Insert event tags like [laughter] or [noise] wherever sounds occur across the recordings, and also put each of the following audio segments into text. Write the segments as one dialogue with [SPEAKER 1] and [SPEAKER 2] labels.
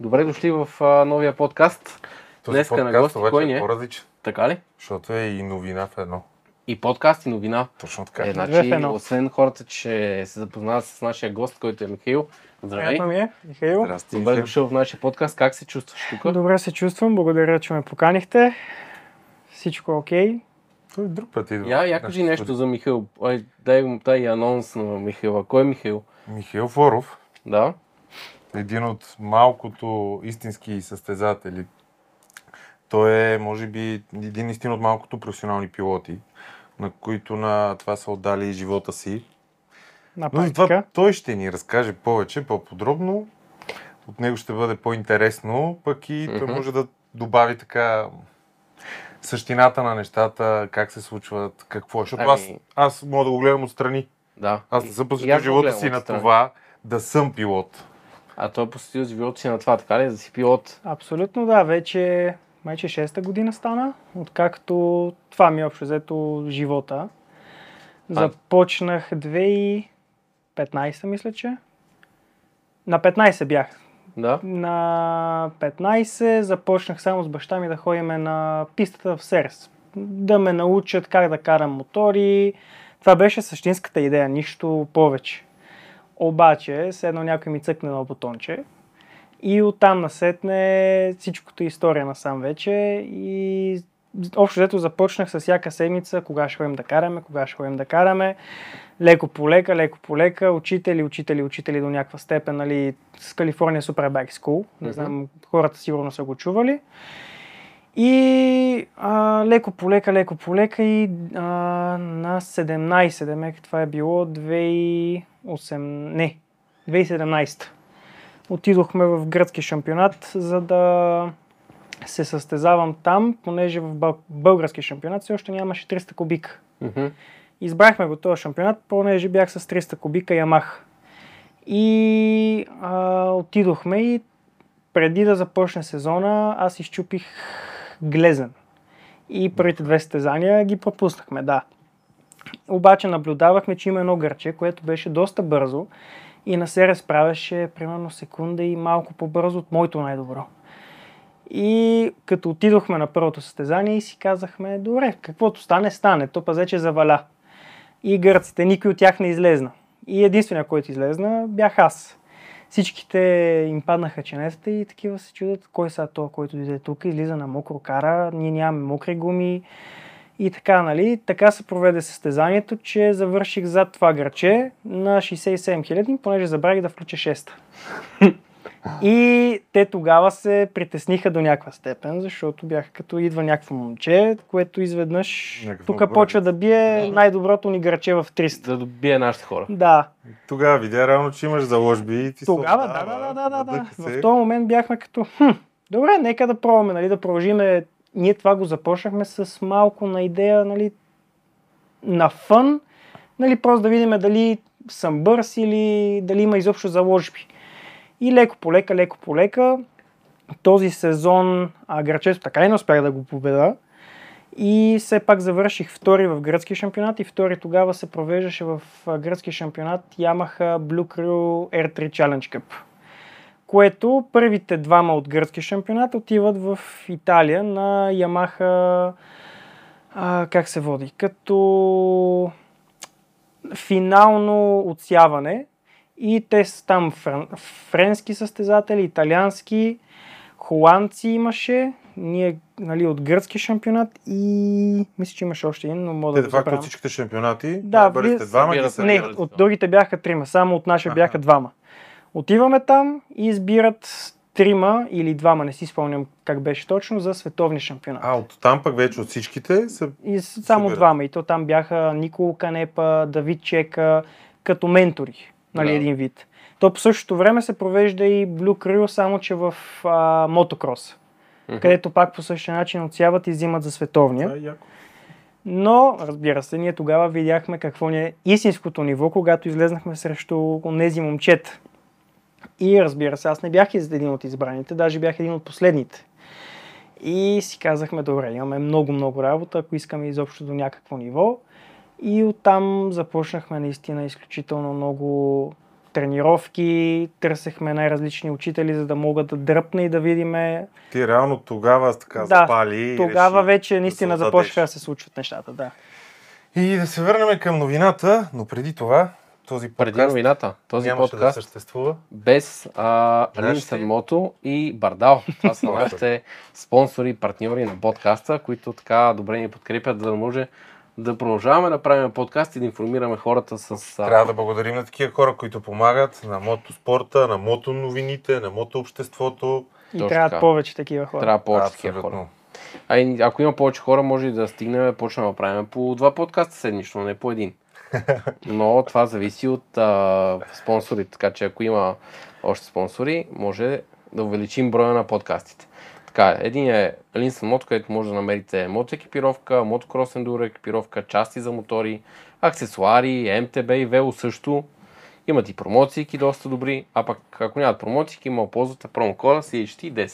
[SPEAKER 1] Добре дошли в а, новия подкаст.
[SPEAKER 2] Този
[SPEAKER 1] Днеска на
[SPEAKER 2] подкаст
[SPEAKER 1] гости
[SPEAKER 2] обаче
[SPEAKER 1] кой ни е?
[SPEAKER 2] е по-различен,
[SPEAKER 1] Така ли?
[SPEAKER 2] защото е и новина в едно.
[SPEAKER 1] И подкаст, и новина.
[SPEAKER 2] Точно така.
[SPEAKER 1] Е,
[SPEAKER 3] Две
[SPEAKER 1] значи,
[SPEAKER 3] в едно.
[SPEAKER 1] освен хората, че се запознават с нашия гост, който е Михаил. Здравей.
[SPEAKER 3] Приятно ми е, Михаил.
[SPEAKER 2] Здрасти.
[SPEAKER 1] Добре
[SPEAKER 2] Михаил.
[SPEAKER 1] дошъл в нашия подкаст. Как се чувстваш тук?
[SPEAKER 3] Добре се чувствам, благодаря, че ме поканихте. Всичко е окей.
[SPEAKER 2] Той е друг път идва.
[SPEAKER 1] Я, я
[SPEAKER 2] Значи,
[SPEAKER 1] кажи нещо за Михаил. Ай, дай му тай анонс на Михаила. Кой е Михаил?
[SPEAKER 2] Михаил Флоров,
[SPEAKER 1] Да.
[SPEAKER 2] един от малкото истински състезатели. Той е, може би, един истин от малкото професионални пилоти, на които на това са отдали живота си.
[SPEAKER 3] На
[SPEAKER 2] Но за
[SPEAKER 3] практика.
[SPEAKER 2] това той ще ни разкаже повече, по-подробно. От него ще бъде по-интересно, пък и той
[SPEAKER 1] Мгм.
[SPEAKER 2] може да добави така същината на нещата, как се случват, какво е. Защото
[SPEAKER 1] Ами-
[SPEAKER 2] аз, аз мога да го гледам отстрани.
[SPEAKER 1] Да.
[SPEAKER 2] Аз не съм
[SPEAKER 1] И аз
[SPEAKER 2] посветил
[SPEAKER 1] го
[SPEAKER 2] живота
[SPEAKER 1] гледам
[SPEAKER 2] си на
[SPEAKER 1] отстрани.
[SPEAKER 2] това да съм пилот.
[SPEAKER 1] А той е посетил живота си на това, така ли? Да си пилот.
[SPEAKER 3] Абсолютно да, вече вече 6-та година стана, откакто това ми е общо взето живота. Започнах 2015, мисля, че. На 15 бях.
[SPEAKER 1] Да.
[SPEAKER 3] На 15 започнах само с баща ми да ходиме на пистата в Серс. Да ме научат как да карам мотори. Това беше същинската идея, нищо повече. Обаче, все едно някой ми цъкне едно бутонче и оттам насетне всичкото е история насам вече и общо взето започнах с всяка седмица, кога ще ходим да караме, кога ще ходим да караме. Леко по лека, леко по лека, учители, учители, учители до някаква степен, нали, с Калифорния Superbike School.
[SPEAKER 1] Мгм.
[SPEAKER 3] Не знам, хората сигурно са го чували. И а, леко по лека, леко по лека и а, на 17, демек това е било 2008, не, 2017 отидохме в гръцки шампионат, за да се състезавам там, понеже в бъл- български шампионат все още нямаше 300 кубика.
[SPEAKER 1] Мгм.
[SPEAKER 3] Избрахме го този шампионат, понеже бях с 300 кубика Ямах. И а, отидохме и преди да започне сезона, аз изчупих глезен. И първите две състезания ги пропуснахме, да. Обаче наблюдавахме, че има едно гърче, което беше доста бързо и на се разправяше примерно секунда и малко по-бързо от моето най-добро. И като отидохме на първото състезание и си казахме, добре, каквото стане, стане, то пазе, че заваля. И гърците, никой от тях не излезна. И единствения, който излезна, бях аз. Всичките им паднаха ченетата и такива се чудят, кой са то, който дойде тук, излиза на мокро кара, ние нямаме мокри гуми и така, нали. Така се проведе състезанието, че завърших зад това гърче на 67 хиляди, понеже забравих да включа 6 и те тогава се притесниха до някаква степен, защото бяха като идва някакво момче, което изведнъж
[SPEAKER 2] Някакъв
[SPEAKER 3] тук
[SPEAKER 2] новобранец.
[SPEAKER 3] почва да бие най-доброто ни гърче в 300.
[SPEAKER 1] Да добие нашите хора.
[SPEAKER 3] Да,
[SPEAKER 2] Тогава видя реално, че имаш заложби и ти
[SPEAKER 3] тогава,
[SPEAKER 2] се
[SPEAKER 3] да, да, да, да, да, да.
[SPEAKER 2] надъха се.
[SPEAKER 3] В този момент бяхме като, хм, добре, нека да пробваме, нали, да продължиме. Ние това го започнахме с малко на идея, нали, на фън, нали, просто да видим дали съм бърз или дали има изобщо заложби. И леко по лека, леко по лека, този сезон а, Граческо така и не успях да го победа. И все пак завърших втори в гръцки шампионат и втори тогава се провеждаше в а, гръцки шампионат Yamaha Blue Crew R3 Challenge Cup. Което първите двама от гръцки шампионат отиват в Италия на Yamaha а, как се води? Като финално отсяване и те са там френ- френски състезатели, италиански, холандци имаше, ние нали, от гръцки шампионат и мисля, че имаше още един, но мога
[SPEAKER 2] Те,
[SPEAKER 3] да
[SPEAKER 2] де
[SPEAKER 3] го
[SPEAKER 2] факто от
[SPEAKER 3] забравя.
[SPEAKER 2] всичките шампионати,
[SPEAKER 3] Да,
[SPEAKER 2] най-бързите
[SPEAKER 3] вие
[SPEAKER 2] двама ги
[SPEAKER 1] събират-
[SPEAKER 2] събират.
[SPEAKER 3] Не, от другите бяха трима, само от нашия
[SPEAKER 2] Аха.
[SPEAKER 3] бяха двама. Отиваме там и избират трима или двама, не си спомням как беше точно, за световни шампионат.
[SPEAKER 2] А, от там пък вече от всичките са...
[SPEAKER 3] И с- само
[SPEAKER 2] Супер.
[SPEAKER 3] двама. И то там бяха Николо Канепа, Давид Чека, като ментори, нали,
[SPEAKER 1] Да.
[SPEAKER 3] един вид. То по същото време се провежда и Blue Crew, само че в а, мотокрос,
[SPEAKER 1] Мгм.
[SPEAKER 3] където пак по същия начин отсяват и взимат за световния.
[SPEAKER 2] А, е яко.
[SPEAKER 3] Но, разбира се, ние тогава видяхме какво ни е истинското ниво, когато излезнахме срещу тези момчета. И разбира се, аз не бях из- един от избраните, даже бях един от последните. И си казахме, добре, имаме много-много работа, ако искаме изобщо до някакво ниво. И оттам започнахме наистина изключително много тренировки, търсехме най-различни учители, за да мога да дръпна и да видиме.
[SPEAKER 2] Ти реално тогава така
[SPEAKER 3] Да,
[SPEAKER 2] запали. и
[SPEAKER 3] Тогава
[SPEAKER 2] реши е
[SPEAKER 3] вече
[SPEAKER 2] да
[SPEAKER 3] наистина
[SPEAKER 2] се отдадеш.
[SPEAKER 3] започнаха да се случват нещата, да.
[SPEAKER 2] И да се върнем към новината, но преди това този подкаст
[SPEAKER 1] Преди новината, този
[SPEAKER 2] нямаше
[SPEAKER 1] подкаст
[SPEAKER 2] да съществува.
[SPEAKER 1] без а,
[SPEAKER 2] Знаеш ли?
[SPEAKER 1] Линсен Мото и Бардал. Това са
[SPEAKER 2] Точно.
[SPEAKER 1] нашите спонсори и партньори на подкаста, които така добре ни подкрепят, за да може да продължаваме да правим подкаст и да информираме хората с... А...
[SPEAKER 2] Трябва да благодарим на такива хора, които помагат на мотоспорта, на мотоновините, на мотообществото.
[SPEAKER 3] И
[SPEAKER 1] Точно
[SPEAKER 3] трябват
[SPEAKER 1] така.
[SPEAKER 3] повече такива хора.
[SPEAKER 1] Трябва повече такива хора. А и ако има повече хора, може и да стигнем, почнем да правим по два подкаста седмично, не по един. Но това зависи от а, спонсорите, така че ако има още спонсори, може да увеличим броя на подкастите. Така, един е Линсън Мото, където може да намерите мотоекипировка, мотокрос ендуро екипировка, части за мотори, аксесуари, МТБ и вело също. Имат и промоциики доста добри, а пък ако нямат промоциики, има да ползвате промокода CHT10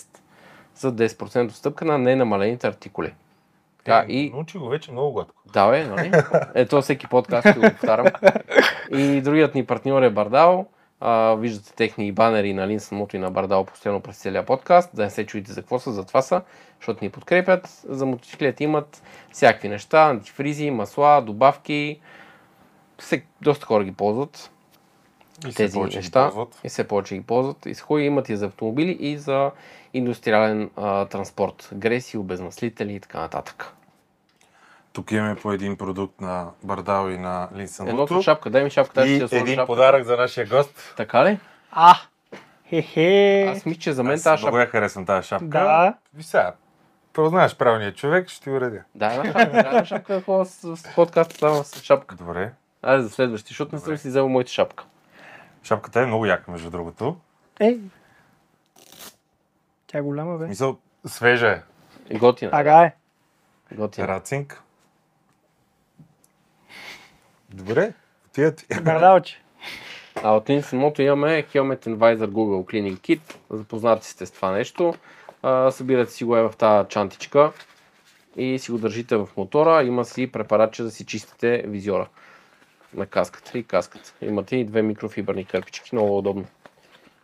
[SPEAKER 1] за 10% отстъпка на ненамалените артикули. Така,
[SPEAKER 2] Е,
[SPEAKER 1] и
[SPEAKER 2] Научи го вече много гладко.
[SPEAKER 1] да, бе,
[SPEAKER 2] [laughs]
[SPEAKER 1] нали? Ето всеки подкаст ще го повтарям. И другият ни партньор е Бардал. А, виждате техни банери на Линсън Мото и на Бардал постоянно през целия подкаст. Да не се чуете за какво са, за това са, защото ни подкрепят. За мотоциклите имат всякакви неща, антифризи, масла, добавки. Всек, доста хора ги ползват
[SPEAKER 2] И се
[SPEAKER 1] тези
[SPEAKER 2] повече ги
[SPEAKER 1] неща
[SPEAKER 2] ползват.
[SPEAKER 1] и все повече ги ползват. И са хубави, имат и за автомобили, и за индустриален а, транспорт. Греси, обезмаслители и така нататък.
[SPEAKER 2] Тук имаме по един продукт на Бардал и на Линсън
[SPEAKER 1] Едното
[SPEAKER 2] Лото.
[SPEAKER 1] е шапка, дай ми шапката, аз ще
[SPEAKER 2] И
[SPEAKER 1] я сложа
[SPEAKER 2] един
[SPEAKER 1] шапката.
[SPEAKER 2] подарък за нашия гост.
[SPEAKER 1] Така ли?
[SPEAKER 3] А! Хе-хе!
[SPEAKER 1] Аз мисля, че за мен
[SPEAKER 2] Аз
[SPEAKER 1] тази
[SPEAKER 2] Много
[SPEAKER 1] шапка.
[SPEAKER 2] я харесвам тази шапка.
[SPEAKER 3] Да.
[SPEAKER 2] Ви сега, познаваш правилния човек, ще ти уредя.
[SPEAKER 1] Да, една шапка, да, една шапка, ако с, с подкаста става с шапка.
[SPEAKER 2] Добре.
[SPEAKER 1] Айде за следващи, защото не съм си взел моята шапка.
[SPEAKER 2] Шапката е много яка, между другото.
[SPEAKER 3] Е! Тя е голяма, бе.
[SPEAKER 2] В Мисъл, свежа е.
[SPEAKER 1] И Готина.
[SPEAKER 3] Ага е.
[SPEAKER 1] Готина.
[SPEAKER 2] Рацинг. Добре, отида ти. [laughs]
[SPEAKER 3] Бардалче.
[SPEAKER 1] [laughs] А от Linsen Moto имаме Helmet Advisor Google Cleaning Kit. Запознати сте с това нещо. А, събирате си го е в тази чантичка и си го държите в мотора. Има си препаратче да си чистите визиора на каската и каската. Имате и две микрофибърни кърпички, много удобно.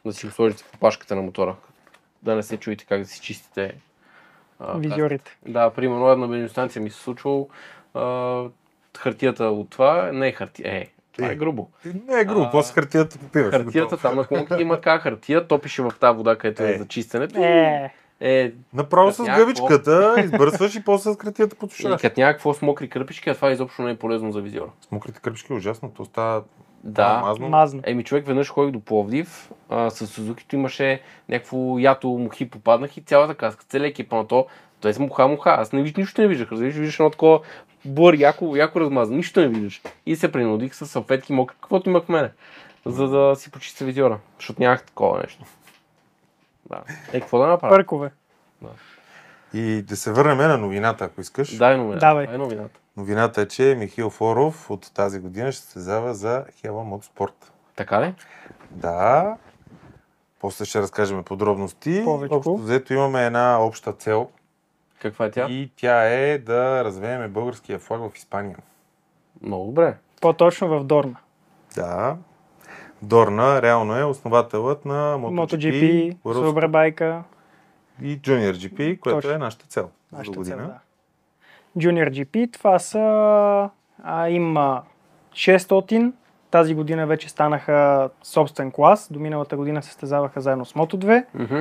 [SPEAKER 1] Да си го сложите в опашката на мотора. Да не се чуете как да си чистите а,
[SPEAKER 3] Визиорите.
[SPEAKER 1] да, примерно една бензиностанция ми се случвало а, хартията от това, не е хартия, е, това е
[SPEAKER 2] Е.
[SPEAKER 1] грубо.
[SPEAKER 2] Не е грубо,
[SPEAKER 1] А,
[SPEAKER 2] после хартията попиваш.
[SPEAKER 1] Хартията
[SPEAKER 2] готово.
[SPEAKER 1] там на клонките има така хартия, топише в тази вода, където е,
[SPEAKER 2] Е.
[SPEAKER 1] за чистенето.
[SPEAKER 3] Е,
[SPEAKER 1] Е,
[SPEAKER 2] Направо с
[SPEAKER 1] Някакво. [laughs]
[SPEAKER 2] гъбичката, избърсваш и после с хартията
[SPEAKER 1] и
[SPEAKER 2] потушаваш.
[SPEAKER 1] като някакво с мокри кърпички, а това изобщо не е полезно за визиора.
[SPEAKER 2] С мокрите кръпички е ужасно, то става
[SPEAKER 1] Да.
[SPEAKER 2] мазно.
[SPEAKER 3] мазно.
[SPEAKER 1] Еми, човек веднъж ходих до Пловдив, а, с Сузукито имаше някакво ято мухи попаднах и цялата каска, целият екипа на то, т.е. муха-муха. Аз не виж, нищо не виждах. Разбираш, виждаш едно такова бър, яко, яко размазан. Нищо не виждаш. И се принудих с салфетки мокри, каквото имах в мене, за да си почистя визиора, защото нямах такова нещо. Да. Е, какво да направя?
[SPEAKER 3] Пъркове.
[SPEAKER 2] И да се върнем на новината, ако искаш.
[SPEAKER 1] Дай новината.
[SPEAKER 3] Давай.
[SPEAKER 1] Дай новината.
[SPEAKER 2] Новината е, че Михил Форов от тази година ще се състезава за Хела Мотоспорт.
[SPEAKER 1] Така ли?
[SPEAKER 2] Да. После ще разкажем подробности.
[SPEAKER 3] Повечко.
[SPEAKER 2] Общо взето имаме една обща цел.
[SPEAKER 1] Каква е тя?
[SPEAKER 2] И тя е да развееме българския флаг в Испания.
[SPEAKER 1] Много добре.
[SPEAKER 3] По-точно в Дорна.
[SPEAKER 2] Да. Дорна реално е основателът на MotoGP,
[SPEAKER 3] MotoGP,
[SPEAKER 2] Рус-
[SPEAKER 3] Субра байка,
[SPEAKER 2] и Junior GP, което
[SPEAKER 3] Точно.
[SPEAKER 2] е нашата цел. за
[SPEAKER 3] нашата цел,
[SPEAKER 2] година.
[SPEAKER 3] да. Junior GP, това са... А, има 600, тази година вече станаха собствен клас, до миналата година се състезаваха заедно с Moto2,
[SPEAKER 1] Мгм.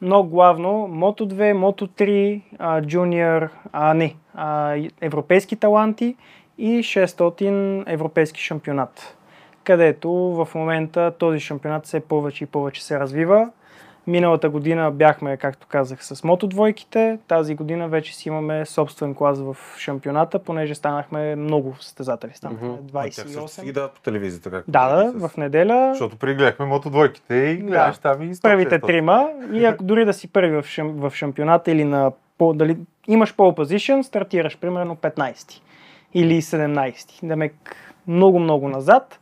[SPEAKER 3] но главно Moto2, Moto3, а, Junior, а не, а, и- европейски таланти и 600 европейски шампионат, където в момента този шампионат все повече и повече се развива. Миналата година бяхме, както казах, с мотодвойките. Тази година вече си имаме собствен клас в шампионата, понеже станахме много състезатели. Станахме
[SPEAKER 1] Мгм.
[SPEAKER 2] А тях също си ги
[SPEAKER 3] 28.
[SPEAKER 2] дават по телевизията. Както
[SPEAKER 3] Да,
[SPEAKER 2] казах,
[SPEAKER 3] да,
[SPEAKER 2] с-
[SPEAKER 3] в неделя.
[SPEAKER 2] Защото прегледахме мото двойките и гледаш там и е 100,
[SPEAKER 3] първите
[SPEAKER 2] 600.
[SPEAKER 3] трима и ако дори да си първи в, шам, в шампионата или на по, дали, имаш пол позишън, стартираш примерно 15 или 17. Демек много-много назад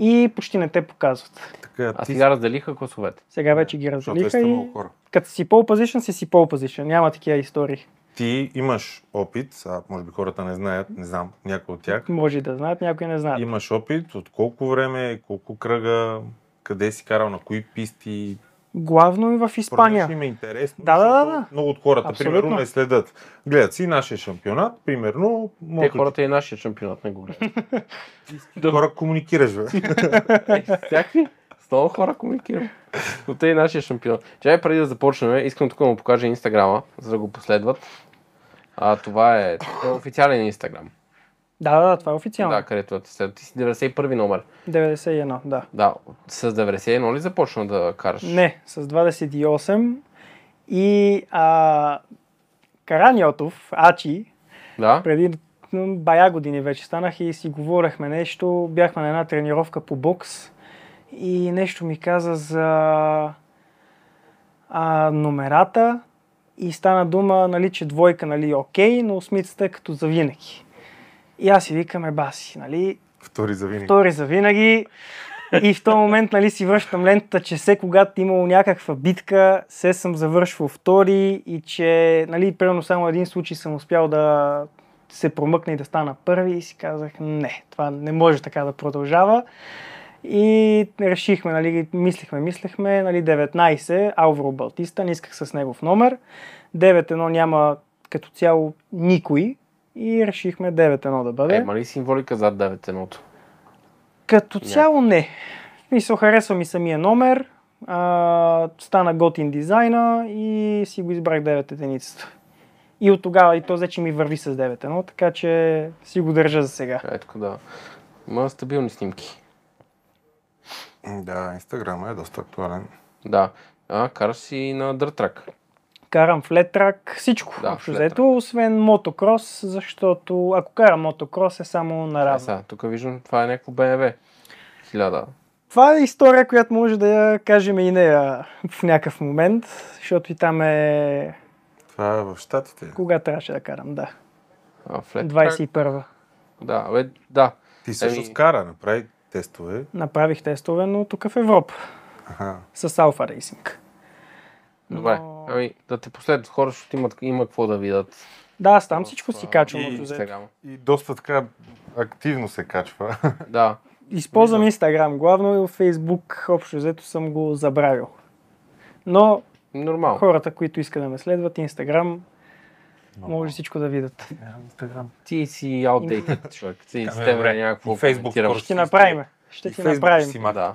[SPEAKER 3] и почти не те показват.
[SPEAKER 2] Така,
[SPEAKER 1] А
[SPEAKER 2] ти
[SPEAKER 1] сега разделиха класовете.
[SPEAKER 3] Сега вече ги
[SPEAKER 2] Защото те
[SPEAKER 3] разделиха
[SPEAKER 2] са
[SPEAKER 3] и
[SPEAKER 2] много хора.
[SPEAKER 3] като си пол позишън, си си пол позишън. Няма такива истории.
[SPEAKER 2] Ти имаш опит, а може би хората не знаят, не знам, някой от тях.
[SPEAKER 3] Може и да знаят, някои не знаят.
[SPEAKER 2] Имаш опит от колко време, колко кръга, къде си карал, на кои писти.
[SPEAKER 3] Главно и в Испания.
[SPEAKER 2] Понеже им е интересно.
[SPEAKER 3] Да, да, да,
[SPEAKER 2] защото
[SPEAKER 3] да.
[SPEAKER 2] Много от хората,
[SPEAKER 3] Абсолютно.
[SPEAKER 2] примерно, не следят. Гледат си нашия шампионат, примерно.
[SPEAKER 1] Те
[SPEAKER 2] мото-
[SPEAKER 1] хората и нашия шампионат не го
[SPEAKER 2] [laughs]
[SPEAKER 1] гледат.
[SPEAKER 2] Хора комуникираш,
[SPEAKER 3] [laughs]
[SPEAKER 2] бе.
[SPEAKER 1] Е, Всякакви. С много хора комуникирам. Но те и нашия шампион. Чай преди да започнем, искам тук да му покажа инстаграма, за да го последват. А, това е това е официален инстаграм.
[SPEAKER 3] Да, да, да, това е официално.
[SPEAKER 1] Да, където да те следват. Ти си 91 номер.
[SPEAKER 3] 91, да.
[SPEAKER 1] Да, с 91 ли започна да караш?
[SPEAKER 3] Не, с 28. И а, Караниотов, Ачи,
[SPEAKER 1] Да?
[SPEAKER 3] преди м, бая години вече станах и си говорехме нещо. Бяхме на една тренировка по бокс и нещо ми каза за а, номерата и стана дума, нали, че двойка, нали, окей, но осмицата е като завинаги. И аз си викаме, баси, нали,
[SPEAKER 2] Втори за винаги.
[SPEAKER 3] втори за винаги. И в този момент нали, си връщам лентата, че все когато е имало някаква битка, се съм завършвал втори и че, нали, примерно само един случай съм успял да се промъкна и да стана първи и си казах, не, това не може така да продължава. И решихме, нали, мислихме, мислехме, нали, 19, Алваро Балтиста, не исках с негов номер. 9-1 няма като цяло никой и решихме 9-1 да бъде.
[SPEAKER 1] Е, има ли символика зад 9-1?
[SPEAKER 3] Като
[SPEAKER 1] Някак-
[SPEAKER 3] цяло не. В смисъл, харесва ми самия номер, а, стана готин дизайна и си го избрах 9 единицата. И от тогава и то вече ми върви с 9 едно, така че си го държа за сега.
[SPEAKER 1] Е, така да. Има стабилни снимки.
[SPEAKER 2] Да, Инстаграм е доста актуален.
[SPEAKER 1] Да. А, караш си на дъртрак. карам
[SPEAKER 3] Карам флетрак, всичко
[SPEAKER 1] Да,
[SPEAKER 3] да, общо
[SPEAKER 1] флет
[SPEAKER 3] взето, освен мотокрос, защото ако карам мотокрос е само
[SPEAKER 1] Е,
[SPEAKER 3] наразно.
[SPEAKER 1] сега, тук виждам, това е някакво BMW. Хиляда.
[SPEAKER 3] Това е история, която може да я кажем и нея в някакъв момент, защото и там е
[SPEAKER 2] Това е в Штатите.
[SPEAKER 3] кога трябваше да карам, да.
[SPEAKER 1] А, флет трак.
[SPEAKER 3] 21
[SPEAKER 1] Да, бе, да.
[SPEAKER 2] Ти също
[SPEAKER 1] Еми-
[SPEAKER 2] скара, направи тестове.
[SPEAKER 3] Направих тестове, но тук в Европа.
[SPEAKER 2] Аха.
[SPEAKER 3] С Alpha Racing.
[SPEAKER 1] Добре.
[SPEAKER 3] Но-
[SPEAKER 1] Ами, да те последват хора, защото имат, има какво да видят.
[SPEAKER 3] Да, аз там всичко си
[SPEAKER 1] А,
[SPEAKER 3] качвам.
[SPEAKER 2] и
[SPEAKER 3] общо взето.
[SPEAKER 1] Инстаграма.
[SPEAKER 2] И доста така активно се качва.
[SPEAKER 1] Да.
[SPEAKER 3] Използвам Instagram главно и в Facebook общо взето съм го забравил. Но
[SPEAKER 1] Нормално.
[SPEAKER 3] хората, които искат да ме следват, Instagram [laughs] може всичко да видят.
[SPEAKER 2] Е, Инстаграм.
[SPEAKER 1] Ти си
[SPEAKER 3] [laughs]
[SPEAKER 1] outdated, човек. Ти с
[SPEAKER 2] Абе,
[SPEAKER 1] тебе
[SPEAKER 2] добре.
[SPEAKER 1] някакво
[SPEAKER 2] И Facebook
[SPEAKER 1] коментирам.
[SPEAKER 2] скоро
[SPEAKER 3] Ще
[SPEAKER 2] Ще
[SPEAKER 3] направим. Ще
[SPEAKER 2] и
[SPEAKER 3] ти
[SPEAKER 2] Facebook
[SPEAKER 3] направим.
[SPEAKER 2] си махна.
[SPEAKER 1] Да.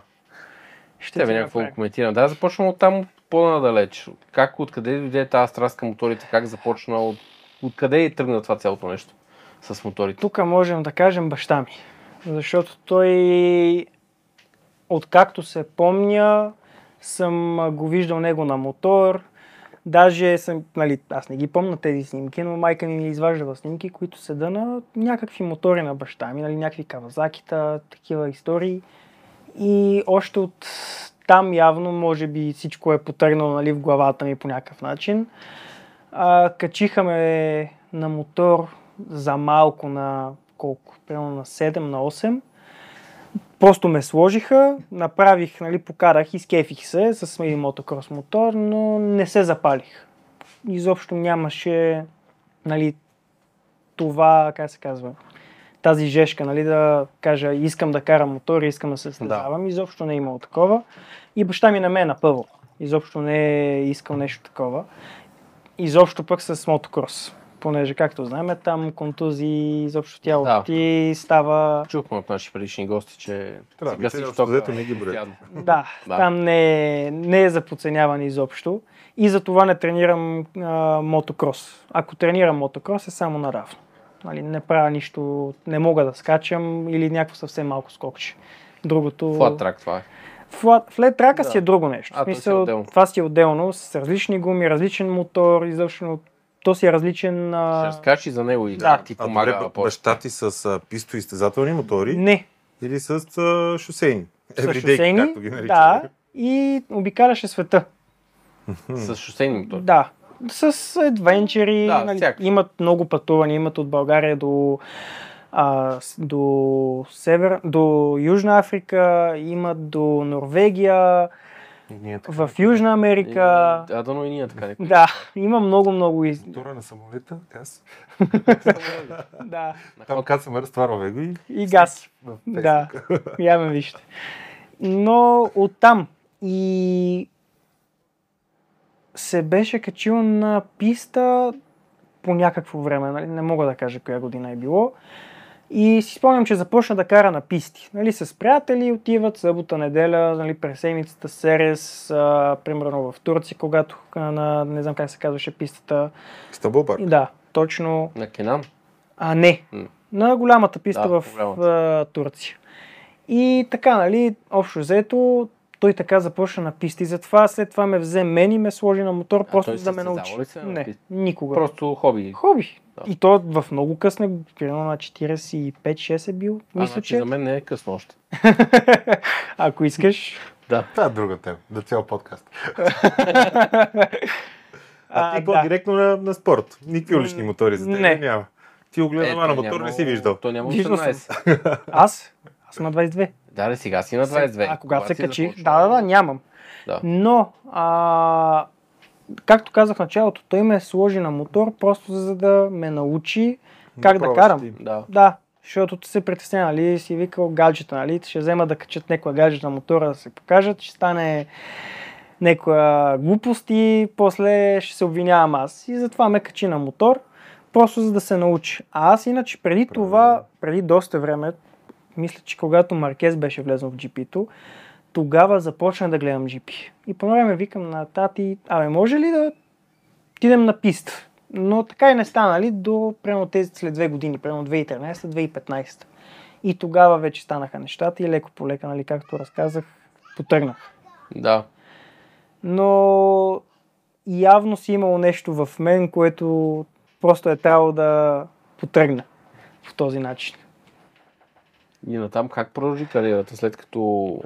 [SPEAKER 1] Ще
[SPEAKER 3] Ще ти
[SPEAKER 1] тебе някакво
[SPEAKER 3] направим.
[SPEAKER 1] коментирам. Да, започвам от там по-надалеч. Как, откъде дойде тази страст към моторите? Как започна? От, откъде е тръгна това цялото нещо с моторите?
[SPEAKER 3] Тук можем да кажем баща ми. Защото той, откакто се помня, съм а, го виждал него на мотор. Даже съм, нали, аз не ги помня тези снимки, но майка ми ми е изваждала снимки, които седа на някакви мотори на баща ми, нали, някакви кавазакита, такива истории. И още от там явно, може би, всичко е потърнало нали, в главата ми по някакъв начин. А, качиха ме на мотор за малко на колко, примерно на 7, на 8. Просто ме сложиха, направих, нали, покарах, изкефих се с един мотокрос мотор, но не се запалих. Изобщо нямаше, нали, това, как се казва, тази жешка, нали, да кажа, искам да карам мотор, искам да се състезавам. Изобщо не е имало такова. И баща ми на мен на първо. Изобщо не е искал нещо такова. Изобщо пък с мотокрос. Понеже, както знаем, там контузии, изобщо тялото
[SPEAKER 1] Да.
[SPEAKER 3] ти става...
[SPEAKER 1] Чухме от наши предишни гости, че
[SPEAKER 2] Трябва,
[SPEAKER 1] сега
[SPEAKER 2] те
[SPEAKER 1] си в
[SPEAKER 2] общо
[SPEAKER 1] тока.
[SPEAKER 2] взето не ги броят.
[SPEAKER 1] Тя-
[SPEAKER 3] Да,
[SPEAKER 1] Да.
[SPEAKER 3] там не, е- не е за подценяване изобщо. И за това не тренирам а, мотокрос. Ако тренирам мотокрос, е само наравно. Нали, не правя нищо, не мога да скачам или някакво съвсем малко скокче. Другото...
[SPEAKER 1] Флат трак това е.
[SPEAKER 3] Флат, флет трака
[SPEAKER 1] Да.
[SPEAKER 3] си е друго нещо.
[SPEAKER 1] А, то
[SPEAKER 3] В
[SPEAKER 1] си е
[SPEAKER 3] смисъл,
[SPEAKER 1] отделно.
[SPEAKER 3] това си е отделно, с различни гуми, различен мотор, изобщо то си е различен...
[SPEAKER 1] Ще
[SPEAKER 3] А...
[SPEAKER 1] разкажеш и за него и
[SPEAKER 3] Да.
[SPEAKER 1] ти
[SPEAKER 2] А добре,
[SPEAKER 1] помага.
[SPEAKER 2] ба-
[SPEAKER 1] повече.
[SPEAKER 2] баща ти с а, писто изтезателни мотори
[SPEAKER 3] Не,
[SPEAKER 2] или с а, шосейни?
[SPEAKER 3] с
[SPEAKER 2] Everyday,
[SPEAKER 3] шосейни,
[SPEAKER 2] както ги наричаме.
[SPEAKER 3] да, и обикаляше света.
[SPEAKER 1] С шосейни мотори.
[SPEAKER 3] Да. С адвенчери,
[SPEAKER 1] Да,
[SPEAKER 3] да, нали,
[SPEAKER 1] всякакви.
[SPEAKER 3] имат много пътувания, имат от България до, а, с- до, север, до Южна Африка, имат до Норвегия,
[SPEAKER 2] И ние е така.
[SPEAKER 3] В Южна
[SPEAKER 1] И-
[SPEAKER 3] Америка.
[SPEAKER 1] А дано и ние така не.
[SPEAKER 3] Да, има много-много из...
[SPEAKER 2] Тура на самолета, газ.
[SPEAKER 3] Да.
[SPEAKER 2] Там кацаме разтварваме го и...
[SPEAKER 3] И газ.
[SPEAKER 2] в
[SPEAKER 3] Да, я ме вижте. Но оттам и се беше качил на писта по някакво време, нали? не мога да кажа коя година е било. И си спомням, че започна да кара на писти. Нали, с приятели отиват събота, неделя, нали, през седмицата Серес, а, примерно в Турция, когато а, на, не знам как се казваше пистата.
[SPEAKER 2] Стамбул парк.
[SPEAKER 3] И да, точно
[SPEAKER 1] На Кенан.
[SPEAKER 3] а, не.
[SPEAKER 1] М.
[SPEAKER 3] На голямата писта
[SPEAKER 1] Да,
[SPEAKER 3] в
[SPEAKER 1] голямата.
[SPEAKER 3] а, Турция. И така, нали, общо взето, той така започна на писти. Затова след това ме взе мен и ме сложи на мотор,
[SPEAKER 1] А
[SPEAKER 3] просто
[SPEAKER 1] той
[SPEAKER 3] за да ме
[SPEAKER 1] състезава
[SPEAKER 3] научи.
[SPEAKER 1] ли се на
[SPEAKER 3] не,
[SPEAKER 1] писта?
[SPEAKER 3] никога.
[SPEAKER 1] Просто хоби.
[SPEAKER 3] Хоби.
[SPEAKER 1] Да.
[SPEAKER 3] И то в много късна, примерно на 45-6 е бил.
[SPEAKER 1] А,
[SPEAKER 3] Мисля,
[SPEAKER 1] значи
[SPEAKER 3] че.
[SPEAKER 1] за мен не е късно още.
[SPEAKER 3] [laughs]
[SPEAKER 1] [laughs]
[SPEAKER 3] Ако искаш.
[SPEAKER 1] Да.
[SPEAKER 2] Това е друга тема, да цял подкаст. А,
[SPEAKER 3] А,
[SPEAKER 2] ти
[SPEAKER 3] да.
[SPEAKER 2] по-директно на, на спорт. Никакви улични мотори за теб
[SPEAKER 3] Не.
[SPEAKER 2] няма. Ти го гледам, а на мотор не си виждал.
[SPEAKER 1] То Е, няма
[SPEAKER 3] Виждал съм.
[SPEAKER 1] 18.
[SPEAKER 3] Аз? Аз съм на 22.
[SPEAKER 1] Да, да, сега си на 22.
[SPEAKER 3] А когато се
[SPEAKER 1] си
[SPEAKER 3] качих,
[SPEAKER 1] започнал?
[SPEAKER 3] да, да, да, нямам.
[SPEAKER 1] Да.
[SPEAKER 3] Но, а, както казах в началото, той ме сложи на мотор, просто за да ме научи как да,
[SPEAKER 2] пробваш
[SPEAKER 3] карам.
[SPEAKER 2] ти.
[SPEAKER 1] Да.
[SPEAKER 3] Да, защото ти се притесня, нали, си викал гаджета, нали, ще взема да качат някоя гаджет на мотора, да се покажат, ще стане някоя глупост и после ще се обвинявам аз. И затова ме качи на мотор, просто за да се научи. А аз иначе преди
[SPEAKER 2] Правильно.
[SPEAKER 3] това, преди доста време, мисля, че когато Маркез беше влезнал в GP-то, тогава започна да гледам GP. И по едно време викам на тати, абе може ли да отидем на пист. Но така и не стана, нали, до прямо тези след две години, прямо 2013-2015. И тогава вече станаха нещата и леко по лека, нали, както разказах, потъгнах.
[SPEAKER 1] Да.
[SPEAKER 3] Но явно си имало нещо в мен, което просто е трябвало да потръгна по този начин.
[SPEAKER 1] И натам как продължи кариерата, след като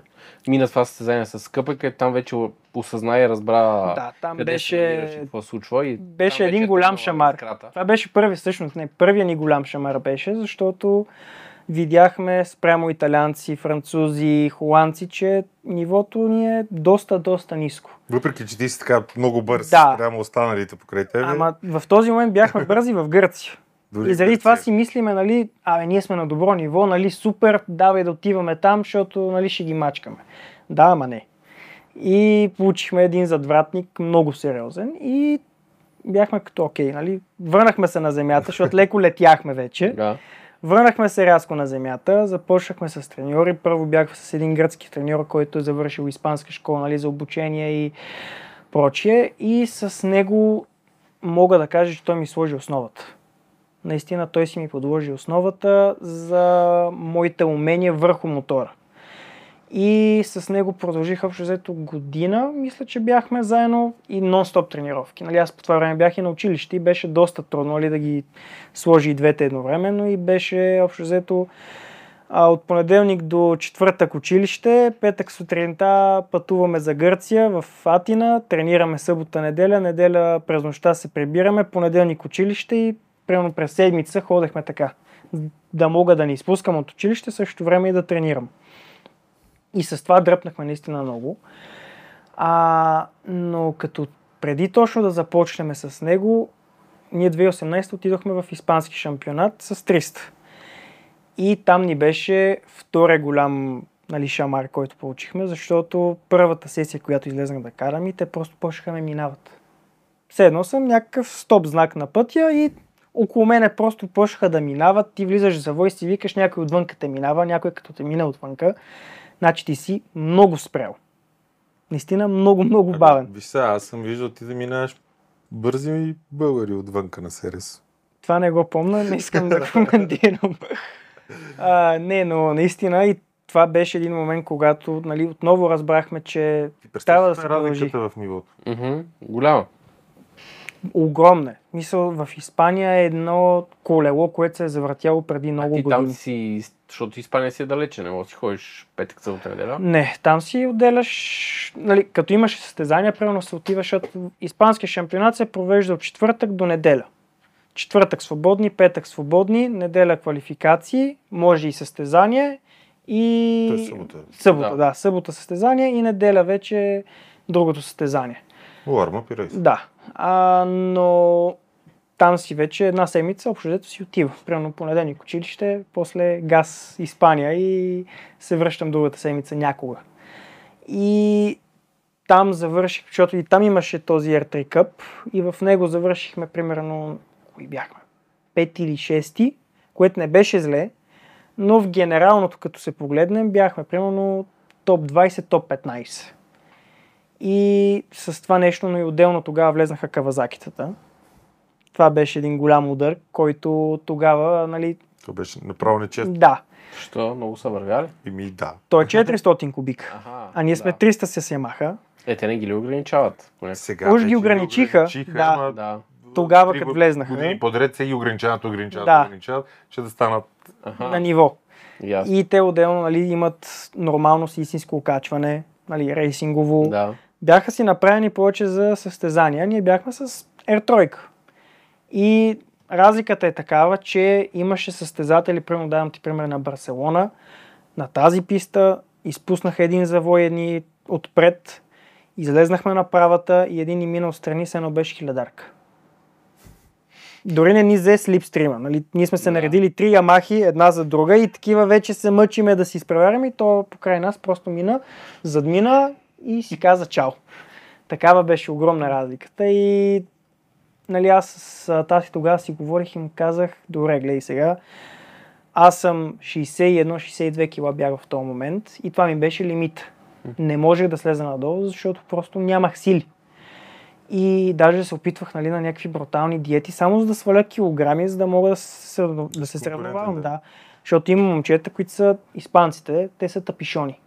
[SPEAKER 1] мина това състезание с КПК, и там вече осъзна и разбра
[SPEAKER 3] да, там
[SPEAKER 1] къде се намираш и
[SPEAKER 3] беше...
[SPEAKER 1] какво се случва. И
[SPEAKER 3] Беше
[SPEAKER 1] там
[SPEAKER 3] един
[SPEAKER 1] вече е
[SPEAKER 3] голям
[SPEAKER 1] тръгнала
[SPEAKER 3] шамар.
[SPEAKER 1] искрата.
[SPEAKER 3] Това беше първи, всъщност не, първия ни голям шамар беше, защото видяхме спрямо италианци, французи, холандци, че нивото ни е доста, доста ниско.
[SPEAKER 2] Въпреки, че ти си така много бърз,
[SPEAKER 3] Да.
[SPEAKER 2] прямо останалите покрай тебе.
[SPEAKER 3] Ама в този момент бяхме бързи в Гърция.
[SPEAKER 2] дори
[SPEAKER 3] И заради
[SPEAKER 2] Гърция.
[SPEAKER 3] това си мислиме, нали, абе, ние сме на добро ниво, нали, супер, давай да отиваме там, защото, нали, ще ги мачкаме. Да, ама не. И получихме един задвратник, много сериозен и бяхме като окей, нали, върнахме се на земята, защото леко летяхме вече.
[SPEAKER 1] Да.
[SPEAKER 3] Върнахме се рязко на земята, започнахме с треньори. Първо бях с един гръцки треньор, който е завършил испанска школа нали, за обучение и прочие. И с него мога да кажа, че той ми сложи основата. Наистина той си ми подложи основата за моите умения върху мотора. И с него продължих общо взето година. Мисля, че бяхме заедно и нон-стоп тренировки. Нали, аз по това време бях и на училище и беше доста трудно нали, да ги сложи и двете едновременно и беше общо взето а, от понеделник до четвъртък училище, петък сутринта пътуваме за Гърция в Атина, тренираме събота неделя, неделя през нощта се прибираме, понеделник училище и примерно през седмица ходехме така. Да мога да не изпускам от училище, също време и да тренирам. И с това дръпнахме наистина много. А, но като преди точно да започнем с него, ние 2018 отидохме в испански шампионат с 300. И там ни беше втори голям нали, шамар, който получихме, защото първата сесия, която излезнах да карам и те просто почнаха да ме минават. Все едно съм някакъв стоп знак на пътя и около мене просто почнаха да минават, ти влизаш за войс и викаш някой отвънка те минава, някой като те мина отвънка, значи ти си много спрял. Наистина много, много
[SPEAKER 2] Ами,
[SPEAKER 3] бавен.
[SPEAKER 2] Виж сега, аз съм виждал ти да минаваш бързи и българи отвънка на Серес.
[SPEAKER 3] Това не го помня, не
[SPEAKER 2] [laughs]
[SPEAKER 3] искам да коментирам. А, не, но наистина и това беше един момент, когато нали, отново разбрахме, че
[SPEAKER 2] Ти представяш
[SPEAKER 3] Трябва да
[SPEAKER 2] каква е
[SPEAKER 3] се
[SPEAKER 2] разликата в нивото.
[SPEAKER 1] Мгм. Голяма.
[SPEAKER 3] огромно е. Мисъл, в Испания е едно колело, което се е завъртяло преди много
[SPEAKER 1] а ти там
[SPEAKER 3] години.
[SPEAKER 1] си, защото Испания си е далече, не можеш да си ходиш петък цялата неделя.
[SPEAKER 3] Не, там си отделяш, нали, като имаш състезания, примерно се отиваш от Испанския шампионат се провежда от четвъртък до неделя. Четвъртък свободни, петък свободни, неделя квалификации, може и състезание и...
[SPEAKER 2] Тоест събота.
[SPEAKER 3] Събота,
[SPEAKER 1] Да.
[SPEAKER 3] да. Събота състезание и неделя вече другото състезание.
[SPEAKER 2] Warm-up и race.
[SPEAKER 3] Да, а, но там си вече една седмица, общо взето си отива. Примерно понеделник училище, после газ Испания и се връщам другата седмица някога. И там завърших, защото и там имаше този R3 Cup и в него завършихме примерно, кои бяхме, пети или шести, което не беше зле, но в генералното, като се погледнем, бяхме примерно топ 20, топ 15. И с това нещо, но и отделно тогава влезнаха кавазакитата. Това беше един голям удар, който тогава, нали,
[SPEAKER 2] То беше направо нечестно.
[SPEAKER 3] да,
[SPEAKER 1] Що? Много са вървяли?
[SPEAKER 2] И ми да.
[SPEAKER 3] той е 400 кубика.
[SPEAKER 1] Аха,
[SPEAKER 3] А ние сме
[SPEAKER 1] да.
[SPEAKER 3] 300 с Ямаха.
[SPEAKER 1] Е, те не ги ли ограничават? Поне.
[SPEAKER 2] Сега
[SPEAKER 3] Уж ги
[SPEAKER 2] вече
[SPEAKER 3] ограничиха, да.
[SPEAKER 2] ама
[SPEAKER 1] Да.
[SPEAKER 3] Тогава,
[SPEAKER 2] три
[SPEAKER 3] като
[SPEAKER 2] год-
[SPEAKER 3] влезнаха, не?
[SPEAKER 2] Години подред се и ограничават, ограничават,
[SPEAKER 3] Да.
[SPEAKER 2] ограничават, ще да станат
[SPEAKER 3] на
[SPEAKER 1] Аха,
[SPEAKER 3] ниво.
[SPEAKER 1] ясно.
[SPEAKER 3] И те отделно нали, имат нормално си истинско окачване, нали, рейсингово.
[SPEAKER 1] Да.
[SPEAKER 3] Бяха си направени повече за състезания. Ние бяхме с R3. И разликата е такава, че имаше състезатели, примерно давам ти пример на Барселона, на тази писта изпуснаха един завой, едни отпред, излезнахме на правата и един ни мина отстрани, се едно беше хилядарка. Дори не ни взе с липстрима. Нали? Ние сме се
[SPEAKER 1] Да.
[SPEAKER 3] наредили три ямахи, една за друга и такива вече се мъчиме да си изпреварим и то покрай нас просто мина, задмина и си каза чао. Такава беше огромна разликата и нали, аз с а, тази тогава си говорих и му казах, добре, гледай сега, аз съм 61-62 кила бях в този момент и това ми беше лимит. Не можех да слеза надолу, защото просто нямах сили. И даже се опитвах нали, на някакви брутални диети, само за да сваля килограми, за да мога да се, сравн- да се
[SPEAKER 2] Конкурентен,
[SPEAKER 3] сравнявам. Да.
[SPEAKER 2] да.
[SPEAKER 3] Защото има момчета, които са испанците, те са тапишони.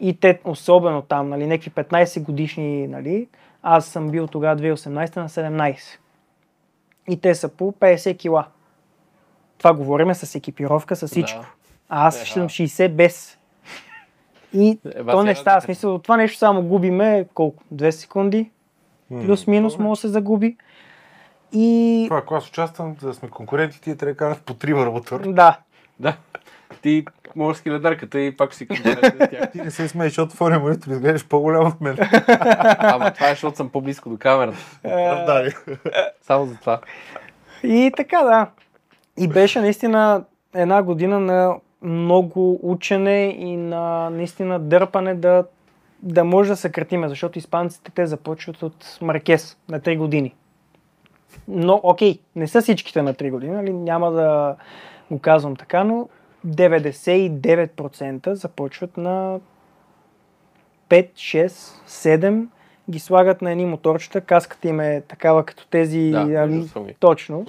[SPEAKER 3] И те, особено там, нали, някакви 15 годишни, нали, аз съм бил тогава 2018 на 17. И те са по 50 кила. Това говориме с екипировка, с всичко.
[SPEAKER 1] Да. Е,
[SPEAKER 3] А аз
[SPEAKER 1] Еха.
[SPEAKER 3] съм 60 без. И
[SPEAKER 1] Ева
[SPEAKER 3] то
[SPEAKER 1] си
[SPEAKER 3] не
[SPEAKER 1] разликата.
[SPEAKER 3] става смисъл. От това нещо само губиме колко? Две секунди? Плюс-минус може да се загуби. И...
[SPEAKER 2] Това, ако аз участвам, за да сме конкуренти, ти трябва да кажат по трима работора.
[SPEAKER 3] Да.
[SPEAKER 1] Да. Ти можеш с хилядарката и пак си конкурентен с тях.
[SPEAKER 2] Ти не се смееш, защото в твоя монитор изглеждаш по-голям от
[SPEAKER 3] [laughs] Е,
[SPEAKER 2] мен.
[SPEAKER 1] Ама това е, защото съм по-близко до камерата.
[SPEAKER 2] Оправдание.
[SPEAKER 1] Само за това.
[SPEAKER 3] И така, да. И беше наистина една година на много учене и на наистина дърпане да, да може да съкратиме, защото испанците те започват от Маркес на 3 години. Но, окей, не са всичките на 3 години, нали? няма да го казвам така, но 99% започват на 5, 6, 7, ги слагат на едни моторчета, каската им е такава като тези
[SPEAKER 1] Да,
[SPEAKER 3] ам,
[SPEAKER 1] между суми.
[SPEAKER 3] точно.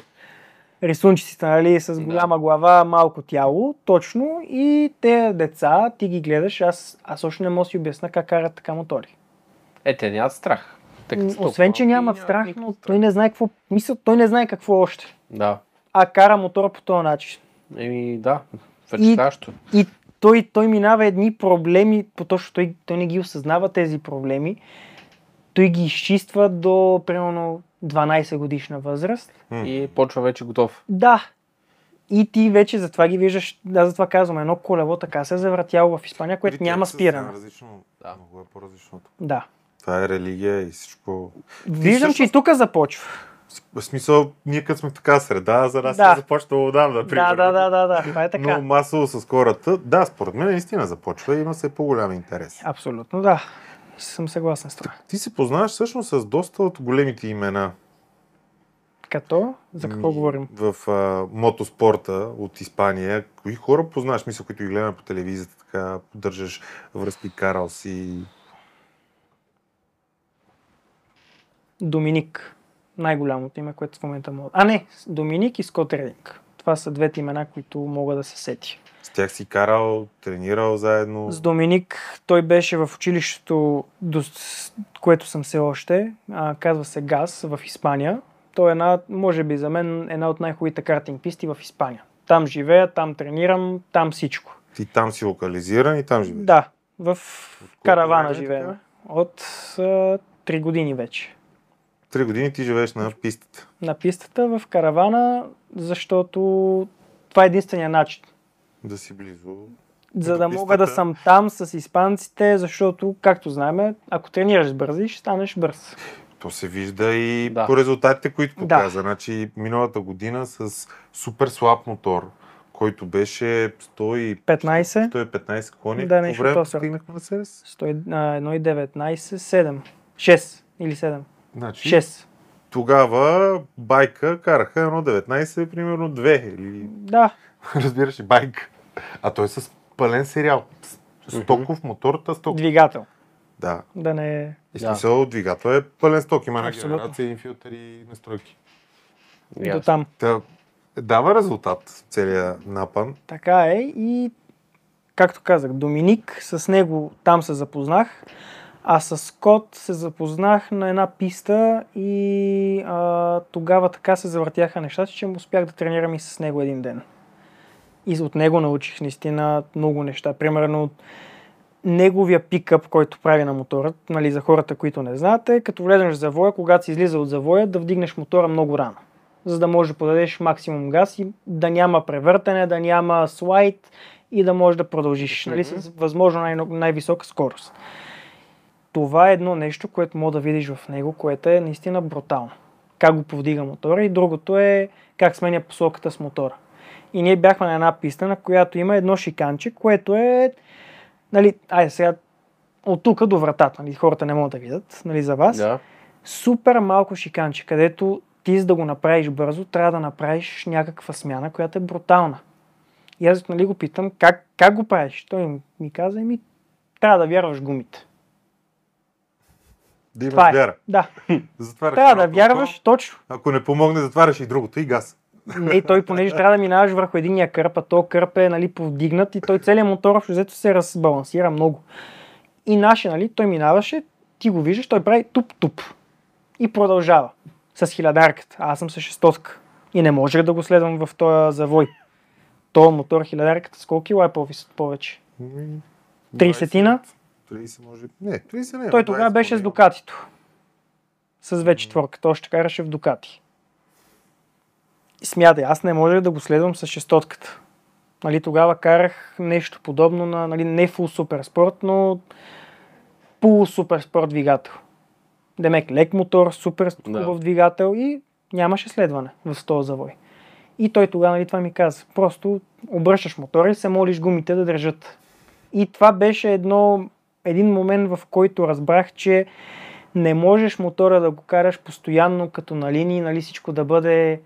[SPEAKER 3] Рисунчиците, нали, с голяма глава, малко тяло, точно. И те деца, ти ги гледаш, аз, аз още не мога да си обясна как карат така мотори.
[SPEAKER 1] Е, те нямат страх. Те като са
[SPEAKER 3] Освен, че
[SPEAKER 1] толкова
[SPEAKER 3] няма
[SPEAKER 1] малки,
[SPEAKER 3] страх,
[SPEAKER 1] никакъв
[SPEAKER 3] но той не знае какво, мисъл, той не знае какво още.
[SPEAKER 1] Да.
[SPEAKER 3] А кара мотора по този начин.
[SPEAKER 1] Еми, да. Впечатляващо.
[SPEAKER 3] И той, той минава едни проблеми, по точно той, той не ги осъзнава тези проблеми. Той ги изчиства до примерно 12 годишна възраст.
[SPEAKER 1] И почва вече готов.
[SPEAKER 3] Да. И ти вече затова ги виждаш, аз затова казвам, едно колело така се е завъртяло в Испания, което няма спиране.
[SPEAKER 2] Различно,
[SPEAKER 1] Да.
[SPEAKER 2] много е по-различно. тук.
[SPEAKER 3] Да.
[SPEAKER 2] Това е религия и всичко.
[SPEAKER 3] Виждам, че и тук започва.
[SPEAKER 2] В смисъл, ние като сме в така среда, за нас
[SPEAKER 3] Да.
[SPEAKER 2] е започнало отдавна.
[SPEAKER 3] Да,
[SPEAKER 2] примерно.
[SPEAKER 3] да, да, да, да, това е така.
[SPEAKER 2] Но масово с хората, да, според мен наистина започва и има все по-голям интерес.
[SPEAKER 3] Абсолютно, да. Съм съгласен с това.
[SPEAKER 2] Ти се познаваш всъщност с доста от големите имена.
[SPEAKER 3] Като, за какво
[SPEAKER 2] Ми,
[SPEAKER 3] говорим?
[SPEAKER 2] В а, мотоспорта от Испания. Кои хора познаваш, мисля, които ги гледаме по телевизията, така поддържаш връзки, карал си.
[SPEAKER 3] Доминик. Най-голямото име, което в момента мога. А, не, Доминик и Скот Рединг. Това са двете имена, които мога да се сети.
[SPEAKER 2] С тях си карал, тренирал заедно.
[SPEAKER 3] С Доминик той беше в училището, до с- което съм все още. А, казва се ГАЗ в Испания. Той е една, може би за мен, една от най-хубавите картинг писти в Испания. Там живея, там тренирам, там всичко.
[SPEAKER 2] Ти там си локализиран и там живееш.
[SPEAKER 3] Да, в каравана
[SPEAKER 2] време е
[SPEAKER 3] живеем.
[SPEAKER 2] така?
[SPEAKER 3] От а, 3 години вече.
[SPEAKER 2] Три години ти живееш на пистата.
[SPEAKER 3] На пистата, в каравана, защото това е единствения начин.
[SPEAKER 2] Да си близо.
[SPEAKER 3] за да
[SPEAKER 2] По
[SPEAKER 3] мога да
[SPEAKER 2] пистата.
[SPEAKER 3] съм там с испанците, защото, както знаем, ако тренираш с бързи, ще станеш бърз.
[SPEAKER 2] То се вижда и
[SPEAKER 1] Да.
[SPEAKER 2] да. по резултатите, които
[SPEAKER 3] Да.
[SPEAKER 2] показа. Значи миналата година с супер слаб мотор, който беше 100 и
[SPEAKER 3] 15,
[SPEAKER 2] 115 кони.
[SPEAKER 3] Да,
[SPEAKER 2] по
[SPEAKER 3] нещо
[SPEAKER 2] време
[SPEAKER 3] от този сорт.
[SPEAKER 2] постигнахме на Серес.
[SPEAKER 3] 119, 7, 6 или 7,
[SPEAKER 2] Значи,
[SPEAKER 3] 6.
[SPEAKER 2] Тогава байка караха едно 19, примерно 2. Или...
[SPEAKER 3] Да,
[SPEAKER 2] [laughs] Разбираш ли, байка. А той е с пълен сериал. С- Стоков мотор, та сток.
[SPEAKER 3] двигател.
[SPEAKER 2] Да.
[SPEAKER 3] Да не е
[SPEAKER 2] И
[SPEAKER 1] Да.
[SPEAKER 2] смисъл, двигател е пълен сток. Има една
[SPEAKER 3] Абсолютно.
[SPEAKER 2] генерация, един филтър и настройки.
[SPEAKER 3] е
[SPEAKER 1] Yeah.
[SPEAKER 3] до там.
[SPEAKER 2] Та, дава резултат целият напан.
[SPEAKER 3] Така е и както казах, Доминик, с него там се запознах, а с Кот се запознах на една писта и а, тогава така се завъртяха нещата, че успях да тренирам и с него един ден. И от него научих наистина много неща. Примерно от неговия пикъп, който прави на мотора, нали, за хората, които не знаете, като влезеш в завоя, когато си излиза от завоя, да вдигнеш мотора много рано за да може да подадеш максимум газ и да няма превъртане, да няма слайд и да можеш да продължиш нали, с възможно най- най-висока скорост. Това е едно нещо, което мога да видиш в него, което е наистина брутално. Как го повдига мотора и другото е как сменя посоката с мотора. И ние бяхме на една писта, на която има едно шиканче, което е... Нали, айде сега от тук до вратата, нали, хората не могат да видят, нали, за вас
[SPEAKER 1] Да.
[SPEAKER 3] супер малко шиканче, където ти за да го направиш бързо, трябва да направиш някаква смяна, която е брутална. И аз нали, го питам, как, как го правиш? Той ми- ми каза, ми трябва да вярваш в гумите.
[SPEAKER 2] Да имаш
[SPEAKER 3] Това е.
[SPEAKER 2] вяра.
[SPEAKER 3] Да,
[SPEAKER 2] Затваряш
[SPEAKER 3] трябва да
[SPEAKER 2] едното око,
[SPEAKER 3] вярваш точно.
[SPEAKER 2] Ако не помогне, затваряш и другото и газ.
[SPEAKER 3] Не, Е, той понеже трябва да минаваш върху единия кърп, а то кърп е нали, повдигнат и той целият мотор общо взето се разбалансира много. И наше, нали, той минаваше, ти го виждаш, той прави туп-туп. И продължава с хилядарката. А аз съм с шестотка. И не можех да го следвам в този завой. То мотор хилядарката с колко кила е повис- повече?
[SPEAKER 2] М,
[SPEAKER 3] 30-тина?
[SPEAKER 2] 30 Ами, може. Не, 30 не.
[SPEAKER 3] Той
[SPEAKER 2] но
[SPEAKER 3] тогава
[SPEAKER 2] 20
[SPEAKER 3] беше с
[SPEAKER 2] поне.
[SPEAKER 3] Дукатито. С V4, още караше в Дукати. И Смятай, аз не можех да го следвам с шестотката. Нали, тогава карах нещо подобно на нали, не фул суперспорт, но полу суперспорт двигател. Демек лек мотор, супер
[SPEAKER 1] Да.
[SPEAKER 3] хубав двигател и нямаше следване в този завой. И той тогава нали, това ми каза. Просто обръщаш мотора и се молиш гумите да държат. И това беше едно, един момент, в който разбрах, че не можеш мотора да го караш постоянно като на линии, нали всичко да бъде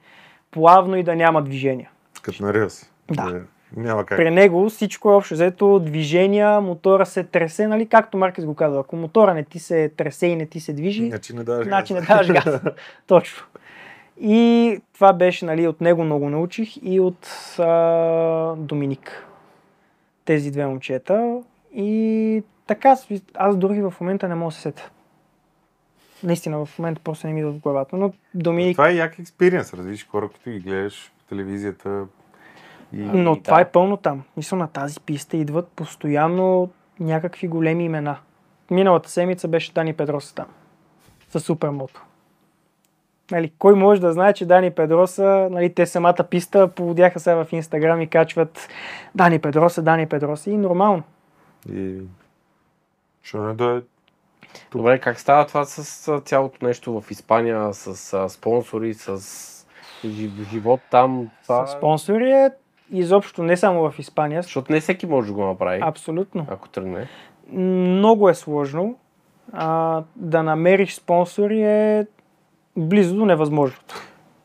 [SPEAKER 3] плавно и да няма движения.
[SPEAKER 2] Като на релси.
[SPEAKER 3] Да.
[SPEAKER 2] Е, Няма как.
[SPEAKER 3] При него всичко е общо взето движения, мотора се тресе, нали както Маркес го казва, ако мотора не ти се тресе и не ти се движи,
[SPEAKER 2] Иначе не даваш
[SPEAKER 3] значи не
[SPEAKER 2] газ.
[SPEAKER 3] даваш
[SPEAKER 2] [laughs]
[SPEAKER 3] газ. Точно. И това беше, нали, от него много научих и от а, Доминик. Тези две момчета. И така, с- аз дори в момента не мога да се сета. Наистина, в момента просто не ми идва в главата. Но Доминик...
[SPEAKER 2] Това е як експириенс, развиш хора, които ги гледаш по телевизията. И...
[SPEAKER 3] Но
[SPEAKER 1] Ами да.
[SPEAKER 3] това е пълно там. Мисля, на тази писта идват постоянно някакви големи имена. Миналата седмица беше Дани Педроса там. Със супермото. Нали, кой може да знае, че Дани Педроса, нали, те самата писта поводяха сега в Инстаграм и качват Дани Педроса, Дани Педроса и нормално.
[SPEAKER 2] и... Що не да е?
[SPEAKER 1] Добре, как става това с а, цялото нещо в Испания, с а, спонсори, с жи- живот там? Това...
[SPEAKER 3] С спонсори е изобщо не само в Испания,
[SPEAKER 1] Защото не всеки може да го направи,
[SPEAKER 3] абсолютно.
[SPEAKER 1] ако тръгне.
[SPEAKER 3] много е сложно. А, да намериш спонсори е близо до невъзможното.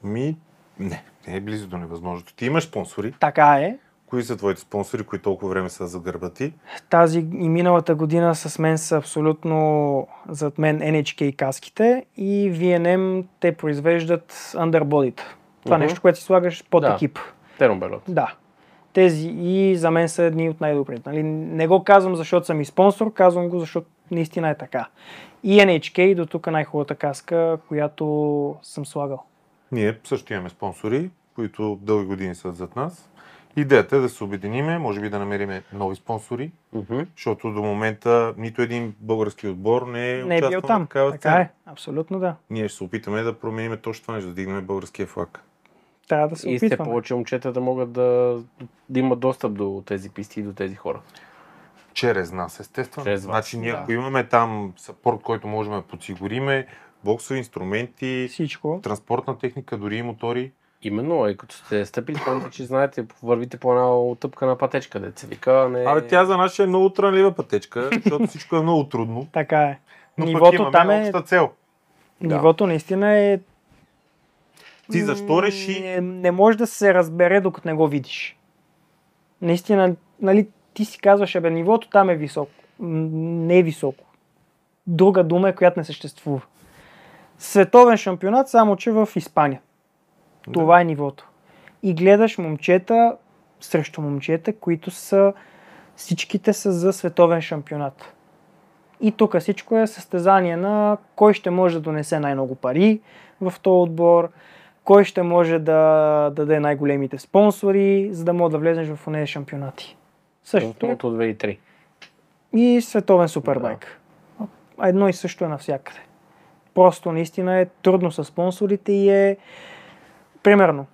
[SPEAKER 2] Ми, не, не е близо до невъзможното. Ти имаш спонсори.
[SPEAKER 3] Така е.
[SPEAKER 2] Кои са твоите спонсори, които толкова време са за гърба ти?
[SPEAKER 3] Тази и миналата година с мен са абсолютно зад мен NHK каските и VNM те произвеждат underbody. Това е
[SPEAKER 1] Мгм.
[SPEAKER 3] нещо, което си слагаш под
[SPEAKER 1] Да.
[SPEAKER 3] екип.
[SPEAKER 1] Теромбелот.
[SPEAKER 3] Да. Тези и за мен са едни от най-добрите. Нали? Не го казвам, защото съм и спонсор, казвам го, защото наистина е така. И NHK до тук е най-хубавата каска, която съм слагал.
[SPEAKER 2] Ние също имаме спонсори, които дълги години са зад нас. Идеята е да се обединиме, може би да намериме нови спонсори,
[SPEAKER 1] Мгм.
[SPEAKER 2] защото до момента нито един български отбор не е
[SPEAKER 3] Не е бил
[SPEAKER 2] участвал на
[SPEAKER 3] там.
[SPEAKER 2] такава
[SPEAKER 3] Така
[SPEAKER 2] сцена.
[SPEAKER 3] е, абсолютно да.
[SPEAKER 2] Ние ще се опитаме да променим точно това нещо, да дигнем българския флаг.
[SPEAKER 3] Трябва да се
[SPEAKER 1] И все
[SPEAKER 3] опитваме.
[SPEAKER 1] повече момчетата могат да, да имат достъп до тези писти и до тези хора.
[SPEAKER 2] Чрез нас, естествено.
[SPEAKER 1] Чрез вас,
[SPEAKER 2] значи ние
[SPEAKER 3] да.
[SPEAKER 2] ако имаме там съпорт, който можем да подсигуриме, боксови инструменти,
[SPEAKER 3] Всичко.
[SPEAKER 2] транспортна техника, дори и мотори,
[SPEAKER 1] Именно, и като сте стъпили, помните, че знаете, вървите по една отъпка на пътечка, деца вика, а не...
[SPEAKER 2] Абе, тя за нас ще е много трънлива [laughs] пътечка, защото всичко е много трудно.
[SPEAKER 3] Така е.
[SPEAKER 2] Но пък
[SPEAKER 3] Нивото
[SPEAKER 2] имаме
[SPEAKER 3] там е...
[SPEAKER 2] обща цел.
[SPEAKER 1] Да.
[SPEAKER 3] Нивото наистина е...
[SPEAKER 2] Ти защо
[SPEAKER 3] М,
[SPEAKER 2] реши-
[SPEAKER 3] Не, не може да се разбере, докато не го видиш. Наистина, нали, ти си казваш, абе, нивото там е високо. М, Не е високо. Друга дума е, която не съществува. Световен шампионат, само че в Испания. Това е нивото. И гледаш момчета срещу момчета, които са всичките са за световен шампионат. И тук всичко е състезание на кой ще може да донесе най-много пари в този отбор, кой ще може да даде най-големите спонсори, за да може да влезеш в тези шампионати. Същото е
[SPEAKER 1] От 2 и 3.
[SPEAKER 3] и световен супербайк. А Едно и също е навсякъде. Просто наистина е трудно с спонсорите и е... Примерно,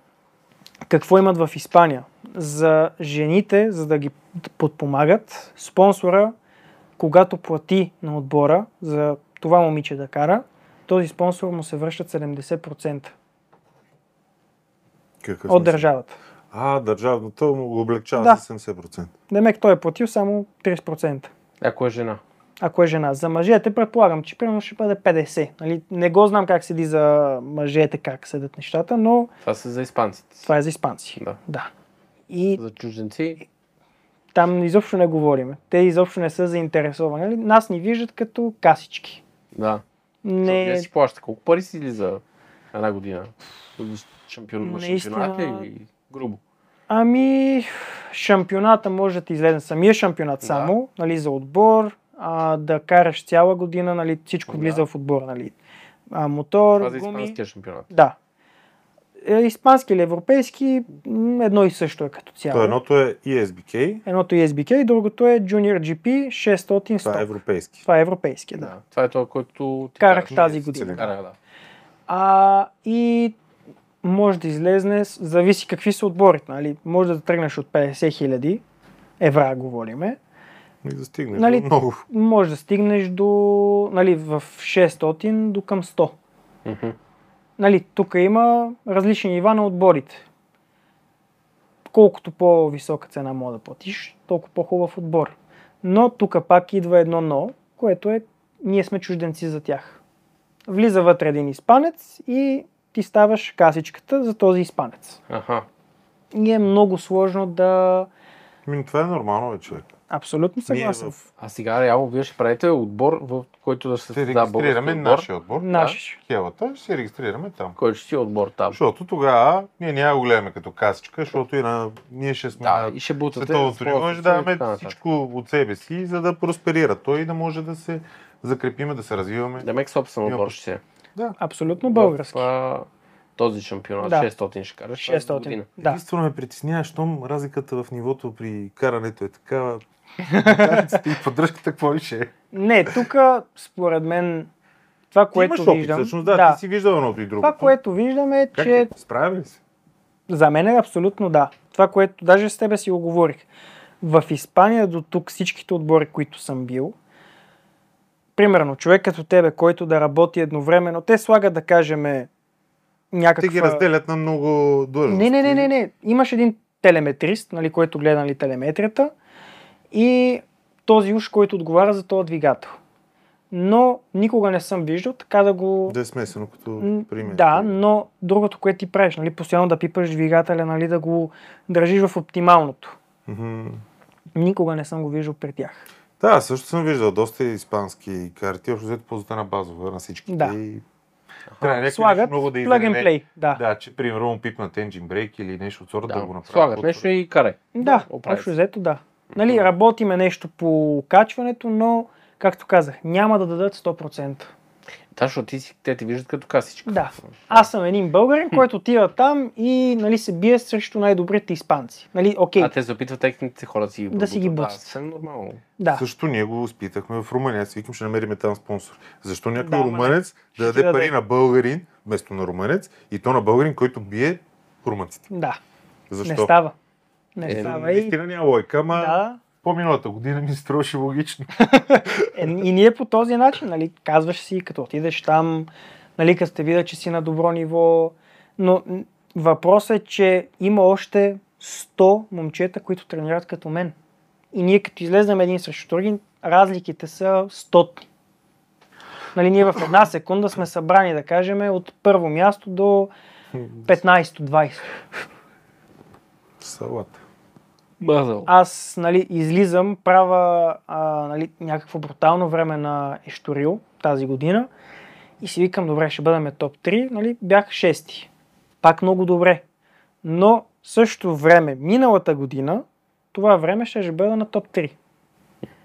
[SPEAKER 3] какво имат в Испания? За жените, за да ги подпомагат, спонсора, когато плати на отбора за това момиче да кара, този спонсор му се връщат 70%
[SPEAKER 2] Какъв е
[SPEAKER 3] е от
[SPEAKER 2] смисъл?
[SPEAKER 3] държавата.
[SPEAKER 2] А, държавната му го облегчава
[SPEAKER 3] Да.
[SPEAKER 2] с 70%.
[SPEAKER 3] Демек той е платил само 30%.
[SPEAKER 1] Ако е жена.
[SPEAKER 3] ако е жена. За мъжете предполагам, че примерно ще бъде 50. Нали? Не го знам как седи за мъжете, как седят нещата, но
[SPEAKER 1] Това са за испанците.
[SPEAKER 3] това е за испанци.
[SPEAKER 1] Да.
[SPEAKER 3] Да. И
[SPEAKER 1] За чужденци.
[SPEAKER 3] там изобщо не говорим. Те изобщо не са заинтересовани. Нали? Нас ни виждат като касички.
[SPEAKER 1] Да. Не.
[SPEAKER 3] Не,
[SPEAKER 1] си плаща. Колко пари си ли за една година? Шампион, на
[SPEAKER 3] Наистина.
[SPEAKER 1] шампионат или грубо?
[SPEAKER 3] Ами, шампионата може да ти излезе самия шампионат
[SPEAKER 1] Да.
[SPEAKER 3] само, нали, за отбор, а, да караш цяла година, нали, всичко
[SPEAKER 1] Да.
[SPEAKER 3] влиза в отбора, нали. А, мотор,
[SPEAKER 1] Това за
[SPEAKER 3] гуми.
[SPEAKER 1] испанския шампионат.
[SPEAKER 3] Да. Е, Испански или европейски, м, едно и също е като цяло.
[SPEAKER 2] То едното е ESBK,
[SPEAKER 3] Едното е SBK, и другото е Junior GP 600
[SPEAKER 2] това е европейски.
[SPEAKER 3] Това е европейския, да.
[SPEAKER 1] Да. Това е това, което ти
[SPEAKER 3] Карах
[SPEAKER 1] караш.
[SPEAKER 3] тази
[SPEAKER 2] ние,
[SPEAKER 3] година.
[SPEAKER 2] целеви.
[SPEAKER 1] Карах, да.
[SPEAKER 3] А, и може да излезне, с- зависи какви са отборите, нали? Може да тръгнеш от 50 хиляди евра, говориме.
[SPEAKER 2] И да стигнеш
[SPEAKER 3] Нали?
[SPEAKER 2] до много.
[SPEAKER 3] Може да стигнеш до, нали, в 600 до към 100.
[SPEAKER 1] Мгм.
[SPEAKER 3] Нали, тук има различни нива на отборите. Колкото по-висока цена мога да платиш, толкова по-хубав отбор. Но тук пак идва едно но, което е ние сме чужденци за тях. Влиза вътре един испанец и ти ставаш касичката за този испанец.
[SPEAKER 1] Аха.
[SPEAKER 3] И е много сложно да...
[SPEAKER 2] Ми, това е нормално, бе, човек.
[SPEAKER 3] Абсолютно
[SPEAKER 2] Ние
[SPEAKER 3] съгласен.
[SPEAKER 2] в-
[SPEAKER 1] А сега реално вие ще правите отбор, в който да се
[SPEAKER 2] Ще
[SPEAKER 1] създаде
[SPEAKER 2] регистрираме
[SPEAKER 1] български отбор,
[SPEAKER 2] нашия отбор.
[SPEAKER 3] Наш.
[SPEAKER 2] Хелата ще се регистрираме там.
[SPEAKER 1] който ще си е отбор там.
[SPEAKER 2] Защото тогава ние няма го гледаме като касичка, защото и на... ние ще сме
[SPEAKER 1] Да,
[SPEAKER 2] на
[SPEAKER 1] и ще бутате.
[SPEAKER 2] световното ниво, и ще
[SPEAKER 1] спонсорство и
[SPEAKER 2] даваме
[SPEAKER 1] така нататък.
[SPEAKER 2] всичко от себе си, за да просперира той и да може да се закрепиме, да се развиваме.
[SPEAKER 1] Демек Ами, собствен
[SPEAKER 2] Има
[SPEAKER 1] отбор
[SPEAKER 2] пък-
[SPEAKER 1] ще се.
[SPEAKER 3] Абсолютно български.
[SPEAKER 1] Това, този шампионат,
[SPEAKER 3] Да.
[SPEAKER 1] 600 ще караш. тази
[SPEAKER 3] 600.
[SPEAKER 1] година.
[SPEAKER 3] Да.
[SPEAKER 2] Единствено ме притеснява, щом разликата в нивото при карането е
[SPEAKER 3] [laughs]
[SPEAKER 2] такава. Карицата и поддръжката какво ли ще е?
[SPEAKER 3] Не, тук според мен това, което
[SPEAKER 2] ти имаш
[SPEAKER 3] виждам...
[SPEAKER 2] опит, всъщност, да, да, ти си виждал едното и другото.
[SPEAKER 3] Това, което виждам е,
[SPEAKER 2] Как
[SPEAKER 3] че
[SPEAKER 2] е? Справя ли се?
[SPEAKER 3] За мен е абсолютно да. Това, което даже с тебе си го говорих. В Испания до тук всичките отбори, които съм бил, примерно човек като тебе, който да работи едновременно, те слагат да кажем някаква...
[SPEAKER 2] Те ги разделят на много длъжности.
[SPEAKER 3] Не, не, не, не, не. Имаш един телеметрист, нали, който гледа нали, телеметрията и този уж, който отговаря за този двигател. Но никога не съм виждал така да го...
[SPEAKER 2] Да е смесено като
[SPEAKER 3] М,
[SPEAKER 2] пример.
[SPEAKER 3] Да, но другото, което ти правиш, нали, постоянно да пипаш двигателя, нали, да го държиш в оптималното.
[SPEAKER 2] Мгм.
[SPEAKER 3] Никога не съм го виждал при тях.
[SPEAKER 2] Да, също съм виждал доста испански карти, общо взето ползват една базова на всички.
[SPEAKER 3] Да.
[SPEAKER 2] И... Трябва някакво
[SPEAKER 3] Слагат
[SPEAKER 2] нещо много да
[SPEAKER 3] plug and
[SPEAKER 2] издаде.
[SPEAKER 3] play. Да, да,
[SPEAKER 2] Да, че примерно му пипнат engine brake или нещо от сорта да,
[SPEAKER 1] Да,
[SPEAKER 2] го направят.
[SPEAKER 1] слагат
[SPEAKER 2] по-добре.
[SPEAKER 1] нещо и карай.
[SPEAKER 3] да
[SPEAKER 1] оправи
[SPEAKER 3] общо
[SPEAKER 1] се.
[SPEAKER 3] взето да. Нали, работиме нещо по качването, но, както казах, няма да дадат 100%.
[SPEAKER 1] Да, защото ти си, те ти виждат като касичка.
[SPEAKER 3] Да. Аз съм един българин, който отива там и нали, се бие срещу най-добрите испанци. Нали, окей,
[SPEAKER 1] А те се опитват техните хора да си ги
[SPEAKER 3] Да си ги
[SPEAKER 1] пробутат. Да,
[SPEAKER 3] бутат.
[SPEAKER 1] съвсем нормално.
[SPEAKER 3] да.
[SPEAKER 2] Също ние го изпитахме в Румъния. Аз викам, ще намерим там спонсор. Защо някой
[SPEAKER 3] Да, ама не.
[SPEAKER 2] румънец да
[SPEAKER 3] ти
[SPEAKER 2] даде
[SPEAKER 3] даде.
[SPEAKER 2] пари на българин, вместо на румънец, и то на българин, който бие румънците.
[SPEAKER 3] Да,
[SPEAKER 2] Защо? Ами,
[SPEAKER 3] не става. Не
[SPEAKER 1] Е,
[SPEAKER 3] става. И,
[SPEAKER 2] Наистина няма лойка, ама да.
[SPEAKER 3] да,
[SPEAKER 2] по-миналата година ми се струваше логично.
[SPEAKER 3] е, и ние по този начин, нали, казваш си, като отидеш там, нали, като те видя, че си на добро ниво, но м, въпросът е, че има още 100 момчета, които тренират като мен. И ние като излезем един срещу други, разликите са стотни. Нали, ние в една секунда сме събрани, да кажем, от първо място до 15-20.
[SPEAKER 2] Салата.
[SPEAKER 1] Мазал.
[SPEAKER 3] аз нали, излизам, правя а, нали, някакво брутално време на Ешторил тази година и си викам, добре, ще бъдем топ 3, нали, бях шести. Пак много добре. Но същото време, миналата година, това време ще, ще бъда на топ 3.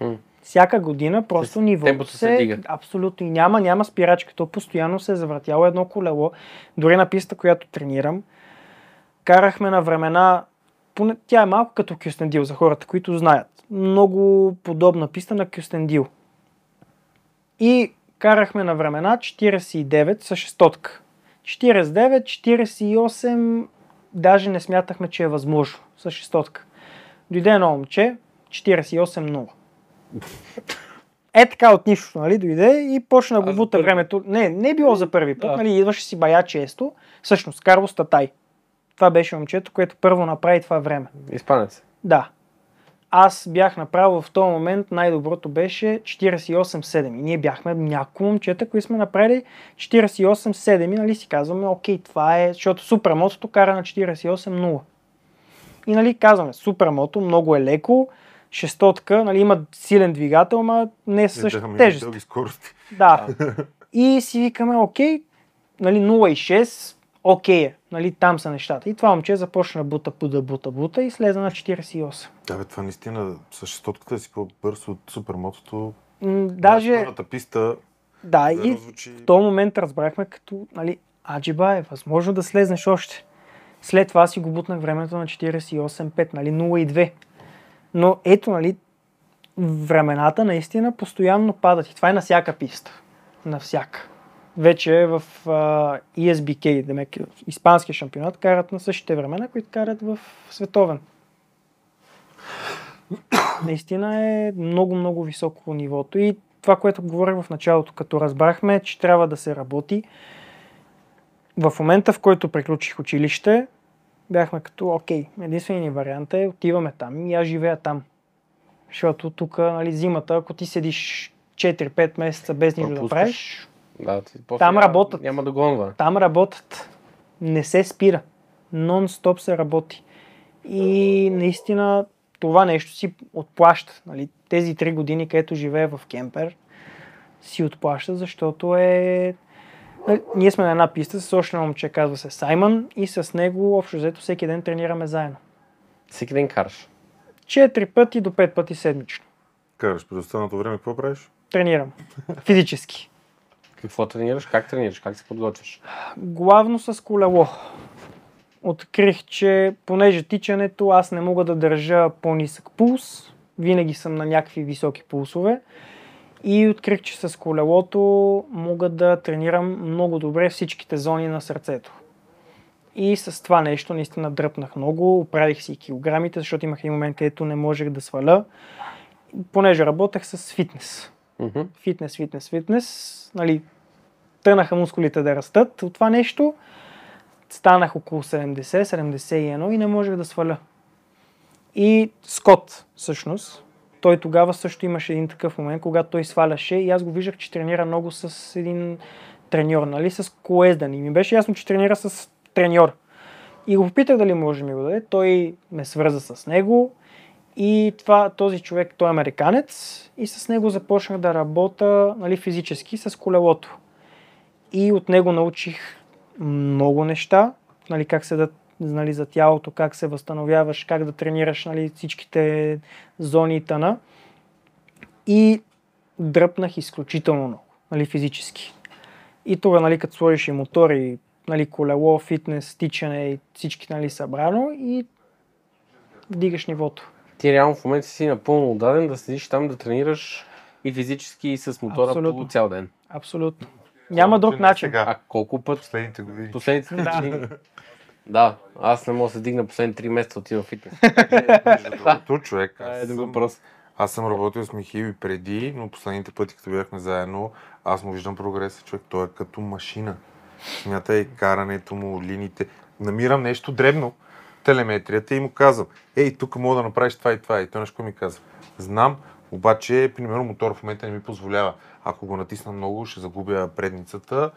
[SPEAKER 1] Мгм.
[SPEAKER 3] Всяка година просто
[SPEAKER 1] Тоест,
[SPEAKER 3] нивото
[SPEAKER 1] темпото
[SPEAKER 3] се,
[SPEAKER 1] се дига.
[SPEAKER 3] абсолютно и няма, няма спирачка. То постоянно се е завъртяло едно колело. Дори на писта, която тренирам, карахме на времена, поне, тя е малко като Кюстендил за хората, които знаят. Много подобна писта на Кюстендил. И карахме на времена 49 с шестотка. 49, 48, даже не смятахме, че е възможно с шестотка. Дойде едно момче, 48-0. Е така от нищото, нали, дойде и почна го
[SPEAKER 1] А, за
[SPEAKER 3] бута
[SPEAKER 1] първи
[SPEAKER 3] времето. Не, не е било за първи път,
[SPEAKER 1] Да.
[SPEAKER 3] нали, идваше си бая често. Всъщност, Карлос Татай. Това беше момчето, което първо направи това време.
[SPEAKER 1] Испанец.
[SPEAKER 3] Да. Аз бях направил в този момент, най-доброто беше 48-7. И ние бяхме няколко момчета, които сме направили 48-7. И нали си казваме, окей, това е, защото супермотото кара на 48-0. И нали казваме, супермото, много е леко, шестотка, нали има силен двигател, ма не е също тежест.
[SPEAKER 2] Дълги скорости.
[SPEAKER 3] Да. И си викаме, окей, нали, 0,6, окей е. Нали, там са нещата. И това момче започна бута, пуда, бута, бута и слезе на 48.
[SPEAKER 2] Да, бе, това наистина, с шестотката си по-бърз от супермотото.
[SPEAKER 3] М, Даже,
[SPEAKER 2] Първата писта,
[SPEAKER 3] да,
[SPEAKER 2] да,
[SPEAKER 3] и
[SPEAKER 2] звучи...
[SPEAKER 3] в този момент разбрахме като, нали, аджиба е възможно да слезнеш още. След това си го бутнах времето на 48.5, нали, 0,2. Но ето, нали, времената наистина постоянно падат. И това е на всяка писта. На всяка. Вече е в а, E ESBK, демек, испанския шампионат, карат на същите времена, които карат в световен. Наистина е много, много високо нивото. И това, което говорих в началото, като разбрахме, че трябва да се работи, в момента, в който приключих училище, бяхме като, окей, единственият ни вариант е отиваме там и аз живея там. Защото тук, нали, зимата, ако ти седиш 4-5 месеца без нищо да
[SPEAKER 1] Пропускаш.
[SPEAKER 3] правиш,
[SPEAKER 1] Да, ти, после
[SPEAKER 3] Там
[SPEAKER 1] няма-
[SPEAKER 3] работят.
[SPEAKER 1] Няма догонва.
[SPEAKER 3] там работят. Не се спира. Нон-стоп се работи. И наистина това нещо си отплаща. Нали? Тези три години, където живее в кемпер, си отплаща, защото е... Нали, Ние сме на една писта с още едно момче, казва се Саймън, и с него общо взето всеки ден тренираме заедно.
[SPEAKER 1] Всеки ден караш.
[SPEAKER 3] Четири пъти до пет пъти седмично.
[SPEAKER 2] Караш през останалото време, какво правиш?
[SPEAKER 3] Тренирам. Физически.
[SPEAKER 1] Какво тренираш, как тренираш, как се подготвяш?
[SPEAKER 3] главно с колело. Открих, че понеже тичането аз не мога да държа по-нисък пулс, винаги съм на някакви високи пулсове и открих, че с колелото мога да тренирам много добре всичките зони на сърцето. И с това нещо наистина дръпнах много, оправих си и килограмите, защото имах един момент, където не можех да сваля, понеже работех с фитнес
[SPEAKER 1] Мгм.
[SPEAKER 3] фитнес, фитнес, фитнес, нали, тънаха мускулите да растат от това нещо. Станах около 70-71 и не можех да сваля. И Скот, всъщност, той тогава също имаше един такъв момент, когато той сваляше и аз го виждах, че тренира много с един треньор, нали, с коездане. И ми беше ясно, че тренира с треньор. И го попитах дали може да ми го даде. Той ме свърза с него и това, този човек, той е американец и с него започнах да работя нали, физически с колелото. И от него научих много неща, нали, как се да нали, за тялото, как се възстановяваш, как да тренираш нали, всичките зони и тъна. И дръпнах изключително много, нали, физически. И тук, нали, като сложиш и мотори, нали, колело, фитнес, тичане и всички нали, събрано и вдигаш нивото.
[SPEAKER 1] Ти реално в момента си напълно отдаден да седиш там да тренираш и физически, и с мотора
[SPEAKER 3] Абсолютно.
[SPEAKER 1] по цял ден.
[SPEAKER 3] Абсолютно. Няма
[SPEAKER 2] Само, че
[SPEAKER 3] друг
[SPEAKER 2] не
[SPEAKER 3] начин.
[SPEAKER 2] Значи Сега,
[SPEAKER 1] А колко път
[SPEAKER 2] последните години.
[SPEAKER 1] последните
[SPEAKER 3] Да.
[SPEAKER 1] години Да, аз не мога да се дигна последните 3 месеца отивам в фитнес.
[SPEAKER 2] Между другото, човек,
[SPEAKER 1] Това
[SPEAKER 2] аз
[SPEAKER 1] е друг
[SPEAKER 2] съм,
[SPEAKER 1] въпрос.
[SPEAKER 2] аз съм работил с Михиви преди, но последните пъти, като бяхме заедно, аз му виждам прогреса, човек. Той е като машина. Смятай карането му, линиите. Намирам нещо дребно, телеметрията и му казвам, ей, тук мога да направиш това и това. И той нещо ми казва. Знам, обаче, примерно, мотор в момента не ми позволява. Ако го натисна много, ще загубя предницата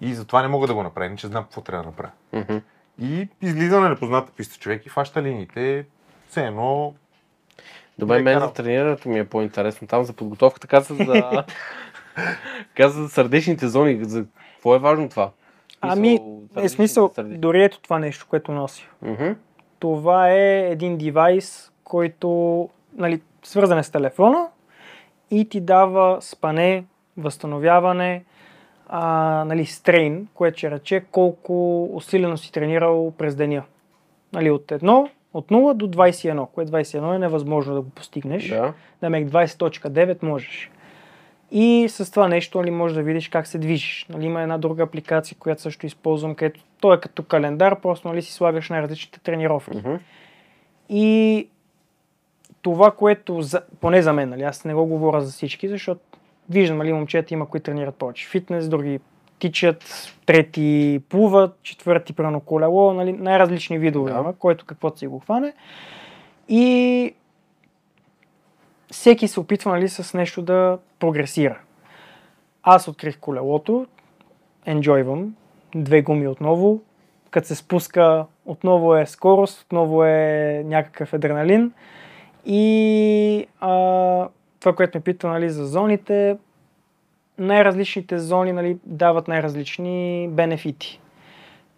[SPEAKER 2] и затова не мога да го направя, че знам какво трябва да направя.
[SPEAKER 1] Мгм.
[SPEAKER 2] И излиза на непозната писта човек и фаща линиите, все едно
[SPEAKER 1] Добре,
[SPEAKER 2] Не,
[SPEAKER 1] мен за
[SPEAKER 2] Карл.
[SPEAKER 1] тренирането ми е по-интересно. Там за подготовката каза
[SPEAKER 3] [laughs]
[SPEAKER 1] за, каза за сърдечните зони. За какво е важно това?
[SPEAKER 3] Ами, е
[SPEAKER 1] сърдечните,
[SPEAKER 3] смисъл,
[SPEAKER 1] сърдечни-
[SPEAKER 3] дори ето това нещо, което носи.
[SPEAKER 1] Мгм.
[SPEAKER 3] Това е един девайс, който нали, свързан е с телефона и ти дава спане, възстановяване, а, нали, стрейн, което ще рече колко усилено си тренирал през деня. Нали, от 1, от 0 до 21, което 21 е невъзможно да го постигнеш.
[SPEAKER 1] Да.
[SPEAKER 3] Намек 20.9 можеш. И с това нещо нали, можеш да видиш как се движиш. Нали, има една друга апликация, която също използвам, където той е като календар, просто нали, си слагаш на различните тренировки.
[SPEAKER 1] Мгм.
[SPEAKER 3] И това, което, за, поне за мен, нали, аз не го говоря за всички, защото виждам, нали, момчета има, които тренират повече фитнес, други тичат, трети плуват, четвърти прано колело, нали, най-различни видове
[SPEAKER 1] Да.
[SPEAKER 3] има, който каквото си го хване. И всеки се опитва нали, с нещо да прогресира. Аз открих колелото, енджойвам, две гуми отново, като се спуска отново е скорост, отново е някакъв адреналин и а, това, което ме пита нали, за зоните, най-различните зони нали, дават най-различни бенефити.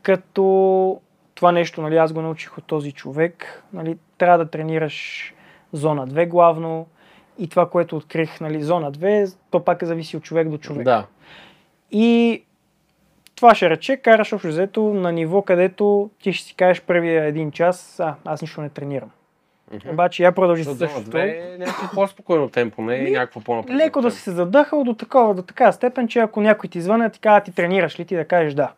[SPEAKER 3] Като това нещо нали, аз го научих от този човек, нали, трябва да тренираш зона 2 главно и това, което открих, нали, зона 2, то пак е зависи от човек до човек.
[SPEAKER 1] Да.
[SPEAKER 3] И това ще рече, караш общо взето на ниво, където ти ще си кажеш първия един час, а, аз нищо не тренирам. Е,
[SPEAKER 1] Мгм.
[SPEAKER 3] Обаче я продължи
[SPEAKER 1] Защото зона
[SPEAKER 3] същото.
[SPEAKER 1] 2 е някакво по-спокойно темпо, не е
[SPEAKER 3] Ми,
[SPEAKER 1] някакво по-напред.
[SPEAKER 3] Ами, Леко да си се задъхал до такова, до така степен, че ако някой ти звъне, ти казва, ти тренираш ли ти да кажеш да.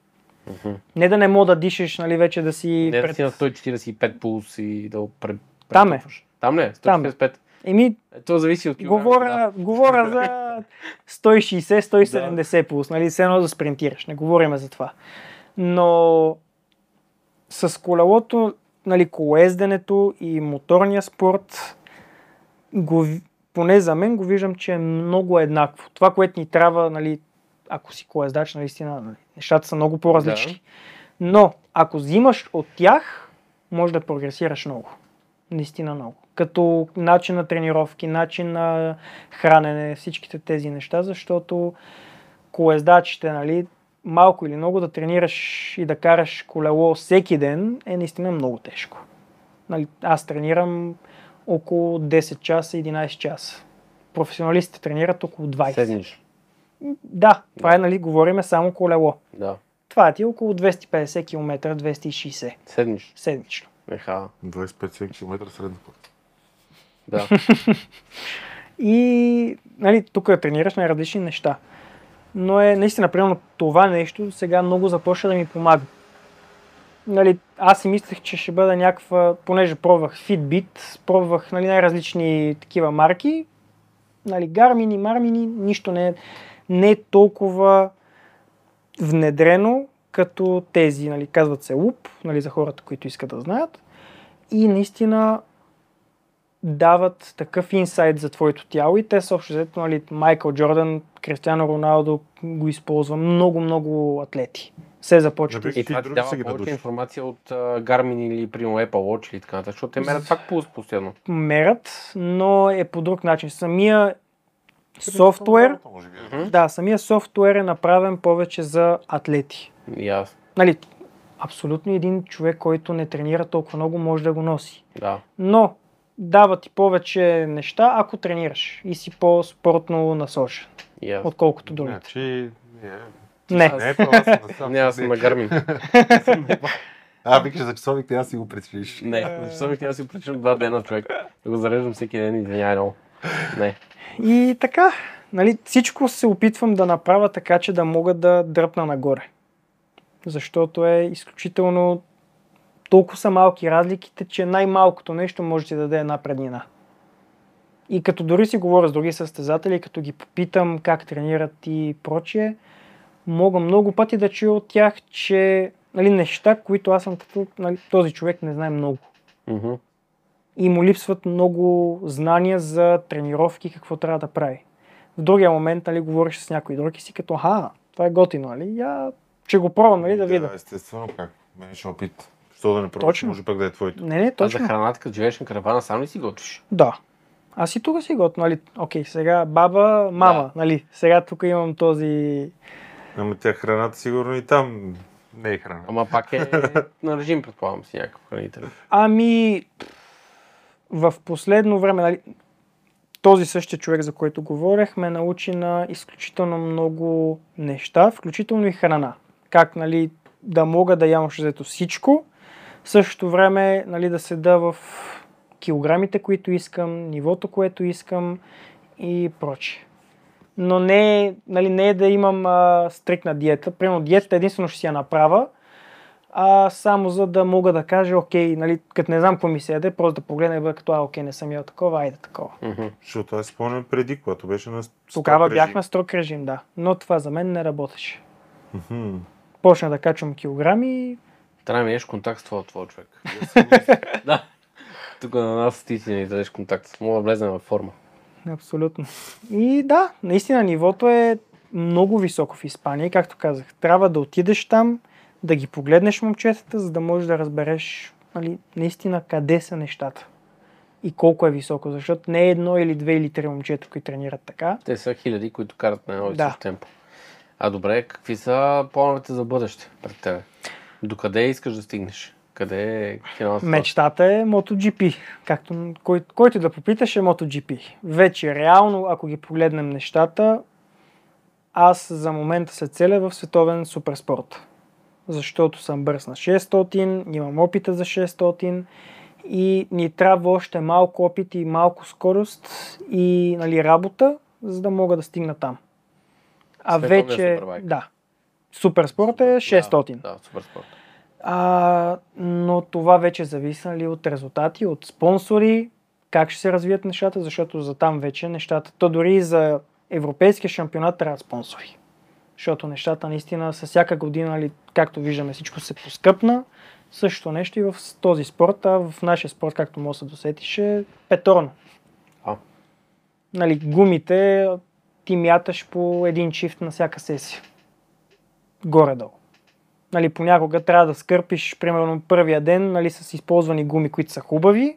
[SPEAKER 1] Мгм.
[SPEAKER 3] Не да не мога да дишаш, нали, вече да си...
[SPEAKER 1] Не да си на 145 пулс и да го пре...
[SPEAKER 3] Там е.
[SPEAKER 1] претупваш. Там не,
[SPEAKER 3] Там е.
[SPEAKER 1] 145.
[SPEAKER 3] Еми,
[SPEAKER 1] Е, то зависи от килограмите, да.
[SPEAKER 3] говоря, говоря за 160-170 плюс, нали, все едно да спринтираш, не говорим за това. Но с колелото, нали, колоезденето и моторния спорт, го, ви- поне за мен го виждам, че е много еднакво. Това, което ни трябва, нали, ако си колоездач, наистина, нали, нещата са много по-различни. Но, ако взимаш от тях, може да прогресираш много. Наистина много. Като начин на тренировки, начин на хранене, всичките тези неща, защото колездачите, нали, малко или много да тренираш и да караш колело всеки ден е наистина много тежко. Нали, аз тренирам около 10 часа, 11 часа. Професионалистите тренират около 20.
[SPEAKER 1] Седниш.
[SPEAKER 3] Да, това е, нали, говориме само колело.
[SPEAKER 1] Да.
[SPEAKER 3] Това ти е около 250 км, 260
[SPEAKER 1] Седниш.
[SPEAKER 3] седмично.
[SPEAKER 1] Еха.
[SPEAKER 2] 25 км средно път.
[SPEAKER 1] Да.
[SPEAKER 3] И нали, тук тренираш на различни неща. Но е наистина, примерно това нещо сега много започва да ми помага. Нали, аз си мислех, че ще бъда някаква, понеже пробвах Fitbit, пробвах нали, най-различни такива марки, нали, гармини, мармини, нищо не е, не е толкова внедрено, като тези, нали, казват се луп, нали, за хората, които искат да знаят. И наистина дават такъв инсайт за твоето тяло и те са общо взето, нали, Майкъл Джордан, Кристиано Роналдо го използва много, много атлети. Се започва.
[SPEAKER 2] Не бих
[SPEAKER 1] И това
[SPEAKER 2] други
[SPEAKER 1] ти
[SPEAKER 2] са
[SPEAKER 1] дава
[SPEAKER 2] ги
[SPEAKER 1] повече
[SPEAKER 2] дадуши.
[SPEAKER 1] информация от а, Garmin или примерно Apple Watch или така нататък, защото те мерят пак пулс постоянно.
[SPEAKER 3] мерят, но е по друг начин. Самия софтуер,
[SPEAKER 2] Може би.
[SPEAKER 3] да, самия софтуер е направен повече за атлети.
[SPEAKER 1] И аз.
[SPEAKER 3] Нали, абсолютно един човек, който не тренира толкова много, може да го носи.
[SPEAKER 1] Да.
[SPEAKER 3] Но дава ти повече неща, ако тренираш и си по-спортно насочен,
[SPEAKER 1] И аз.
[SPEAKER 3] отколкото другите.
[SPEAKER 2] Значи... е,
[SPEAKER 3] [laughs] Не.
[SPEAKER 2] Не, е права съм да съм.
[SPEAKER 1] Не, аз съм на
[SPEAKER 2] [laughs]
[SPEAKER 1] Garmin.
[SPEAKER 2] А, викаш за часовник, ти аз си го прецениш.
[SPEAKER 1] Не, защото тя си причина два дена човек. Да го зареждам всеки ден, извинявай много. Не.
[SPEAKER 3] И така, нали, всичко се опитвам да направя така, че да мога да дръпна нагоре. Защото е изключително толкова са малки разликите, че най-малкото нещо може да ти даде една преднина. И като дори си говоря с други състезатели, като ги попитам как тренират и прочие, мога много пъти да чуя от тях, че нали, неща, които аз съм като нали, този човек не знае много.
[SPEAKER 1] Мгм.
[SPEAKER 3] И му липсват много знания за тренировки, какво трябва да прави. В другия момент, нали, говориш с някой друг и си като, аха, това е готино, нали? Я ще го пробвам, нали, да видя.
[SPEAKER 2] естествено, как? Мен ще е опит. Що да не пробваш,
[SPEAKER 3] Точно.
[SPEAKER 2] може пък да е твоето.
[SPEAKER 3] Не, не,
[SPEAKER 1] А за
[SPEAKER 3] точно.
[SPEAKER 1] храната, като живееш на каравана, сам ли си готвиш?
[SPEAKER 3] Да. Аз и тук си готвя, нали? Окей, сега баба, мама, нали? Сега тук имам този...
[SPEAKER 2] Ама тя храната сигурно и там не е храна.
[SPEAKER 1] Ама пак
[SPEAKER 2] [laughs]
[SPEAKER 1] е на режим, предполагам си, някакъв хранителен.
[SPEAKER 3] Ами, в последно време, нали, този същия човек, за който говорех, ме научи на изключително много неща, включително и храна. Как, нали, да мога да ям общо взето всичко, в същото време, нали, да седа в килограмите, които искам, нивото, което искам и прочее. Но не, е, нали, не е да имам а, стрикна диета. Примерно диета единствено ще си я направя, а само за да мога да кажа, окей, нали, като не знам какво ми се яде, просто да погледна и бъда като, а, окей, не съм ял такова, айде такова.
[SPEAKER 1] Мгм.
[SPEAKER 2] Защото аз си спомням преди, когато беше на строг
[SPEAKER 3] Тогава
[SPEAKER 2] режим.
[SPEAKER 3] бяхме строг режим, да. Но това за мен не работеше.
[SPEAKER 2] Мгм.
[SPEAKER 3] Почна да качвам килограми,
[SPEAKER 1] Трябва да минеш контакт с твоя твой човек.
[SPEAKER 2] Да
[SPEAKER 3] [laughs]
[SPEAKER 2] си мисля.
[SPEAKER 1] да. Тук на нас ти си ни дадеш контакт. Мога да влезем във форма.
[SPEAKER 3] абсолютно. И да, наистина нивото е много високо в Испания, и както казах. Трябва да отидеш там, да ги погледнеш момчетата, за да можеш да разбереш нали, наистина къде са нещата и колко е високо, защото не е едно или две или три момчета, които тренират така.
[SPEAKER 1] Те са хиляди, които карат на едно и
[SPEAKER 3] Да.
[SPEAKER 1] също темпо. А добре, какви са плановете за бъдеще пред тебе? Докъде искаш да стигнеш? Къде е финалната
[SPEAKER 3] Мечтата е MotoGP. Както, кой, който да попиташ е MotoGP. Вече реално, ако ги погледнем нещата, аз за момента се целя в световен суперспорт. Защото съм бърз на 600, имам опита за 600 и ни трябва още малко опит и малко скорост и нали, работа, за да мога да стигна там. А
[SPEAKER 1] Световния
[SPEAKER 3] вече...
[SPEAKER 1] супербайк.
[SPEAKER 3] Да. Суперспорт е 600.
[SPEAKER 1] Да, да супер спорт.
[SPEAKER 3] А, но това вече зависи нали, от резултати, от спонсори, как ще се развият нещата, защото за там вече нещата, то дори и за европейския шампионат трябва спонсори. Защото нещата наистина с всяка година, нали, както виждаме, всичко се поскъпна. Същото нещо и в с- този спорт, а в нашия спорт, както може да се досетиш, е петорно.
[SPEAKER 1] А.
[SPEAKER 3] Нали, гумите ти мяташ по един чифт на всяка сесия. Горе-долу нали, понякога трябва да скърпиш, примерно, първия ден нали, с използвани гуми, които са хубави,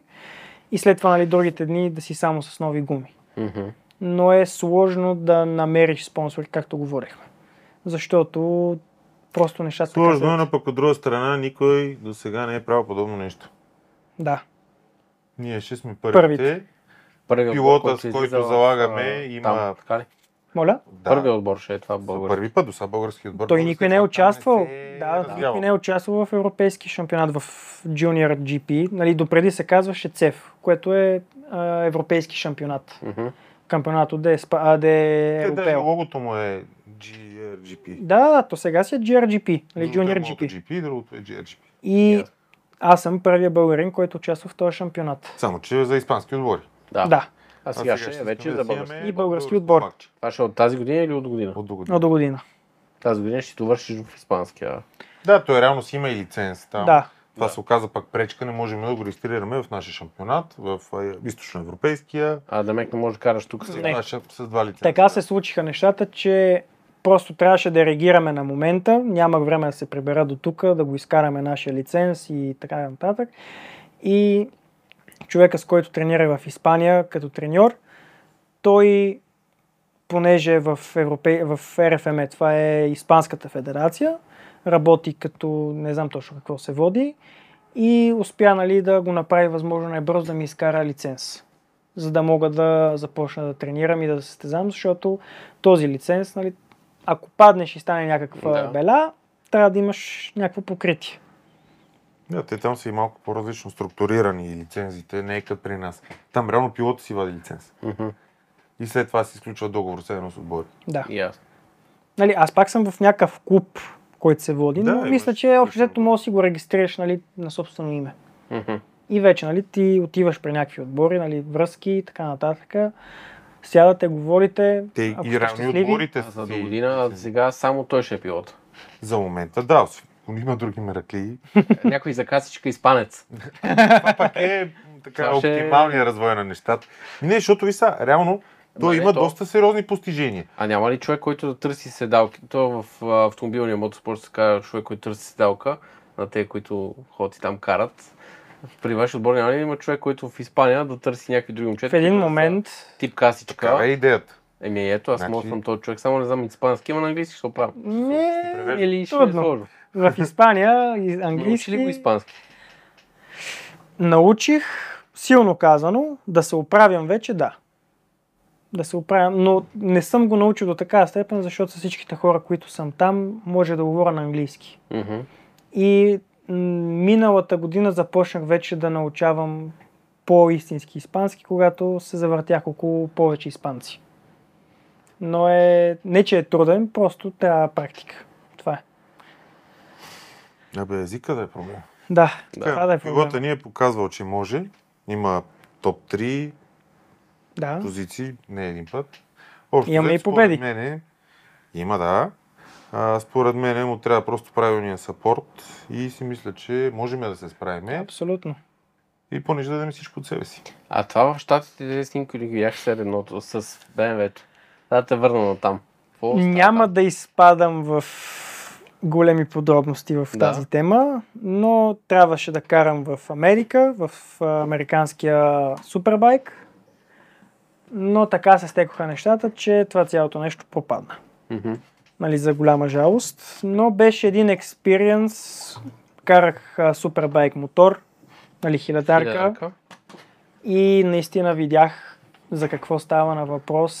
[SPEAKER 3] и след това нали, другите дни да си само с нови гуми.
[SPEAKER 1] Мгм.
[SPEAKER 3] Но е сложно да намериш спонсори, както говорихме. Защото просто нещата... така
[SPEAKER 2] Сложно е,
[SPEAKER 3] са.
[SPEAKER 2] но пък от друга страна никой до сега не е правил подобно нещо.
[SPEAKER 3] Да.
[SPEAKER 2] Ние ще сме първите.
[SPEAKER 3] Първите.
[SPEAKER 1] Първият
[SPEAKER 2] Пилота,
[SPEAKER 1] отбор,
[SPEAKER 2] с
[SPEAKER 1] се
[SPEAKER 2] който
[SPEAKER 1] излиза в,
[SPEAKER 2] залагаме,
[SPEAKER 1] а,
[SPEAKER 2] има-
[SPEAKER 1] Там, така ли?
[SPEAKER 3] Моля?
[SPEAKER 1] Да.
[SPEAKER 2] Да.
[SPEAKER 1] Първият отбор ще е това
[SPEAKER 2] За
[SPEAKER 1] българ.
[SPEAKER 2] първи път до сега български отбор.
[SPEAKER 3] Той никой не е участвал. Да, да,
[SPEAKER 2] да.
[SPEAKER 3] никой не е участвал в европейски шампионат в Junior GP. Нали, допреди се казваше ЦЕФ, което е а, европейски шампионат.
[SPEAKER 1] Мгм.
[SPEAKER 3] Кампионато де, Еспа- а, де
[SPEAKER 2] Те, даже
[SPEAKER 3] Европео.
[SPEAKER 2] логото му е GRGP.
[SPEAKER 3] Да, да, то сега си е GRGP, или Нали, Junior
[SPEAKER 2] Другото е
[SPEAKER 3] GP.
[SPEAKER 2] MotoGP, другото е GRGP.
[SPEAKER 3] И
[SPEAKER 1] Ясно.
[SPEAKER 3] аз съм първия българин, който участва в този шампионат.
[SPEAKER 2] Само, че за испански отбори.
[SPEAKER 1] Да.
[SPEAKER 3] Да,
[SPEAKER 1] А сега, ще е вече за български.
[SPEAKER 3] И български отбор.
[SPEAKER 1] Това ще е от тази година или от година?
[SPEAKER 2] От
[SPEAKER 3] но
[SPEAKER 2] догодина.
[SPEAKER 3] до година.
[SPEAKER 1] Тази година ще довършиш в испанския.
[SPEAKER 2] Да, той реално си има и лиценз там.
[SPEAKER 3] Да.
[SPEAKER 2] Това
[SPEAKER 1] Да.
[SPEAKER 2] се оказа пак пречка, не можем да го регистрираме в нашия шампионат, в а, източноевропейския.
[SPEAKER 1] А да мек не може да караш тук сега.
[SPEAKER 3] Не.
[SPEAKER 2] Сега ще- С два лиценза.
[SPEAKER 3] Така се случиха нещата, че просто трябваше да реагираме на момента. Нямах време да се прибера до тук, да го изкараме нашия лиценз и така нататък. И човека, с който тренирах в Испания като треньор, той, понеже е в, Европе... в РФМ, това е Испанската федерация, работи като не знам точно какво се води и успя нали, да го направи възможно най-бързо да ми изкара лиценз за да мога да започна да тренирам и да се състезам, защото този лиценз, нали, ако паднеш и стане някаква
[SPEAKER 1] Да.
[SPEAKER 3] да. бела, трябва да имаш някакво покритие.
[SPEAKER 2] Да, те там са и малко по-различно структурирани лицензите, не е като при нас. Там реално пилота си вади лиценз.
[SPEAKER 1] Мгм.
[SPEAKER 2] И след това се изключва договор с едно с отбори.
[SPEAKER 3] Да.
[SPEAKER 1] И аз.
[SPEAKER 3] Нали, аз пак съм в някакъв клуб, който се води,
[SPEAKER 2] Да,
[SPEAKER 3] но
[SPEAKER 2] имаш
[SPEAKER 3] мисля, че общо
[SPEAKER 2] точно.
[SPEAKER 3] взето може да си го регистрираш нали, на собствено име.
[SPEAKER 1] Мгм.
[SPEAKER 3] И вече нали, ти отиваш при някакви отбори, нали, връзки и така нататък. Сядате, говорите.
[SPEAKER 2] Те
[SPEAKER 3] ако
[SPEAKER 2] и
[SPEAKER 3] сте
[SPEAKER 2] реални
[SPEAKER 3] щастливи,
[SPEAKER 2] отборите
[SPEAKER 1] А За до година, а сега само той ще е пилот.
[SPEAKER 2] За момента, да, освен- има други мераклии.
[SPEAKER 1] Някой за касичка изпанец.
[SPEAKER 2] Това пак е така
[SPEAKER 1] Това ще-
[SPEAKER 2] оптималният развой на нещата. Не, защото ви са, реално, той
[SPEAKER 1] не,
[SPEAKER 2] има
[SPEAKER 1] то-
[SPEAKER 2] доста сериозни постижения.
[SPEAKER 1] А няма ли човек, който да търси седалки? То в а, автомобилния мотоспорт се казва човек, който търси седалка на те, които ходят и там карат. При ваш отбор няма ли има човек, който в Испания да търси някакви други момчета?
[SPEAKER 3] В един
[SPEAKER 1] които да са
[SPEAKER 3] момент
[SPEAKER 1] Тип касичка.
[SPEAKER 2] Такава е идеята.
[SPEAKER 1] Еми ето, аз
[SPEAKER 2] Значи-
[SPEAKER 1] мога да съм този човек, само не знам испански, ама на английски ще оправя.
[SPEAKER 3] не,
[SPEAKER 2] превеждам.
[SPEAKER 1] Или ще е
[SPEAKER 3] Трудно.
[SPEAKER 1] сложно.
[SPEAKER 3] в Испания и
[SPEAKER 1] Научи ли го
[SPEAKER 3] английски
[SPEAKER 1] испански?
[SPEAKER 3] научих, силно казано, да се оправям вече, да. Да се оправям, но не съм го научил до такава степен, защото с всичките хора, които съм там, може да говоря на английски.
[SPEAKER 1] Мгм.
[SPEAKER 3] И м, миналата година започнах вече да научавам по-истински испански, когато се завъртях около повече испанци. Но е, не че е труден, просто трябва практика. Това е.
[SPEAKER 2] Абе, езика да е проблем.
[SPEAKER 3] Да,
[SPEAKER 1] Да.
[SPEAKER 3] това да е
[SPEAKER 2] Пилота
[SPEAKER 3] проблем.
[SPEAKER 2] ни е показвал, че може. Има топ 3
[SPEAKER 3] Да.
[SPEAKER 2] позиции, не един път. Общо,
[SPEAKER 3] Имаме
[SPEAKER 2] взето,
[SPEAKER 3] и победи.
[SPEAKER 2] според Мене, има, да. А, според мен му трябва просто правилния сапорт и си мисля, че можем да се справим
[SPEAKER 3] Абсолютно.
[SPEAKER 2] и понеже да дадем всичко от себе си.
[SPEAKER 1] А това в щатите тези снимки ли ги видях след едното с БМВ-то? Да те върна на там.
[SPEAKER 3] Няма да изпадам в големи подробности в
[SPEAKER 1] Да.
[SPEAKER 3] тази тема, но трябваше да карам в Америка, в а, американския супербайк. Но така се стекоха нещата, че това цялото нещо пропадна. Нали, за голяма жалост. Но беше един експириенс. Карах а, супербайк мотор, нали, хилядарка. И наистина видях за какво става на въпрос,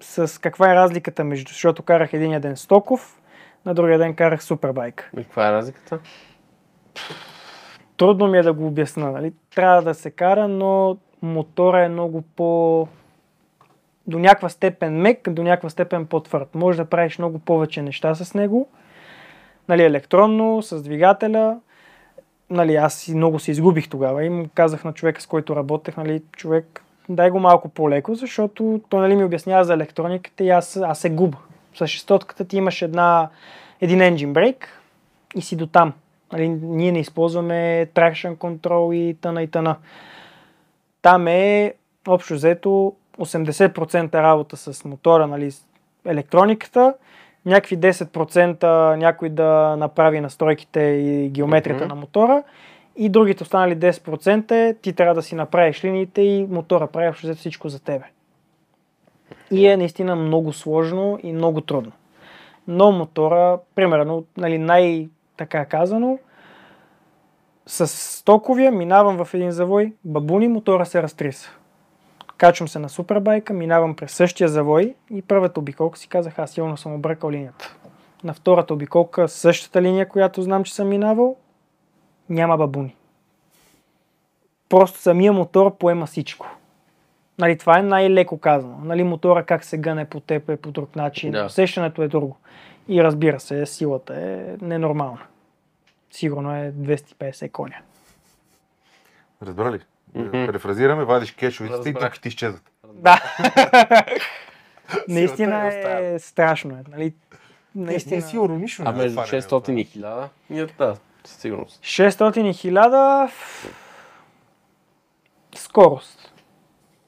[SPEAKER 3] с каква е разликата между, защото карах един ден стоков, на другия ден карах супербайк.
[SPEAKER 1] И каква е разликата?
[SPEAKER 3] Трудно ми е да го обясна, нали? Трябва да се кара, но мотора е много по... до някаква степен мек, до някаква степен по-твърд. Може да правиш много повече неща с него. Нали, електронно, с двигателя. Нали, аз и много се изгубих тогава и му казах на човека, с който работех, нали, човек, дай го малко по-леко, защото той нали, ми обяснява за електрониката и аз, аз се губа. С шестотката ти имаш една, един engine brake и си до там. Нали, ние не използваме traction control и тъна и тъна. Там е общо взето 80% работа с мотора, нали, с електрониката, някакви 10% някой да направи настройките и геометрията
[SPEAKER 1] Мгм.
[SPEAKER 3] на мотора и другите останали 10% е, ти трябва да си направиш линиите и мотора прави общо взето всичко за тебе. И е наистина много сложно и много трудно. Но мотора, примерно, нали, най- така казано, с стоковия минавам в един завой, бабуни, мотора се разтриса. Качвам се на супербайка, минавам през същия завой и първата обиколка си казах, аз силно съм объркал линията. На втората обиколка същата линия, която знам, че съм минавал, няма бабуни. Просто самия мотор поема всичко. Нали, това е най-леко казано. Нали, мотора как се гъне по теб е по друг начин.
[SPEAKER 1] Да.
[SPEAKER 3] Усещането е друго. И разбира се, силата е ненормална. Сигурно е 250 коня.
[SPEAKER 2] Разбрали?
[SPEAKER 1] Мгм.
[SPEAKER 2] Перефразираме, вадиш кешовиците и
[SPEAKER 1] Разбрах.
[SPEAKER 2] тук ти изчезват.
[SPEAKER 3] Да. Наистина
[SPEAKER 2] оставя.
[SPEAKER 3] е страшно. Е, нали?
[SPEAKER 2] Не, не
[SPEAKER 3] Наистина.
[SPEAKER 2] е сигурно нищо.
[SPEAKER 1] А
[SPEAKER 2] не е
[SPEAKER 1] между
[SPEAKER 2] да стане,
[SPEAKER 1] 600 и 1000? Ние, да, със сигурност.
[SPEAKER 3] 600 и 1000 скорост.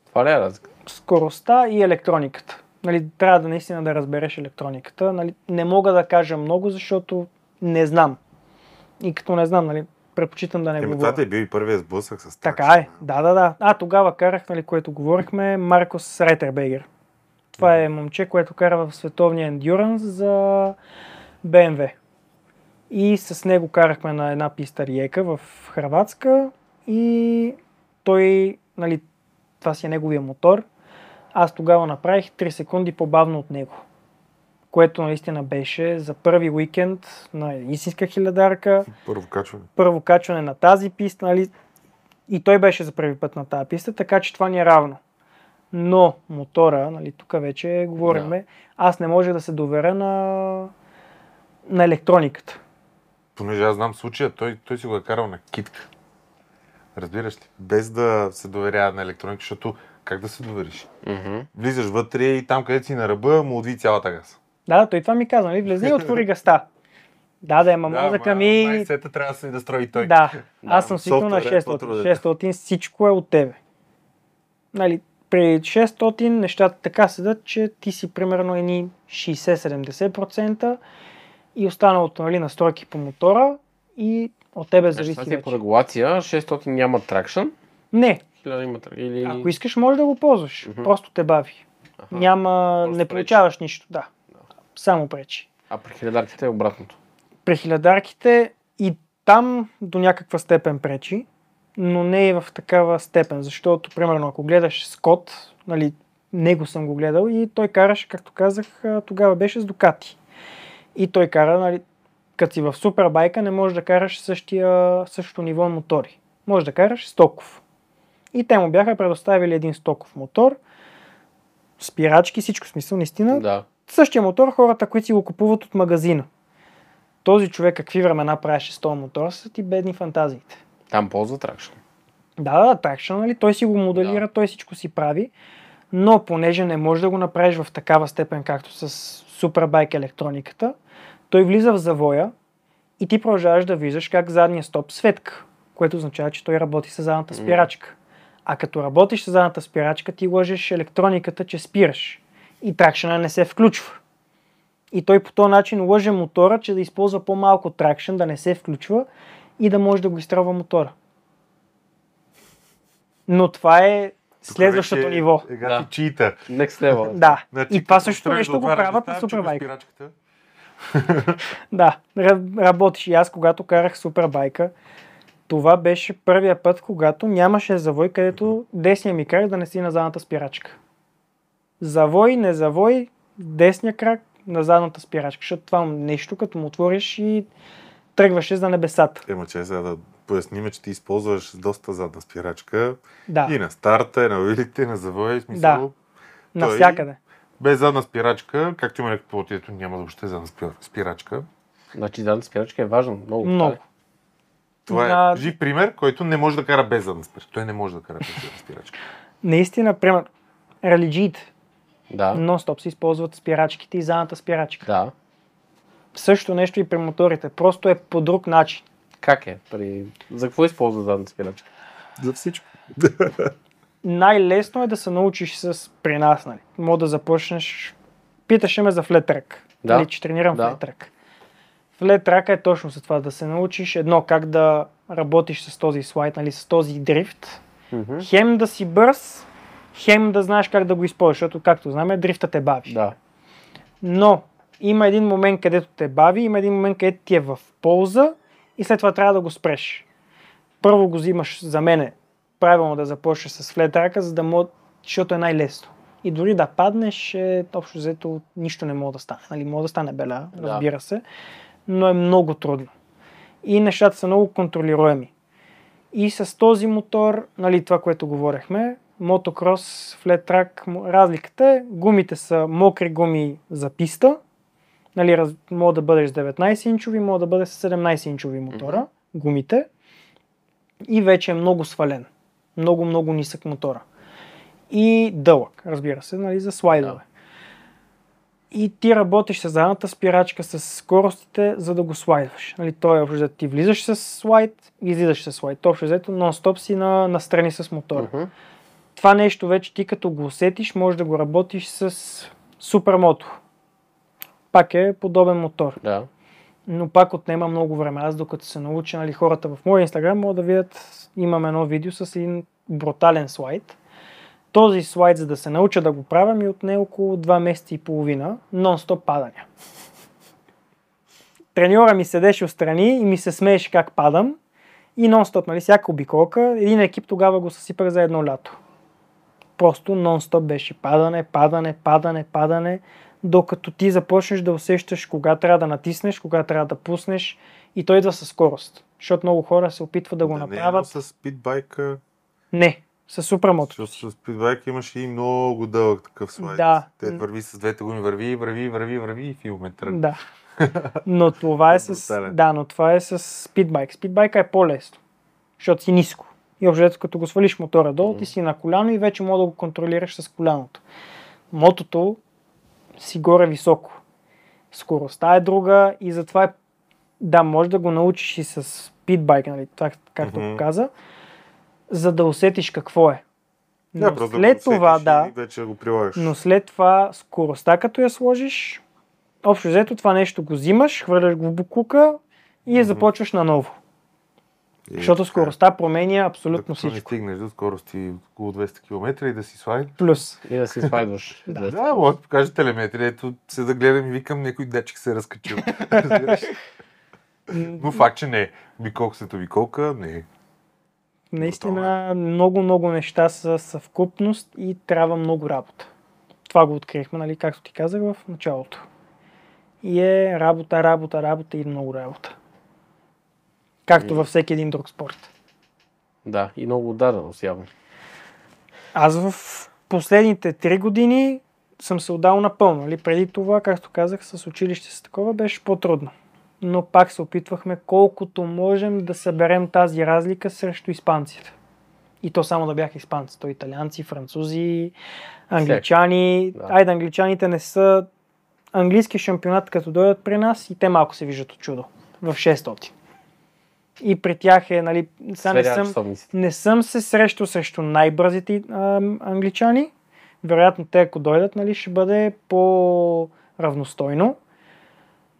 [SPEAKER 1] Това ли е разликата?
[SPEAKER 3] Скоростта и електрониката. Нали, трябва да наистина да разбереш електрониката. Нали, не мога да кажа много, защото не знам. И като не знам, нали, предпочитам да не
[SPEAKER 2] Еми,
[SPEAKER 3] говоря.
[SPEAKER 2] това ти е бил и първият сблъсък с
[SPEAKER 3] Така
[SPEAKER 2] тракция.
[SPEAKER 3] е, да, да, да. А, тогава карах, нали, което говорихме, Маркос Райтербегер. Това е момче, което кара в световния ендюранс за BMW. И с него карахме на една писта Риека в Хрватска и той, нали, това си е неговия мотор. Аз тогава направих 3 секунди по-бавно от него. Което наистина беше за първи уикенд на истинска хилядарка
[SPEAKER 2] Първо качване.
[SPEAKER 3] първо качване на тази писта, нали? И той беше за първи път на тази писта, така че това ни е равно. Но мотора, нали, тук вече говориме, аз не може да се доверя на на електрониката.
[SPEAKER 2] Понеже аз знам случая, той, той си го е карал на китка. Разбираш ли? Без да се доверява на електроника, защото как да се довериш?
[SPEAKER 1] Мгм.
[SPEAKER 2] Влизаш вътре и там, където си на ръба, му отви цялата газ.
[SPEAKER 3] Да, да, той това ми каза, нали? Влезни и отвори гъста. Да, да, ама мозъка ми...
[SPEAKER 2] Майсета трябва да се да строи той.
[SPEAKER 3] Да, аз съм свикнал на
[SPEAKER 2] софтуер е
[SPEAKER 3] 600.
[SPEAKER 2] по-труден.
[SPEAKER 3] 600 всичко е от тебе. Нали, при 600 нещата така седат, че ти си примерно едни 60-70% и останалото нали, настройки по мотора и от тебе
[SPEAKER 1] Значи, това
[SPEAKER 3] зависи
[SPEAKER 1] ти е по
[SPEAKER 3] вече.
[SPEAKER 1] регулация, 600 няма тракшн,
[SPEAKER 3] Не,
[SPEAKER 1] 1000 има трак- или...
[SPEAKER 3] ако искаш може да го ползваш,
[SPEAKER 1] Мгм.
[SPEAKER 3] просто те бави.
[SPEAKER 1] Аха.
[SPEAKER 3] Няма,
[SPEAKER 1] Просто
[SPEAKER 3] не
[SPEAKER 1] пречи.
[SPEAKER 3] получаваш нищо, да. Само пречи.
[SPEAKER 1] А при хилядарките е обратното.
[SPEAKER 3] при хилядарките и там до някаква степен пречи, но не и в такава степен, защото, примерно, ако гледаш Скот, нали, него съм го гледал и той караше, както казах, а, тогава беше с Дукати. И той кара, нали, като си в супербайка, не можеш да караш същия, същото ниво мотори. Може да караш стоков. И те му бяха предоставили един стоков мотор, спирачки, всичко в смисъл, наистина,
[SPEAKER 1] Да.
[SPEAKER 3] същия мотор хората, които си го купуват от магазина. Този човек какви времена правеше с този мотор са ти бедни фантазиите.
[SPEAKER 1] Там ползва тракшн.
[SPEAKER 3] Да, да, тракшън, нали? Той си го моделира, той всичко си прави, но понеже не може да го направиш в такава степен, както с Superbike електрониката, той влиза в завоя и ти продължаваш да виждаш как задния стоп светка, което означава, че той работи с задната
[SPEAKER 1] М.
[SPEAKER 3] спирачка. А като работиш с задната спирачка, ти лъжеш електрониката, че спираш. И тракшена не се включва. И той по този начин лъже мотора, че да използва по-малко тракшен, да не се включва и да може да го изтръгва мотора. Но това е
[SPEAKER 2] Тук
[SPEAKER 3] следващото
[SPEAKER 2] вече
[SPEAKER 3] ниво.
[SPEAKER 2] Е, гати
[SPEAKER 1] Да.
[SPEAKER 2] чита.
[SPEAKER 1] Next level.
[SPEAKER 3] [laughs] Да.
[SPEAKER 2] Значи,
[SPEAKER 3] и това
[SPEAKER 2] като
[SPEAKER 3] също
[SPEAKER 2] тръгнеш
[SPEAKER 3] нещо
[SPEAKER 2] да
[SPEAKER 3] го
[SPEAKER 2] отваряш
[SPEAKER 3] правят на
[SPEAKER 2] листа, чукаш
[SPEAKER 3] Супербайк.
[SPEAKER 2] спирачката.
[SPEAKER 3] Да, ра- работиш. И аз, когато карах супербайка, това беше първия път, когато нямаше завой, където десния ми крак да не си на задната спирачка. Завой, не завой, десния крак на задната спирачка, защото това е нещо, като му отвориш и тръгваше за небесата.
[SPEAKER 2] Ема че сега да поясним, че ти използваш доста задна спирачка.
[SPEAKER 3] Да,
[SPEAKER 2] И на старта, и на вилите, и на завоя, и в смисъл.
[SPEAKER 3] Да.
[SPEAKER 2] той-
[SPEAKER 3] навсякъде.
[SPEAKER 2] Без задна спирачка, както има някакво плотието, няма въобще задна спи- спирачка.
[SPEAKER 1] Значи задната спирачка е важна. Много.
[SPEAKER 3] Много.
[SPEAKER 2] Това
[SPEAKER 3] Да.
[SPEAKER 2] е жив пример, който не може да кара без задна спирачка. Той не може да кара без задна спирачка.
[SPEAKER 3] [laughs] Наистина, пример, релиджиите
[SPEAKER 1] Да.
[SPEAKER 3] нон-стоп се използват спирачките и задната спирачка.
[SPEAKER 1] Да.
[SPEAKER 3] Същото нещо и при моторите, просто е по друг начин.
[SPEAKER 1] Как е? При... За какво използва задната спирачка?
[SPEAKER 2] За всичко.
[SPEAKER 3] най-лесно е да се научиш с при нас, нали? Мога да започнеш... Питаше ме за флетрак.
[SPEAKER 1] Да.
[SPEAKER 3] Нали, че тренирам
[SPEAKER 1] Да.
[SPEAKER 3] да. флетрак. Флетрака е точно за това, да се научиш едно как да работиш с този слайд, нали, с този дрифт.
[SPEAKER 1] Мгм.
[SPEAKER 3] Хем да си бърз, хем да знаеш как да го използваш, защото както знаем, дрифта те бави.
[SPEAKER 1] Да.
[SPEAKER 3] Но има един момент, където те бави, има един момент, където ти е в полза и след това трябва да го спреш. Първо го взимаш за мене правилно да започнеш с флетрака, за да мога, защото е най-лесно. И дори да паднеш, е, общо взето нищо не може да стане. Нали, може да стане беля,
[SPEAKER 1] Да.
[SPEAKER 3] разбира се, но е много трудно. И нещата са много контролируеми. И с този мотор, нали, това, което говорехме, мотокрос, флетрак, м- разликата е, гумите са мокри гуми за писта, нали, раз, може да бъдеш с 19-инчови, може да бъдеш с 17-инчови мотора, гумите, и вече е много свален. Много, много нисък мотора. И дълъг, разбира се, нали, за слайдове. И ти работиш с задната спирачка, с скоростите, за да го слайдваш. Нали, той е общо взето, ти влизаш с слайд, излизаш с слайд. Общо взето, нон-стоп си на, настрани с мотора.
[SPEAKER 1] Мгм.
[SPEAKER 3] Това нещо вече ти като го усетиш, можеш да го работиш с супермото. Пак е подобен мотор,
[SPEAKER 1] Да.
[SPEAKER 3] но пак отнема много време. Аз докато се науча, нали, хората в моя инстаграм могат да видят, имам едно видео с един брутален слайд. Този слайд, за да се науча да го правя, ми отне около 2 месеца и половина, нон-стоп падания. Треньора ми седеше отстрани и ми се смееше как падам и нон-стоп, нали, всяка обиколка. Един екип тогава го съсипах за едно лято просто нон-стоп беше падане, падане, падане, падане, докато ти започнеш да усещаш кога трябва да натиснеш, кога трябва да пуснеш и той идва със скорост. Защото много хора се опитват да го направят.
[SPEAKER 2] Не, е но с спидбайка,
[SPEAKER 3] Не, с супермото.
[SPEAKER 2] защото с спидбайка имаше и много дълъг такъв слайд.
[SPEAKER 3] Да.
[SPEAKER 2] Те върви с двете гуми, върви, върви, върви, върви и филме тръгва.
[SPEAKER 3] Да.
[SPEAKER 2] [laughs]
[SPEAKER 3] Но това е с...
[SPEAKER 2] Брутален.
[SPEAKER 3] Да, но това е с спидбайк. Спидбайка е по-лесно, защото си ниско. И обжето, като го свалиш мотора долу, ти си на коляно и вече мога да го контролираш с коляното. Мотото си горе високо. Скоростта е друга и затова е... Да, може да го научиш и с спидбайк, нали, так, както
[SPEAKER 2] Мгм.
[SPEAKER 3] го каза, за да усетиш какво е. Но
[SPEAKER 2] просто да го
[SPEAKER 3] след това,
[SPEAKER 2] усетиш
[SPEAKER 3] да,
[SPEAKER 2] и Вече да го прилагаш.
[SPEAKER 3] но след това скоростта, като я сложиш, общо взето това нещо го взимаш, хвърляш го в буклука и я започваш наново.
[SPEAKER 2] Е,
[SPEAKER 3] защото
[SPEAKER 2] така.
[SPEAKER 3] скоростта променя
[SPEAKER 2] Докато
[SPEAKER 3] абсолютно
[SPEAKER 2] не
[SPEAKER 3] всичко.
[SPEAKER 2] стигнеш до скорости около 200 км и да си слай.
[SPEAKER 3] Плюс.
[SPEAKER 1] И да си свайдваш.
[SPEAKER 3] [laughs] Да.
[SPEAKER 2] Да, може да покажа телеметрия. Ето се да гледам и викам, някой дечек се е разкачил. Разбираш? Но факт, че не е. Биколка след обиколка, не е.
[SPEAKER 3] Наистина много, много неща са съвкупност и трябва много работа. Това го открихме, нали, както ти казах в началото. И е работа, работа, работа и много работа. Както във всеки един друг спорт.
[SPEAKER 1] Да, и много отдаденост явно.
[SPEAKER 3] Аз в последните три години съм се отдал напълно. Нали? Преди това, както казах, с училище с такова беше по-трудно. Но пак се опитвахме колкото можем да съберем тази разлика срещу испанците. И то само да бяха испанци. То италианци, французи, англичани.
[SPEAKER 1] Да.
[SPEAKER 3] Айде, англичаните не са английски шампионат, като дойдат при нас и те малко се виждат от чудо. В 600. И при тях е, нали, сега не
[SPEAKER 1] Сверя
[SPEAKER 3] съм,
[SPEAKER 1] часовниците.
[SPEAKER 3] не съм се срещал срещу най-бързите ам, англичани. Вероятно те, ако дойдат, нали, ще бъде по-равностойно.